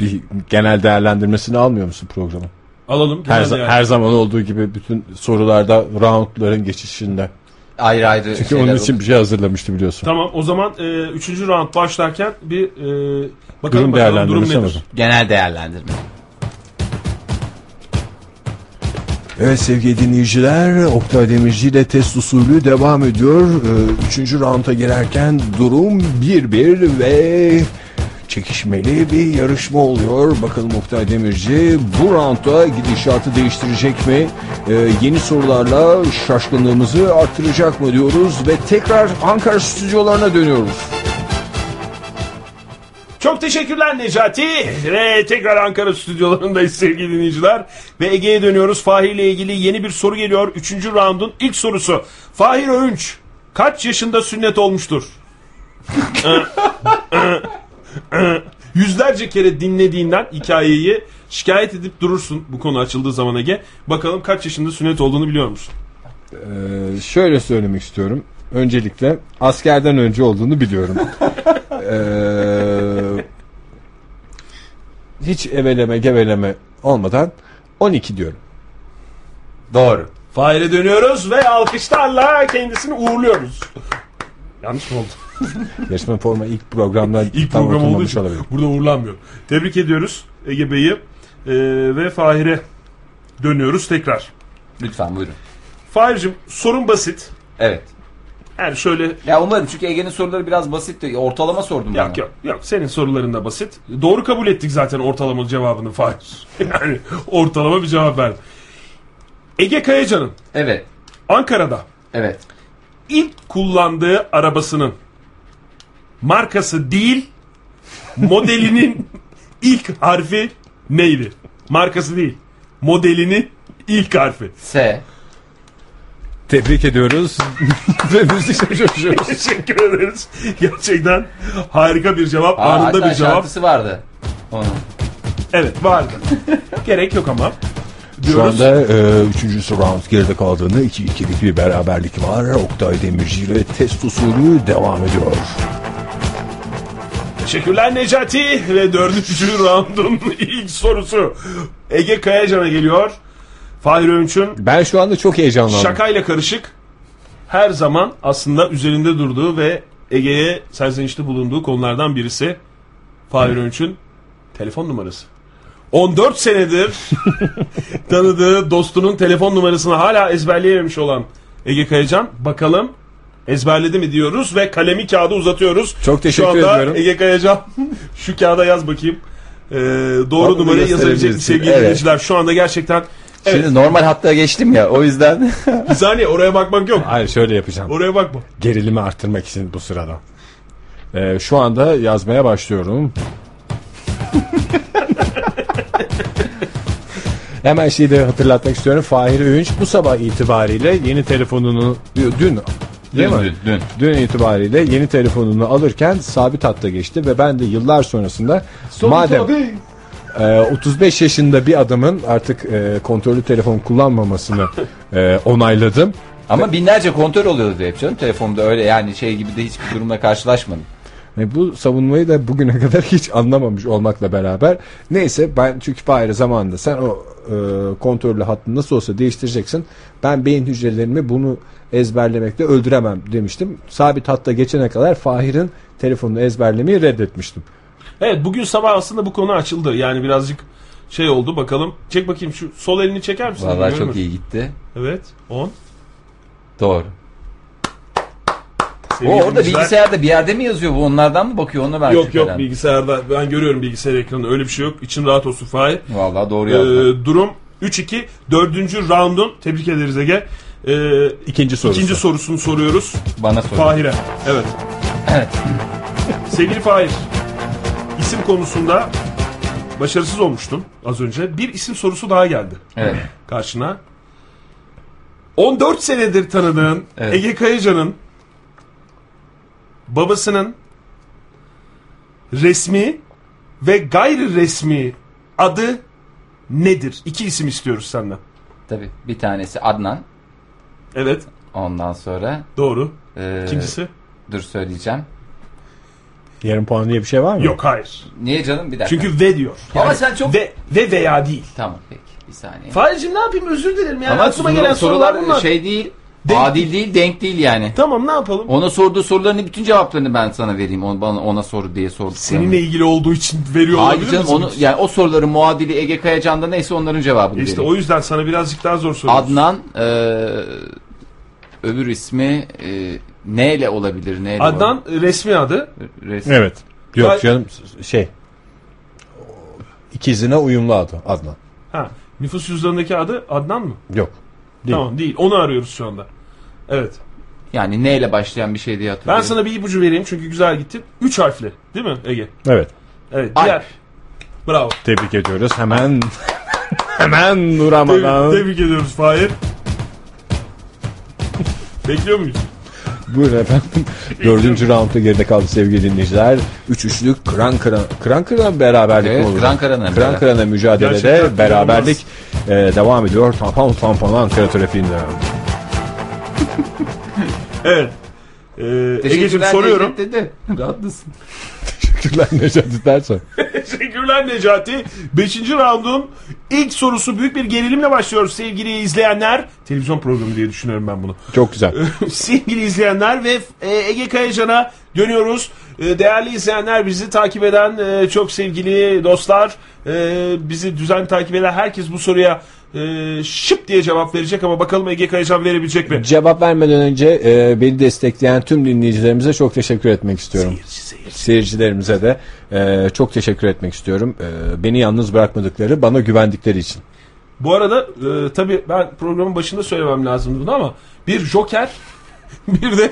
bir genel değerlendirmesini almıyor musun programın? Alalım. Her, genel za- değerlendirme. her zaman olduğu gibi bütün sorularda roundların geçişinde. Ayrı ayrı Çünkü şeyler onun için olur. bir şey hazırlamıştı biliyorsun. Tamam o zaman 3. round başlarken bir e, bakalım Durum bakalım durum değerlendirmesi nedir? yapalım. genel değerlendirme. Evet sevgili dinleyiciler Oktay Demirci ile test usulü devam ediyor. Ee, Üçüncü rounda girerken durum 1-1 ve çekişmeli bir yarışma oluyor. Bakalım Oktay Demirci bu rounda gidişatı değiştirecek mi? Ee, yeni sorularla şaşkınlığımızı artıracak mı diyoruz ve tekrar Ankara stüdyolarına dönüyoruz. Çok teşekkürler Necati. Ve tekrar Ankara stüdyolarındayız sevgili dinleyiciler. Ve Ege'ye dönüyoruz. Fahir ile ilgili yeni bir soru geliyor. Üçüncü roundun ilk sorusu. Fahir Öğünç kaç yaşında sünnet olmuştur? Yüzlerce kere dinlediğinden hikayeyi şikayet edip durursun bu konu açıldığı zaman Ege. Bakalım kaç yaşında sünnet olduğunu biliyor musun? Ee, şöyle söylemek istiyorum. Öncelikle askerden önce olduğunu biliyorum. Ee, hiç eveleme geveleme olmadan 12 diyorum. Doğru. Fahir'e dönüyoruz ve alkışlarla kendisini uğurluyoruz. Yanlış mı oldu? Yarışma forma ilk programdan İlk tam program olduğu oturmamış için olabilir. burada uğurlanmıyor. Tebrik ediyoruz Ege Bey'i e, ve Fahir'e dönüyoruz tekrar. Lütfen buyurun. Fahir'cim sorun basit. Evet. Yani şöyle Ya umarım çünkü Ege'nin soruları biraz basit de ortalama sordum bana. Yok yok yok senin soruların da basit. Doğru kabul ettik zaten ortalama cevabını Fahir. Yani ortalama bir cevap verdin. Ege Kayacan'ın Evet. Ankara'da Evet. ilk kullandığı arabasının markası değil modelinin ilk harfi neydi? Markası değil. Modelinin ilk harfi. S. Tebrik ediyoruz ve müzikle coşuyoruz. Teşekkür ederiz. Gerçekten harika bir cevap. Aa, anında hatta bir cevap. şarkısı vardı. Onun. Evet vardı. Gerek yok ama. Şu Diyoruz. anda 3. round geride kaldığını 2-2'lik bir beraberlik var. Oktay Demirci ve test usulü devam ediyor. Teşekkürler Necati ve dördüncü roundun ilk sorusu Ege Kayacan'a geliyor. Fahir Öğünç'ün Ben şu anda çok heyecanlandım. şakayla karışık her zaman aslında üzerinde durduğu ve Ege'ye serzenişte bulunduğu konulardan birisi Fahir Öğünç'ün telefon numarası. 14 senedir tanıdığı dostunun telefon numarasını hala ezberleyememiş olan Ege Kayacan bakalım ezberledi mi diyoruz ve kalemi kağıda uzatıyoruz. Çok teşekkür Şu anda ediyorum. Ege Kayacan şu kağıda yaz bakayım. Ee, doğru Onu numarayı yazabilecek mi gösterebilirsin. sevgili Evet. dinleyiciler? Şu anda gerçekten Şimdi normal hatta geçtim ya o yüzden. bir saniye oraya bakmak yok. Hayır şöyle yapacağım. Oraya bakma. Gerilimi arttırmak için bu sırada. Ee, şu anda yazmaya başlıyorum. Hemen şeyi de hatırlatmak istiyorum. Fahir Öğünç bu sabah itibariyle yeni telefonunu dün değil mi? dün. Dün itibariyle yeni telefonunu alırken sabit hatta geçti ve ben de yıllar sonrasında madem e, 35 yaşında bir adamın artık e, kontrollü telefon kullanmamasını e, onayladım. Ama binlerce kontör oluyordu hep canım telefonda öyle yani şey gibi de hiçbir durumla karşılaşmadım. Ve bu savunmayı da bugüne kadar hiç anlamamış olmakla beraber neyse ben çünkü Fahir'e zamanında sen o e, kontrollü hattını nasıl olsa değiştireceksin. Ben beyin hücrelerimi bunu ezberlemekle öldüremem demiştim. Sabit hatta geçene kadar Fahir'in telefonunu ezberlemeyi reddetmiştim. Evet bugün sabah aslında bu konu açıldı. Yani birazcık şey oldu bakalım. Çek bakayım şu sol elini çeker misin? Vallahi Görüyor çok musun? iyi gitti. Evet 10. Doğru. O orada bilgisayarda bir yerde mi yazıyor bu onlardan mı bakıyor onu ben Yok yok şüphelen. bilgisayarda ben görüyorum bilgisayar ekranı öyle bir şey yok. İçin rahat olsun Fahir. Vallahi doğru Ee, yazdı. durum 3-2 4. roundun tebrik ederiz Ege. Ee, İkinci sorusu. ikinci sorusunu soruyoruz Bana sordu. Fahir'e. Evet. Evet. Sevgili Fahir isim konusunda başarısız olmuştun az önce. Bir isim sorusu daha geldi. Evet. karşına. 14 senedir tanıdığın Evet. Ege Kayacan'ın babasının resmi ve gayri resmi adı nedir? İki isim istiyoruz senden. Tabii bir tanesi Adnan. Evet, Ondan sonra doğru. e, İkincisi? dur söyleyeceğim. Yarım puan diye bir şey var mı? Yok, hayır. Niye canım bir dakika. Çünkü ve diyor. Ama sen çok- Ve, ve veya değil. Tamam peki bir saniye. Faizcim ne yapayım özür dilerim yani. Ama Aklıma soru- gelen sorular, bunlar. şey değil. Denk- Adil değil, denk değil yani. Tamam ne yapalım? Ona sorduğu soruların bütün cevaplarını ben sana vereyim. Ona, bana, ona soru diye sorduk. Seninle ilgili olduğu için veriyor Hayır olabilir canım, misin? onu, yani o soruların muadili Ege Kayacan'da neyse onların cevabını İşte vereyim. o yüzden sana birazcık daha zor soruyoruz. Adnan e, öbür ismi e, N ile olabilir. N ile Adnan resmi adı. olabilir. Res- Evet. Ay- Yok canım şey. İkizine uyumlu adı Adnan. Ha, nüfus cüzdanındaki adı Adnan mı? Yok. Değil. Tamam değil. Onu arıyoruz şu anda. Evet. Yani N ile başlayan bir şey diye Ben hatırlıyorum. sana bir ipucu vereyim çünkü güzel gittin. Üç harfli değil mi Ege? Evet. Evet. Alp. Diğer. Bravo. Tebrik ediyoruz. Hemen hemen Tebrik, duramadan. tebrik ediyoruz Fahir. Bekliyor muyuz? Buyurun efendim. Dördüncü roundda geride kaldı sevgili dinleyiciler. Üç üçlük kıran kıran kıran kıran beraberlik Evet, mi olur? kıran kırana Kıran beraber. kırana mücadelede Gerçekten beraberlik e, devam ediyor. Tampon tampon Ankara trafiğinde. Evet. Ee, Ege'cim Teşekkürler Ee, soruyorum. Necdet Dedi. Rahatlısın. Teşekkürler Necati Dersen. Teşekkürler Necati. 5. roundun ilk sorusu büyük bir gerilimle başlıyor sevgili izleyenler. Televizyon programı diye düşünüyorum ben bunu. Çok güzel. sevgili izleyenler ve e, Ege Kayacan'a dönüyoruz. E, Değerli izleyenler bizi takip eden e, çok sevgili dostlar, e, bizi düzenli takip eden herkes bu soruya e, şıp diye cevap verecek ama bakalım Ege Kayacan verebilecek mi? Cevap vermeden önce e, beni destekleyen tüm dinleyicilerimize çok teşekkür etmek istiyorum. Seyircilerimize de e, çok teşekkür etmek istiyorum. E, beni yalnız bırakmadıkları, bana güvendikleri için. Bu arada e, tabii ben programın başında söylemem lazımdı bunu ama bir joker bir de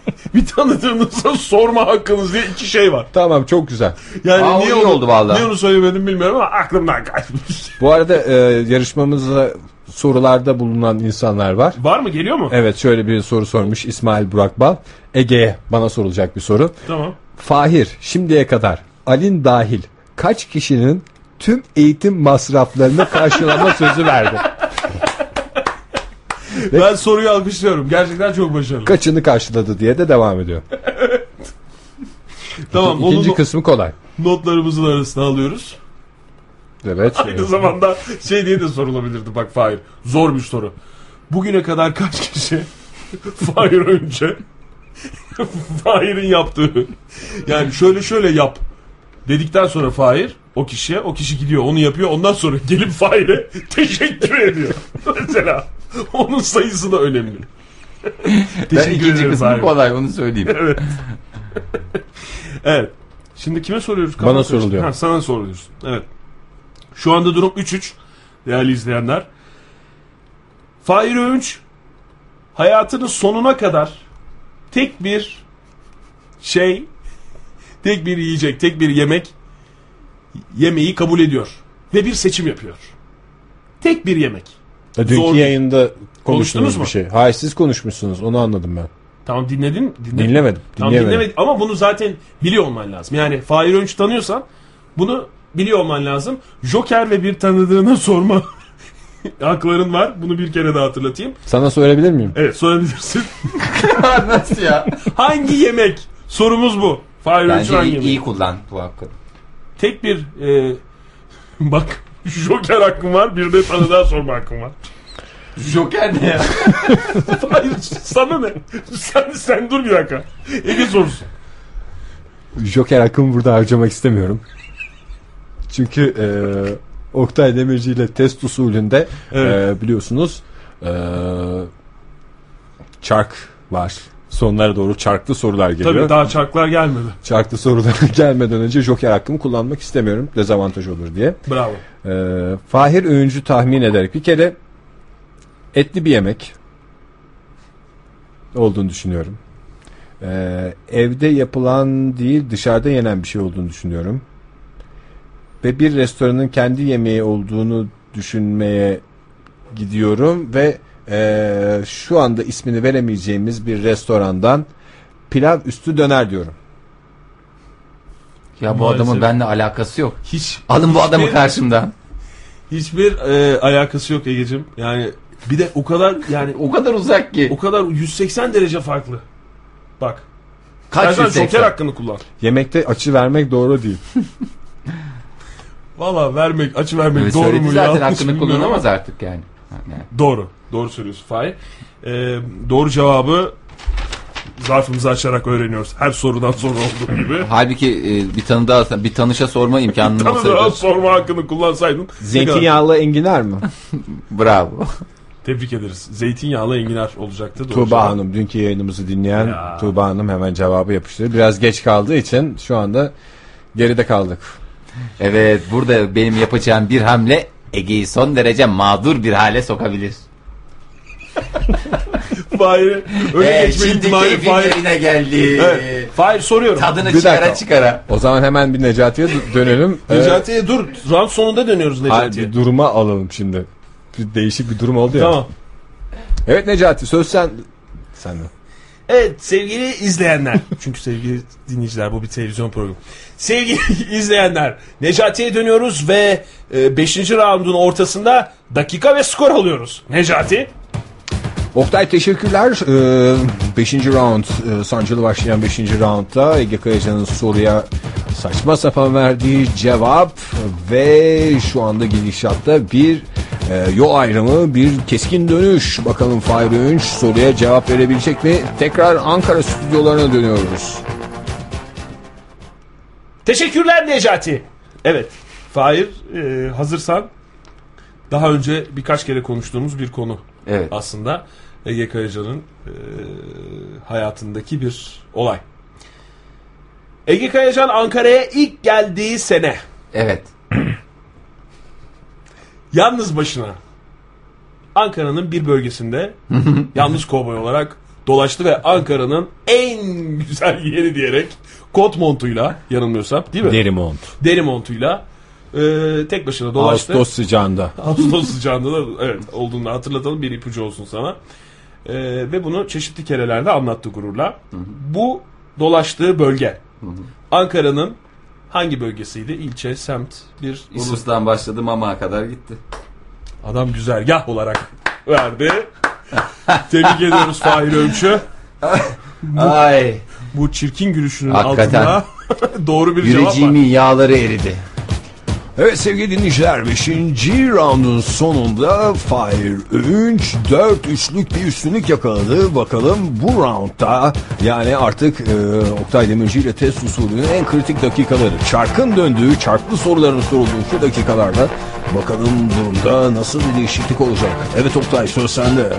bir tanıdığınıza sorma hakkınız diye iki şey var. Tamam çok güzel. Yani Aa, o iyi onu- oldu vallahi. Niye onu söylemedim bilmiyorum ama aklımdan kaçmış. Bu arada e, yarışmamızda sorularda bulunan insanlar var. var mı geliyor mu? Evet şöyle bir soru sormuş İsmail Burakbal. Ege'ye bana sorulacak bir soru. Tamam. Fahir şimdiye kadar Alin dahil kaç kişinin tüm eğitim masraflarını karşılama sözü verdi? Ben soruyu alkışlıyorum. Gerçekten çok başarılı. Kaçını karşıladı diye de devam ediyor. tamam onun İkinci no- kısmı kolay. notlarımızın arasına alıyoruz. Evet. Aynı zamanda şey diye de sorulabilirdi bak Fahir. Zor bir soru. Bugüne kadar kaç kişi Fahir önce Fahir'in yaptığı yani şöyle şöyle yap dedikten sonra Fahir o kişiye o kişi gidiyor onu yapıyor ondan sonra gelip Fahir'e teşekkür ediyor. Mesela onun sayısı da önemli. Ben teşekkür ikinci ederim kısmı Fahir. kolay onu söyleyeyim. Evet. Şimdi kime soruyoruz? Bana karıştı. soruluyor. Ha, sana soruluyoruz. Evet. Şu anda durum 3-3. Değerli izleyenler. Fahir Öğünç hayatının sonuna kadar tek bir şey, tek bir yiyecek, tek bir yemek yemeği kabul ediyor. Ve bir seçim yapıyor. Tek bir yemek. Dünkü Zor. yayında konuştunuz Konuştunuz mu? bir şey. Hayır siz konuşmuşsunuz onu anladım ben. Tamam dinledin mi? Dinledin. Dinlemedim. Tamam dinleyemedim. dinlemedi ama bunu zaten biliyor olman lazım. Yani Fahir Önç tanıyorsan bunu biliyor olman lazım. Joker ve bir tanıdığına sorma hakların var. Bunu bir kere daha hatırlatayım. Sana söyleyebilir miyim? Evet sorabilirsin. Nasıl ya? hangi yemek? Sorumuz bu. Fahir Önç Bence hangi iyi, yemek? iyi kullan bu hakkı. Tek bir e, bak Joker hakkım var bir de tanıdığa sorma hakkım var. Joker ne ya? Hayır sana ne? Sen, sen dur bir dakika. Ege sorusu. Joker hakkımı burada harcamak istemiyorum. Çünkü e, Oktay Demirci ile test usulünde Evet. e, biliyorsunuz e, çark var. Sonlara doğru çarklı sorular geliyor. Tabii daha çarklar gelmedi. Çarklı sorular gelmeden önce Joker hakkımı kullanmak istemiyorum. Dezavantaj olur diye. Bravo. E, Fahir Öğüncü tahmin ederek bir kere etli bir yemek olduğunu düşünüyorum. E, evde yapılan değil dışarıda yenen bir şey olduğunu düşünüyorum. Ve bir restoranın kendi yemeği olduğunu düşünmeye gidiyorum ve e, şu anda ismini veremeyeceğimiz bir restorandan pilav üstü döner diyorum. Ya bu Maalesef. adamın benimle alakası yok. Hiç Alın bu adamı Hiçbir- şey- karşımdan. Hiçbir e, alakası yok Ege'cim. Yani bir de o kadar yani O kadar uzak ki. o kadar 180 derece farklı. Bak. Kaç Erkan yüksek? Joker hakkını kullan. Yemekte açı vermek doğru değil. Valla vermek, açı vermek Evet, doğru söyledi mu zaten yanlış hakkını bilmiyorum kullanamaz ama artık yani. Yani Doğru. Doğru söylüyorsun Fahir. E, doğru cevabı zarfımızı açarak öğreniyoruz. Her sorudan sonra olduğu gibi. Halbuki e, bir tanı daha bir tanışa sorma imkanın Tanıdığa olsaydı. sorma hakkını kullansaydın. ne kadar- Zeytinyağlı enginar mı? Bravo. Tebrik ederiz. Zeytinyağlı enginar olacaktı. Doğru Tuğba cevap. Hanım dünkü yayınımızı dinleyen Ya. Tuğba Hanım hemen cevabı yapıştırdı. Biraz geç kaldığı için şu anda geride kaldık. Evet burada benim yapacağım bir hamle Ege'yi son derece mağdur bir hale sokabilir. Fahir'e öyle Ee, geçme şimdi ihtimali keyfin Fahir. yerine geldi. Evet. Fahir soruyorum. Tadını Bir dakika. çıkara çıkara. O zaman hemen bir Necati'ye dö- dönelim. Ee, Necati'ye dur. Round sonunda dönüyoruz hayır, Necati'ye. bir duruma alalım şimdi. Bir değişik bir durum oldu ya. Tamam. Evet Necati söz sen sen de. Evet sevgili izleyenler. Çünkü sevgili dinleyiciler bu bir televizyon programı. Sevgili izleyenler Necati'ye dönüyoruz ve 5. raundun ortasında dakika ve skor alıyoruz. Necati. Oktay teşekkürler. Ee, 5. round e, sancılı başlayan 5. roundda Ege Kayacan'ın soruya saçma sapan verdiği cevap ve şu anda gidişatta bir e, yol ayrımı, bir keskin dönüş. Bakalım Fahri Önç soruya cevap verebilecek mi? Tekrar Ankara stüdyolarına dönüyoruz. Teşekkürler Necati. Evet. Fahir e, hazırsan daha önce birkaç kere konuştuğumuz bir konu Evet. aslında Ege Kayacan'ın e, hayatındaki bir olay. E, Ege Kayacan Ankara'ya ilk geldiği sene Evet. yalnız başına Ankara'nın bir bölgesinde yalnız kovboy olarak dolaştı ve Ankara'nın en güzel yeri diyerek kot montuyla yanılmıyorsam değil mi? Derimont. deri montuyla e, tek başına dolaştı. Ağustos sıcağında. Ağustos sıcağında da evet olduğunu hatırlatalım bir ipucu olsun sana. E, ve bunu çeşitli kerelerde anlattı gururla. Bu dolaştığı bölge Ankara'nın hangi bölgesiydi? İlçe, semt, bir isim. Ulus'tan başladı Mama'ya kadar gitti. Adam güzergah olarak verdi. Tebrik ediyoruz Fahir Ömçü. Ay. Bu çirkin gülüşünün Hakikaten. altında doğru bir cevap var. Yüreceğimin yağları eridi. Evet sevgili dinleyiciler 5. roundun sonunda Fahir Övünç 4 üçlük bir üstünlük yakaladı. Bakalım bu roundda yani artık e, Oktay Demirci ile test usulünün en kritik dakikaları. Çarkın döndüğü, çarklı soruların sorulduğu şu dakikalarda bakalım durumda nasıl bir değişiklik olacak. Evet Oktay söz sende.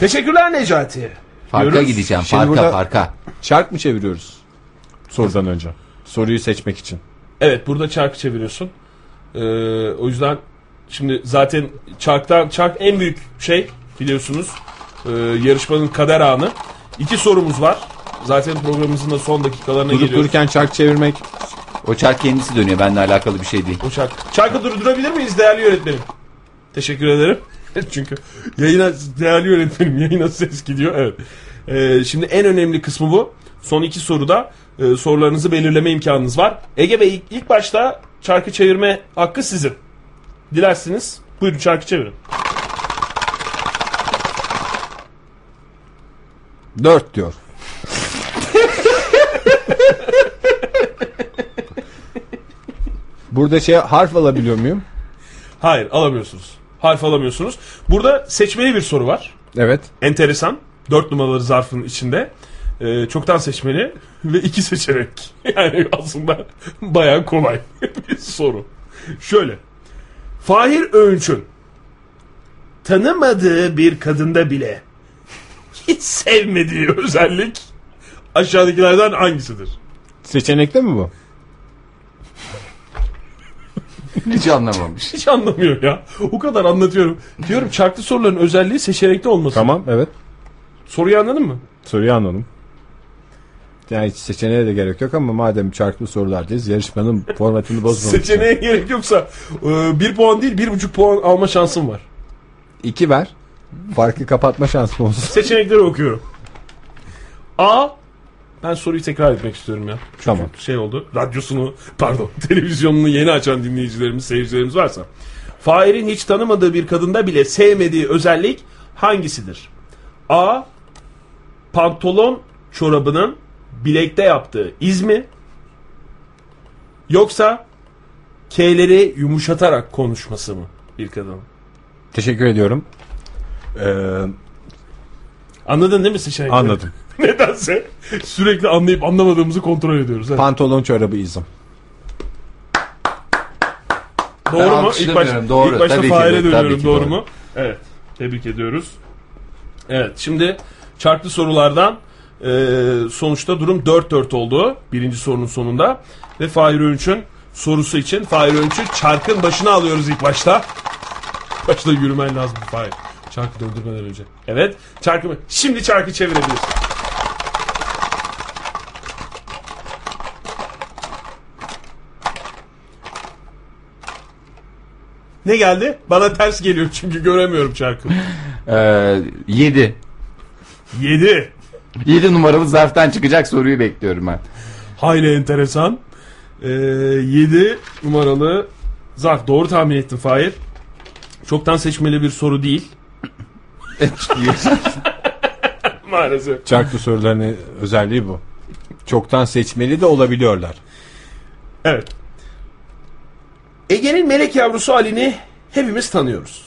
Teşekkürler Necati. Parka Diyoruz. gideceğim. Şimdi parka burada- parka. Çark mı çeviriyoruz sorudan önce? Soruyu seçmek için. Evet burada çark çeviriyorsun. Ee, o yüzden şimdi zaten çarktan çark en büyük şey biliyorsunuz e, yarışmanın kader anı. İki sorumuz var. Zaten programımızın da son dakikalarına Durup geliyoruz. dururken çark çevirmek O çark kendisi dönüyor. Benimle alakalı bir şey değil. O çark. Çarkı durdurabilir miyiz değerli yönetmenim? Teşekkür ederim. Çünkü yayına değerli yönetmenim yayına ses gidiyor. Evet. Ee, şimdi en önemli kısmı bu. Son iki soruda e, sorularınızı belirleme imkanınız var. Ege Bey ilk, ilk başta çarkı çevirme hakkı sizin. Dilersiniz buyurun çarkı çevirin. 4 diyor. Burada şey harf alabiliyor muyum? Hayır alamıyorsunuz. Harf alamıyorsunuz. Burada seçmeli bir soru var. Evet. enteresan. Dört numaraları zarfın içinde. Ee, çoktan seçmeli ve iki seçenek. Yani aslında bayağı kolay bir soru. Şöyle. Fahir Öğünç'ün tanımadığı bir kadında bile hiç sevmediği özellik aşağıdakilerden hangisidir? Seçenekte mi bu? Hiç anlamamış. Hiç anlamıyor ya. O kadar anlatıyorum. Diyorum çarklı soruların özelliği seçenekte olması. Tamam evet. Soruyu anladın mı? Soruyu anladım. Yani hiç seçeneğe de gerek yok ama madem çarklı sorulardayız yarışmanın formatını bozmamak için. Seçeneğe gerek yoksa e, bir puan değil bir buçuk puan alma şansım var. İki ver. Farkı kapatma şansı olsun. Seçenekleri okuyorum. A. Ben soruyu tekrar etmek istiyorum ya. tamam. Şey oldu. Radyosunu, pardon, televizyonunu yeni açan dinleyicilerimiz, seyircilerimiz varsa. Fahir'in hiç tanımadığı bir kadında bile sevmediği özellik hangisidir? A. Pantolon çorabının bilekte yaptığı iz mi? Yoksa K'leri yumuşatarak konuşması mı bir kadın? Teşekkür ediyorum. Ee, Anladın değil mi seçenekleri? anladım. Nedense sürekli anlayıp anlamadığımızı kontrol ediyoruz. Hadi. Pantolon çorabı izim. doğru mu? İlk alkışlamıyorum. başta, Doğru. ilk başta Tabii ki Fahir'e de- dönüyorum. tabii ki doğru doğru. mu? Evet. Tebrik ediyoruz. Evet. Şimdi çarklı sorulardan e, sonuçta durum 4-4 oldu. Birinci sorunun sonunda. Ve Fahir Öğünç'ün sorusu için Fahir Öğünç'ü çarkın başına alıyoruz ilk başta. Başta yürümen lazım Fahir. Çarkı döndürmeden önce. Evet. Çarkı Şimdi çarkı çevirebiliriz. Ne geldi? Bana ters geliyor çünkü göremiyorum çarkı. Ee, 7. 7. 7 numaralı zarftan çıkacak soruyu bekliyorum ben. Hayli enteresan. 7 numaralı zarf. Doğru tahmin ettin Fahir. Çoktan seçmeli bir soru değil. Maalesef. Çarklı sorularının özelliği bu. Çoktan seçmeli de olabiliyorlar. Evet. Ege'nin melek yavrusu Ali'ni hepimiz tanıyoruz.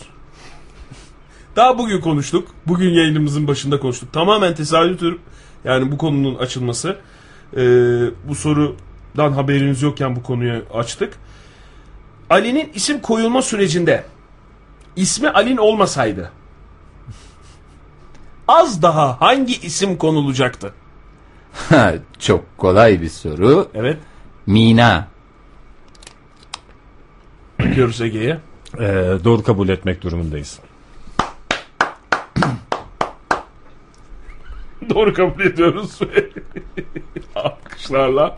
Daha bugün konuştuk. Bugün yayınımızın başında konuştuk. Tamamen tesadüf ürüp- yani bu konunun açılması. Ee, bu sorudan haberiniz yokken bu konuyu açtık. Ali'nin isim koyulma sürecinde ismi Ali'nin olmasaydı az daha hangi isim konulacaktı? Ha, Çok kolay bir soru. Evet. Mina. Bakıyoruz Ege'ye. Ee, doğru kabul etmek durumundayız. Doğru kabul ediyoruz. Alkışlarla.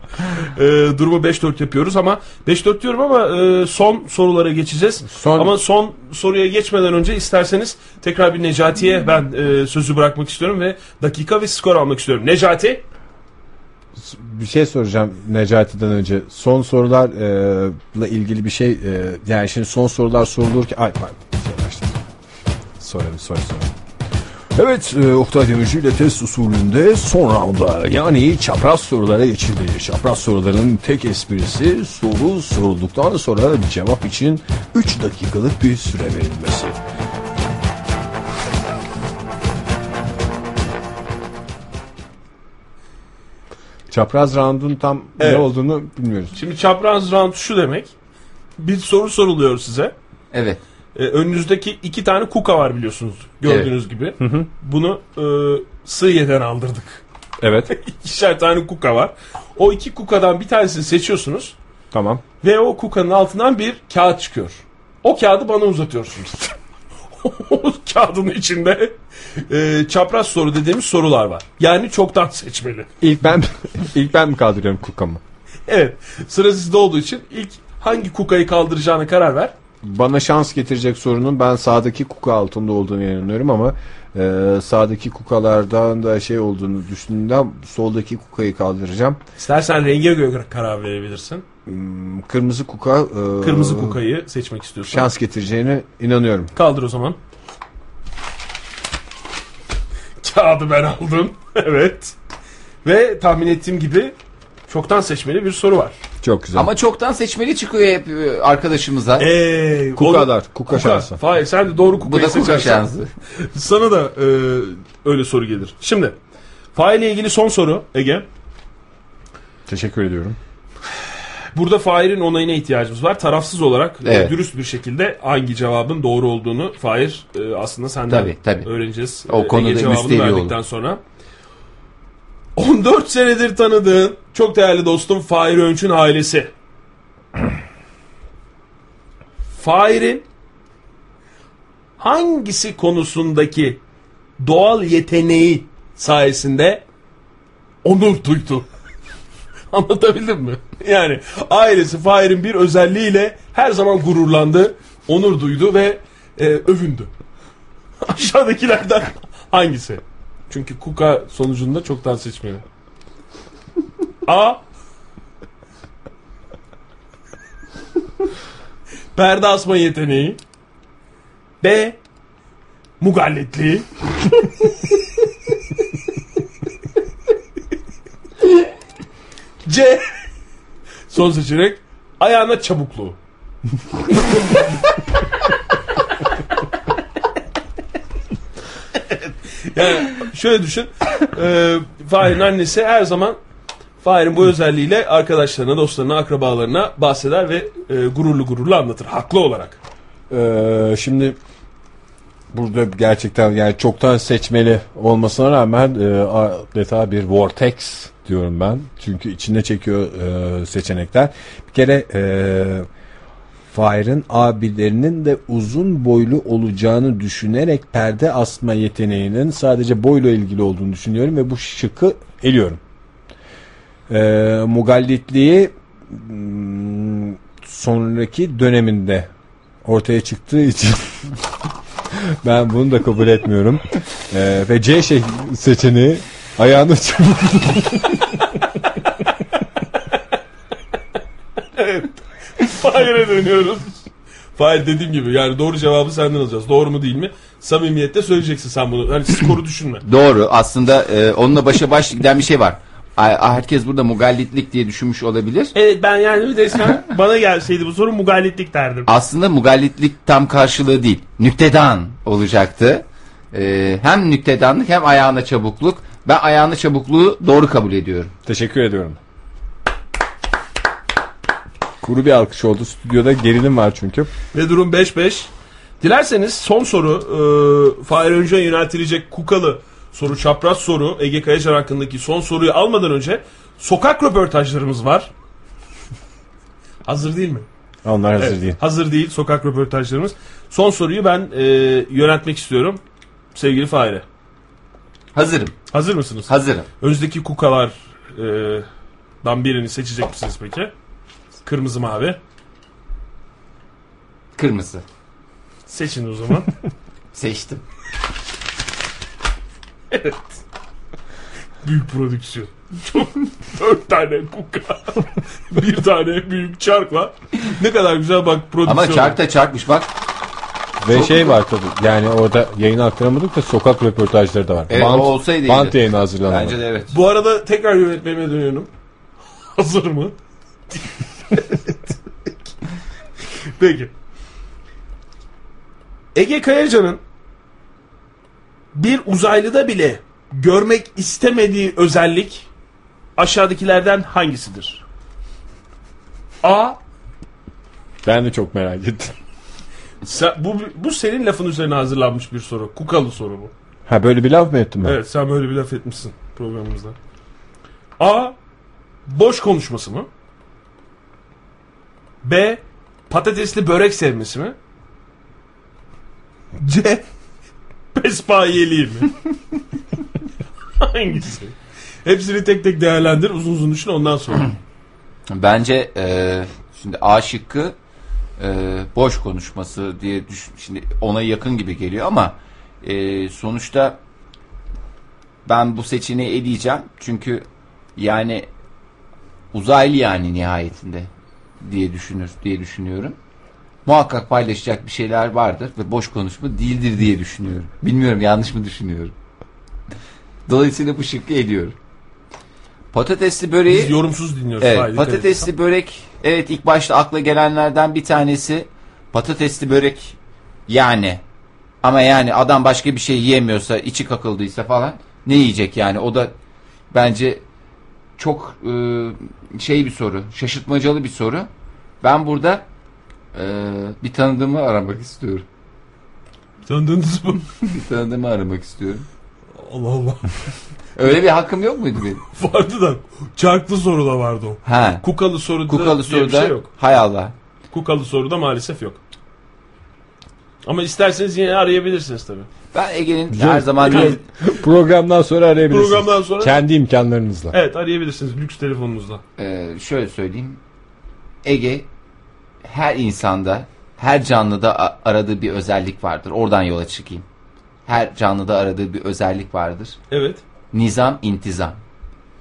Ee, durumu 5-4 yapıyoruz ama 5-4 diyorum ama e, son sorulara geçeceğiz. Son- Ama son soruya geçmeden önce isterseniz tekrar bir Necati'ye ben e, sözü bırakmak istiyorum ve dakika ve skor almak istiyorum. Necati Bir şey soracağım Necati'den önce. Son sorularla ilgili bir şey e, yani şimdi son sorular sorulur ki ay pardon. Şey başladı. Soralım soru soralım. Evet e, Oktay Demirci ile test usulünde son rounda yani çapraz sorulara geçildi. Çapraz soruların tek esprisi soru sorulduktan sonra cevap için 3 dakikalık bir süre verilmesi. Çapraz roundun tam Evet. ne olduğunu bilmiyoruz. şimdi çapraz round şu demek. Bir soru soruluyor size. Evet. E, önünüzdeki iki tane kuka var biliyorsunuz. Gördüğünüz gibi. Bunu e, Sığıye'den aldırdık. Evet İkişer tane kuka var. O iki kukadan bir tanesini seçiyorsunuz tamam. ve o kukanın altından bir kağıt çıkıyor. O kağıdı bana uzatıyorsunuz. o kağıdın içinde e, çapraz soru dediğimiz sorular var. Yani çoktan seçmeli. İlk ben ilk ben mi kaldırıyorum kukamı? Evet. Sıra sizde olduğu için ilk hangi kukayı kaldıracağına karar ver. Bana şans getirecek sorunun ben sağdaki kuka altında olduğunu inanıyorum ama e, sağdaki kukalardan da şey olduğunu düşündüğümden soldaki kukayı kaldıracağım. İstersen renge göre karar verebilirsin. Hmm, Kırmızı kuka e, Kırmızı kukayı seçmek istiyorsan. şans getireceğine inanıyorum. Kaldır o zaman. Kağıdı ben aldım. evet. Ve tahmin ettiğim gibi çoktan seçmeli bir soru var. Çok güzel. Ama çoktan seçmeli çıkıyor hep e, arkadaşımıza. Eee kukalar, kuka, şansı. Hayır sen de doğru Bu kukayı da kuka seçersen. şansı. Sana da e, öyle soru gelir. Şimdi faile ilgili son soru Ege. Teşekkür ediyorum. Burada Fahir'in onayına ihtiyacımız var. Tarafsız olarak e, Evet. dürüst bir şekilde hangi cevabın doğru olduğunu Fahir e, aslında senden Tabii, tabii. öğreneceğiz. O E, konuda Ege cevabını müsterih olun. verdikten sonra. 14 senedir tanıdığın çok değerli dostum Fahir Önç'ün ailesi. Fahir'in hangisi konusundaki doğal yeteneği sayesinde onur duydu? Anlatabildim mi? Yani ailesi Fahir'in bir özelliğiyle her zaman gururlandı, onur duydu ve e, övündü. Aşağıdakilerden hangisi? Çünkü Kuka sonucunda çoktan seçmeli. A. Perde asma yeteneği. B. Mugalletliği. C. Son seçenek ayağına çabukluğu. yani şöyle düşün. Eee Fahir'in annesi her zaman Fahir'in bu özelliğiyle arkadaşlarına, dostlarına, akrabalarına bahseder ve e, gururlu gururlu anlatır. Haklı olarak. Ee, şimdi burada gerçekten yani çoktan seçmeli olmasına rağmen e, adeta bir vortex diyorum ben. Çünkü içinde çekiyor e, seçenekler. Bir kere e, Fahir'in abilerinin de uzun boylu olacağını düşünerek perde asma yeteneğinin sadece boyla ilgili olduğunu düşünüyorum ve bu şıkkı eliyorum. E, mugallitliği hmm, sonraki döneminde ortaya çıktığı için ben bunu da kabul etmiyorum. Ee, ve C şey seçeneği ayağını çabuk. Fahir'e dönüyoruz. Fahir dediğim gibi yani doğru cevabı senden alacağız. Doğru mu değil mi? Samimiyette söyleyeceksin sen bunu. Hani skoru düşünme. Doğru. Aslında e, onunla başa baş giden bir şey var. Ay- ay, Herkes burada mugallitlik diye düşünmüş olabilir. Evet ben yani bir de sen bana gelseydi bu soru mugallitlik derdim. Aslında mugallitlik tam karşılığı değil. Nüktedan olacaktı. Ee, hem nüktedanlık hem ayağına çabukluk. Ben ayağına çabukluğu doğru kabul ediyorum. Teşekkür ediyorum. Kuru bir alkış oldu. Stüdyoda gerilim var çünkü. Ve durum 5-5. Dilerseniz son soru e, Fahir Öncü'ye yöneltilecek kukalı soru çapraz soru Ege Kayacan hakkındaki son soruyu almadan önce sokak röportajlarımız var. Hazır değil mi? Onlar hazır değil. Hazır değil sokak röportajlarımız. Son soruyu ben e, yöneltmek istiyorum sevgili Fahir'e. Hazırım. Hazır mısınız? Hazırım. Önündeki kukalardan birini seçecek misiniz peki? Kırmızı mavi. Kırmızı. Seçin o zaman. Seçtim. büyük prodüksiyon. Dört tane kuka. bir tane büyük çarkla. Ne kadar güzel bak prodüksiyon. Ama çark da çarkmış bak. Ve şey var tabii. Yani orada yayını aktaramadık da sokak röportajları da var. Evet, e, o olsaydı iyiydi. Bant yayını hazırlanamadı. Bence de evet. Bu arada tekrar yönetmeme dönüyorum. Hazır mı? Peki. Ege Kayacan'ın bir uzaylıda bile görmek istemediği özellik aşağıdakilerden hangisidir? A. Ben de çok merak ettim. Sen- bu, bu senin lafın üzerine hazırlanmış bir soru. Kukalı soru bu. Ha böyle bir laf mı ettim ben? Evet sen böyle bir laf etmişsin programımızda. A. Boş konuşması mı? B. Patatesli börek sevmesi mi? C. Pespayeliği mi? Hangisi? Hepsini tek tek değerlendir uzun uzun düşün ondan sonra. Bence e, şimdi A şıkkı e, boş konuşması diye düş şimdi ona yakın gibi geliyor ama e, sonuçta ben bu seçeneği eleyeceğim. Çünkü yani uzaylı yani nihayetinde diye düşünür diye düşünüyorum. Muhakkak paylaşacak bir şeyler vardır ve boş konuşma değildir diye düşünüyorum. Bilmiyorum yanlış mı düşünüyorum. Dolayısıyla bu şıkkı eliyorum. Patatesli böreği Biz yorumsuz dinliyoruz. Evet, Haydi, patatesli börek evet ilk başta akla gelenlerden bir tanesi patatesli börek yani ama yani adam başka bir şey yiyemiyorsa içi kakıldıysa falan ne yiyecek yani o da bence çok e, şey bir soru şaşırtmacalı bir soru ben burada e, bir tanıdığımı aramak istiyorum evet. Tanıdığınız mı? bir tanıdığımı aramak istiyorum Allah Allah. öyle bir hakkım yok muydu benim Vardı da çarklı soru da vardı o. ha Kukalı soruda kukalı diye bir soruda şey yok. hay Allah Kukalı soruda maalesef yok. Ama isterseniz yine arayabilirsiniz tabii. ben Ege'nin her zaman Programdan sonra arayabilirsiniz. Programdan sonra Kendi imkanlarınızla. evet arayabilirsiniz lüks telefonunuzla. Ee, şöyle söyleyeyim. Ege her insanda, her canlıda a- aradığı bir özellik vardır. Oradan yola çıkayım. Her canlıda aradığı bir özellik vardır. Evet. Nizam, intizam.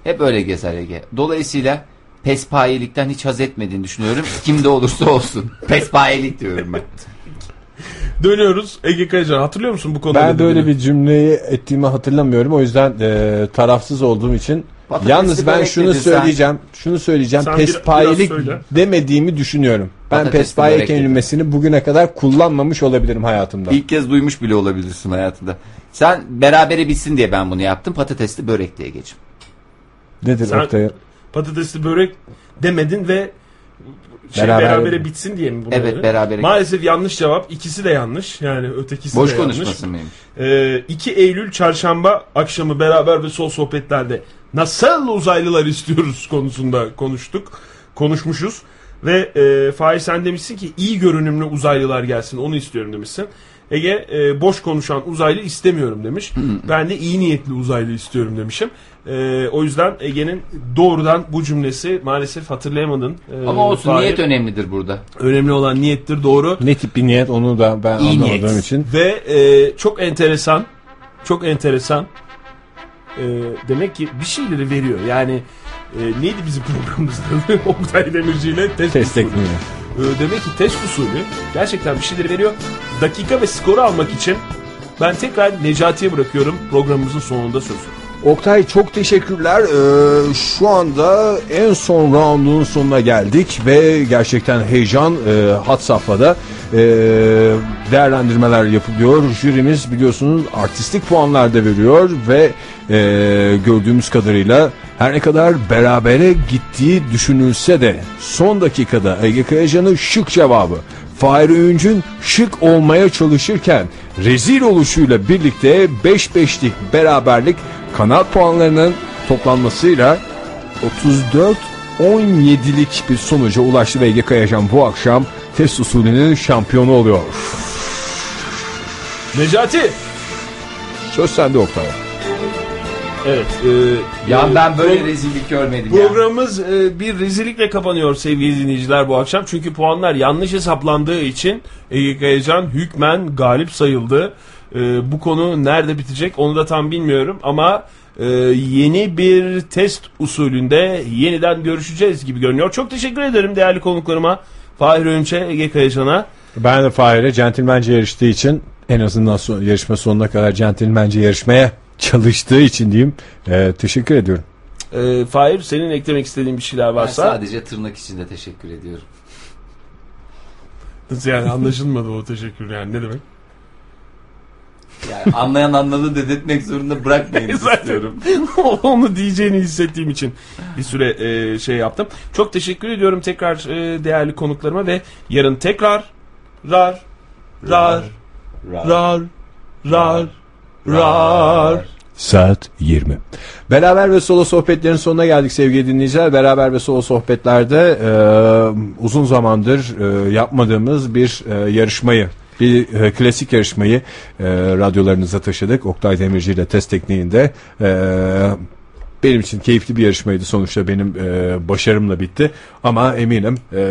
Hep öyle gezer Ege. Dolayısıyla pespayelikten hiç haz etmediğini düşünüyorum. Kimde olursa olsun. Pespayelik diyorum ben. Dönüyoruz Ege Kayacan hatırlıyor musun bu konuda? Ben böyle dediğini? bir cümleyi ettiğimi hatırlamıyorum. O yüzden e, tarafsız olduğum için Patatesli yalnız ben börek şunu dedin sen. söyleyeceğim. Şunu söyleyeceğim. Sen bir- pespayelik biraz söyle. demediğimi düşünüyorum. Ben Patatesli pespaye börek dedin. kelimesini bugüne kadar kullanmamış olabilirim hayatımda. İlk kez duymuş bile olabilirsin hayatında. Sen berabere bitsin diye ben bunu yaptım. Patatesli börek diye geçim. Nedir Sen- Oktay? Patatesli börek demedin ve şey, Beraber- berabere, bitsin diye mi bunu Evet, dedin? berabere- Maalesef yanlış cevap. İkisi de yanlış. Yani ötekisi Boş de yanlış. konuşmasın mıyım? Ee, 2 Eylül çarşamba akşamı beraber ve sol sohbetlerde nasıl uzaylılar istiyoruz konusunda konuştuk. Konuşmuşuz. Ve e, Fahir sen demişsin ki iyi görünümlü uzaylılar gelsin onu istiyorum demişsin. Ege e, boş konuşan uzaylı istemiyorum demiş. ben de iyi niyetli uzaylı istiyorum demişim. E, o yüzden Ege'nin doğrudan bu cümlesi maalesef hatırlayamadın. E, Ama olsun Fahir. niyet önemlidir burada. Önemli olan niyettir doğru. Ne tip bir niyet onu da ben İyi anlamadığım niyet. için. Ve e, çok enteresan, çok enteresan. E, demek ki bir şeyleri veriyor. Yani e, neydi bizim programımızda? Oktay Demirci ile test, Test usulü. tekniği. E, demek ki test usulü gerçekten bir şeyleri veriyor. Dakika ve skoru almak için ben tekrar Necati'ye bırakıyorum programımızın sonunda sözü. Oktay çok teşekkürler. Ee, şu anda en son roundun sonuna geldik ve gerçekten heyecan e, hat safhada e, değerlendirmeler yapılıyor. Jürimiz biliyorsunuz artistik puanlar da veriyor ve e, gördüğümüz kadarıyla her ne kadar berabere gittiği düşünülse de son dakikada Ege Kayacan'ın şık cevabı Fahir Öğüncü'nün şık olmaya çalışırken rezil oluşuyla birlikte 5-5'lik beraberlik kanat puanlarının toplanmasıyla 34-17'lik bir sonuca ulaştı ve Ege Kayacan bu akşam test usulünün şampiyonu oluyor. Necati. Söz sende Oktay. Evet. e, Ya e, ben böyle bu- rezillik görmedim ya. Programımız e, bir rezillikle kapanıyor sevgili dinleyiciler bu akşam. Çünkü puanlar yanlış hesaplandığı için Ege Kayacan hükmen galip sayıldı. E, bu konu nerede bitecek onu da tam bilmiyorum ama e, yeni bir test usulünde yeniden görüşeceğiz gibi görünüyor. Çok teşekkür ederim değerli konuklarıma. Fahir Önç'e, Ege Kayacan'a. Ben de Fahir'e centilmence yarıştığı için en azından son, yarışma sonuna kadar centilmence yarışmaya çalıştığı için diyeyim e, teşekkür ediyorum. E, Fahir senin eklemek istediğin bir şeyler Ben varsa. sadece tırnak içinde teşekkür ediyorum. Yani anlaşılmadı o teşekkür yani ne demek. Yani anlayan anladı dedirtmek zorunda bırakmayın Zaten istiyorum. onu diyeceğini hissettiğim için bir süre e, şey yaptım. Çok teşekkür ediyorum tekrar e, değerli konuklarıma ve yarın tekrar rar rar rar rar rar Saat 20. Beraber ve solo sohbetlerin sonuna geldik sevgili dinleyiciler. Beraber ve solo sohbetlerde e, uzun zamandır e, yapmadığımız bir e, yarışmayı bir e, klasik yarışmayı e, radyolarınıza taşıdık. Oktay Demirci ile test tekniğinde e, benim için keyifli bir yarışmaydı. Sonuçta benim e, başarımla bitti. Ama eminim e,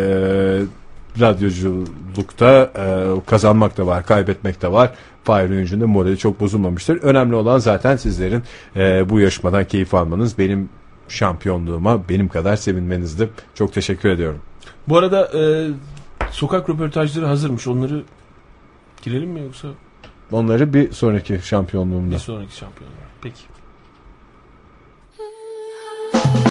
radyoculukta e, kazanmak da var, kaybetmek de var. Fahir Öğüncü'nün de morali çok bozulmamıştır. Önemli olan zaten sizlerin e, bu yarışmadan keyif almanız. Benim şampiyonluğuma benim kadar sevinmenizdir. Çok teşekkür ediyorum. Bu arada e, sokak röportajları hazırmış. Onları girelim mi yoksa Onları bir sonraki şampiyonluğumda. bir sonraki şampiyonlar? Peki.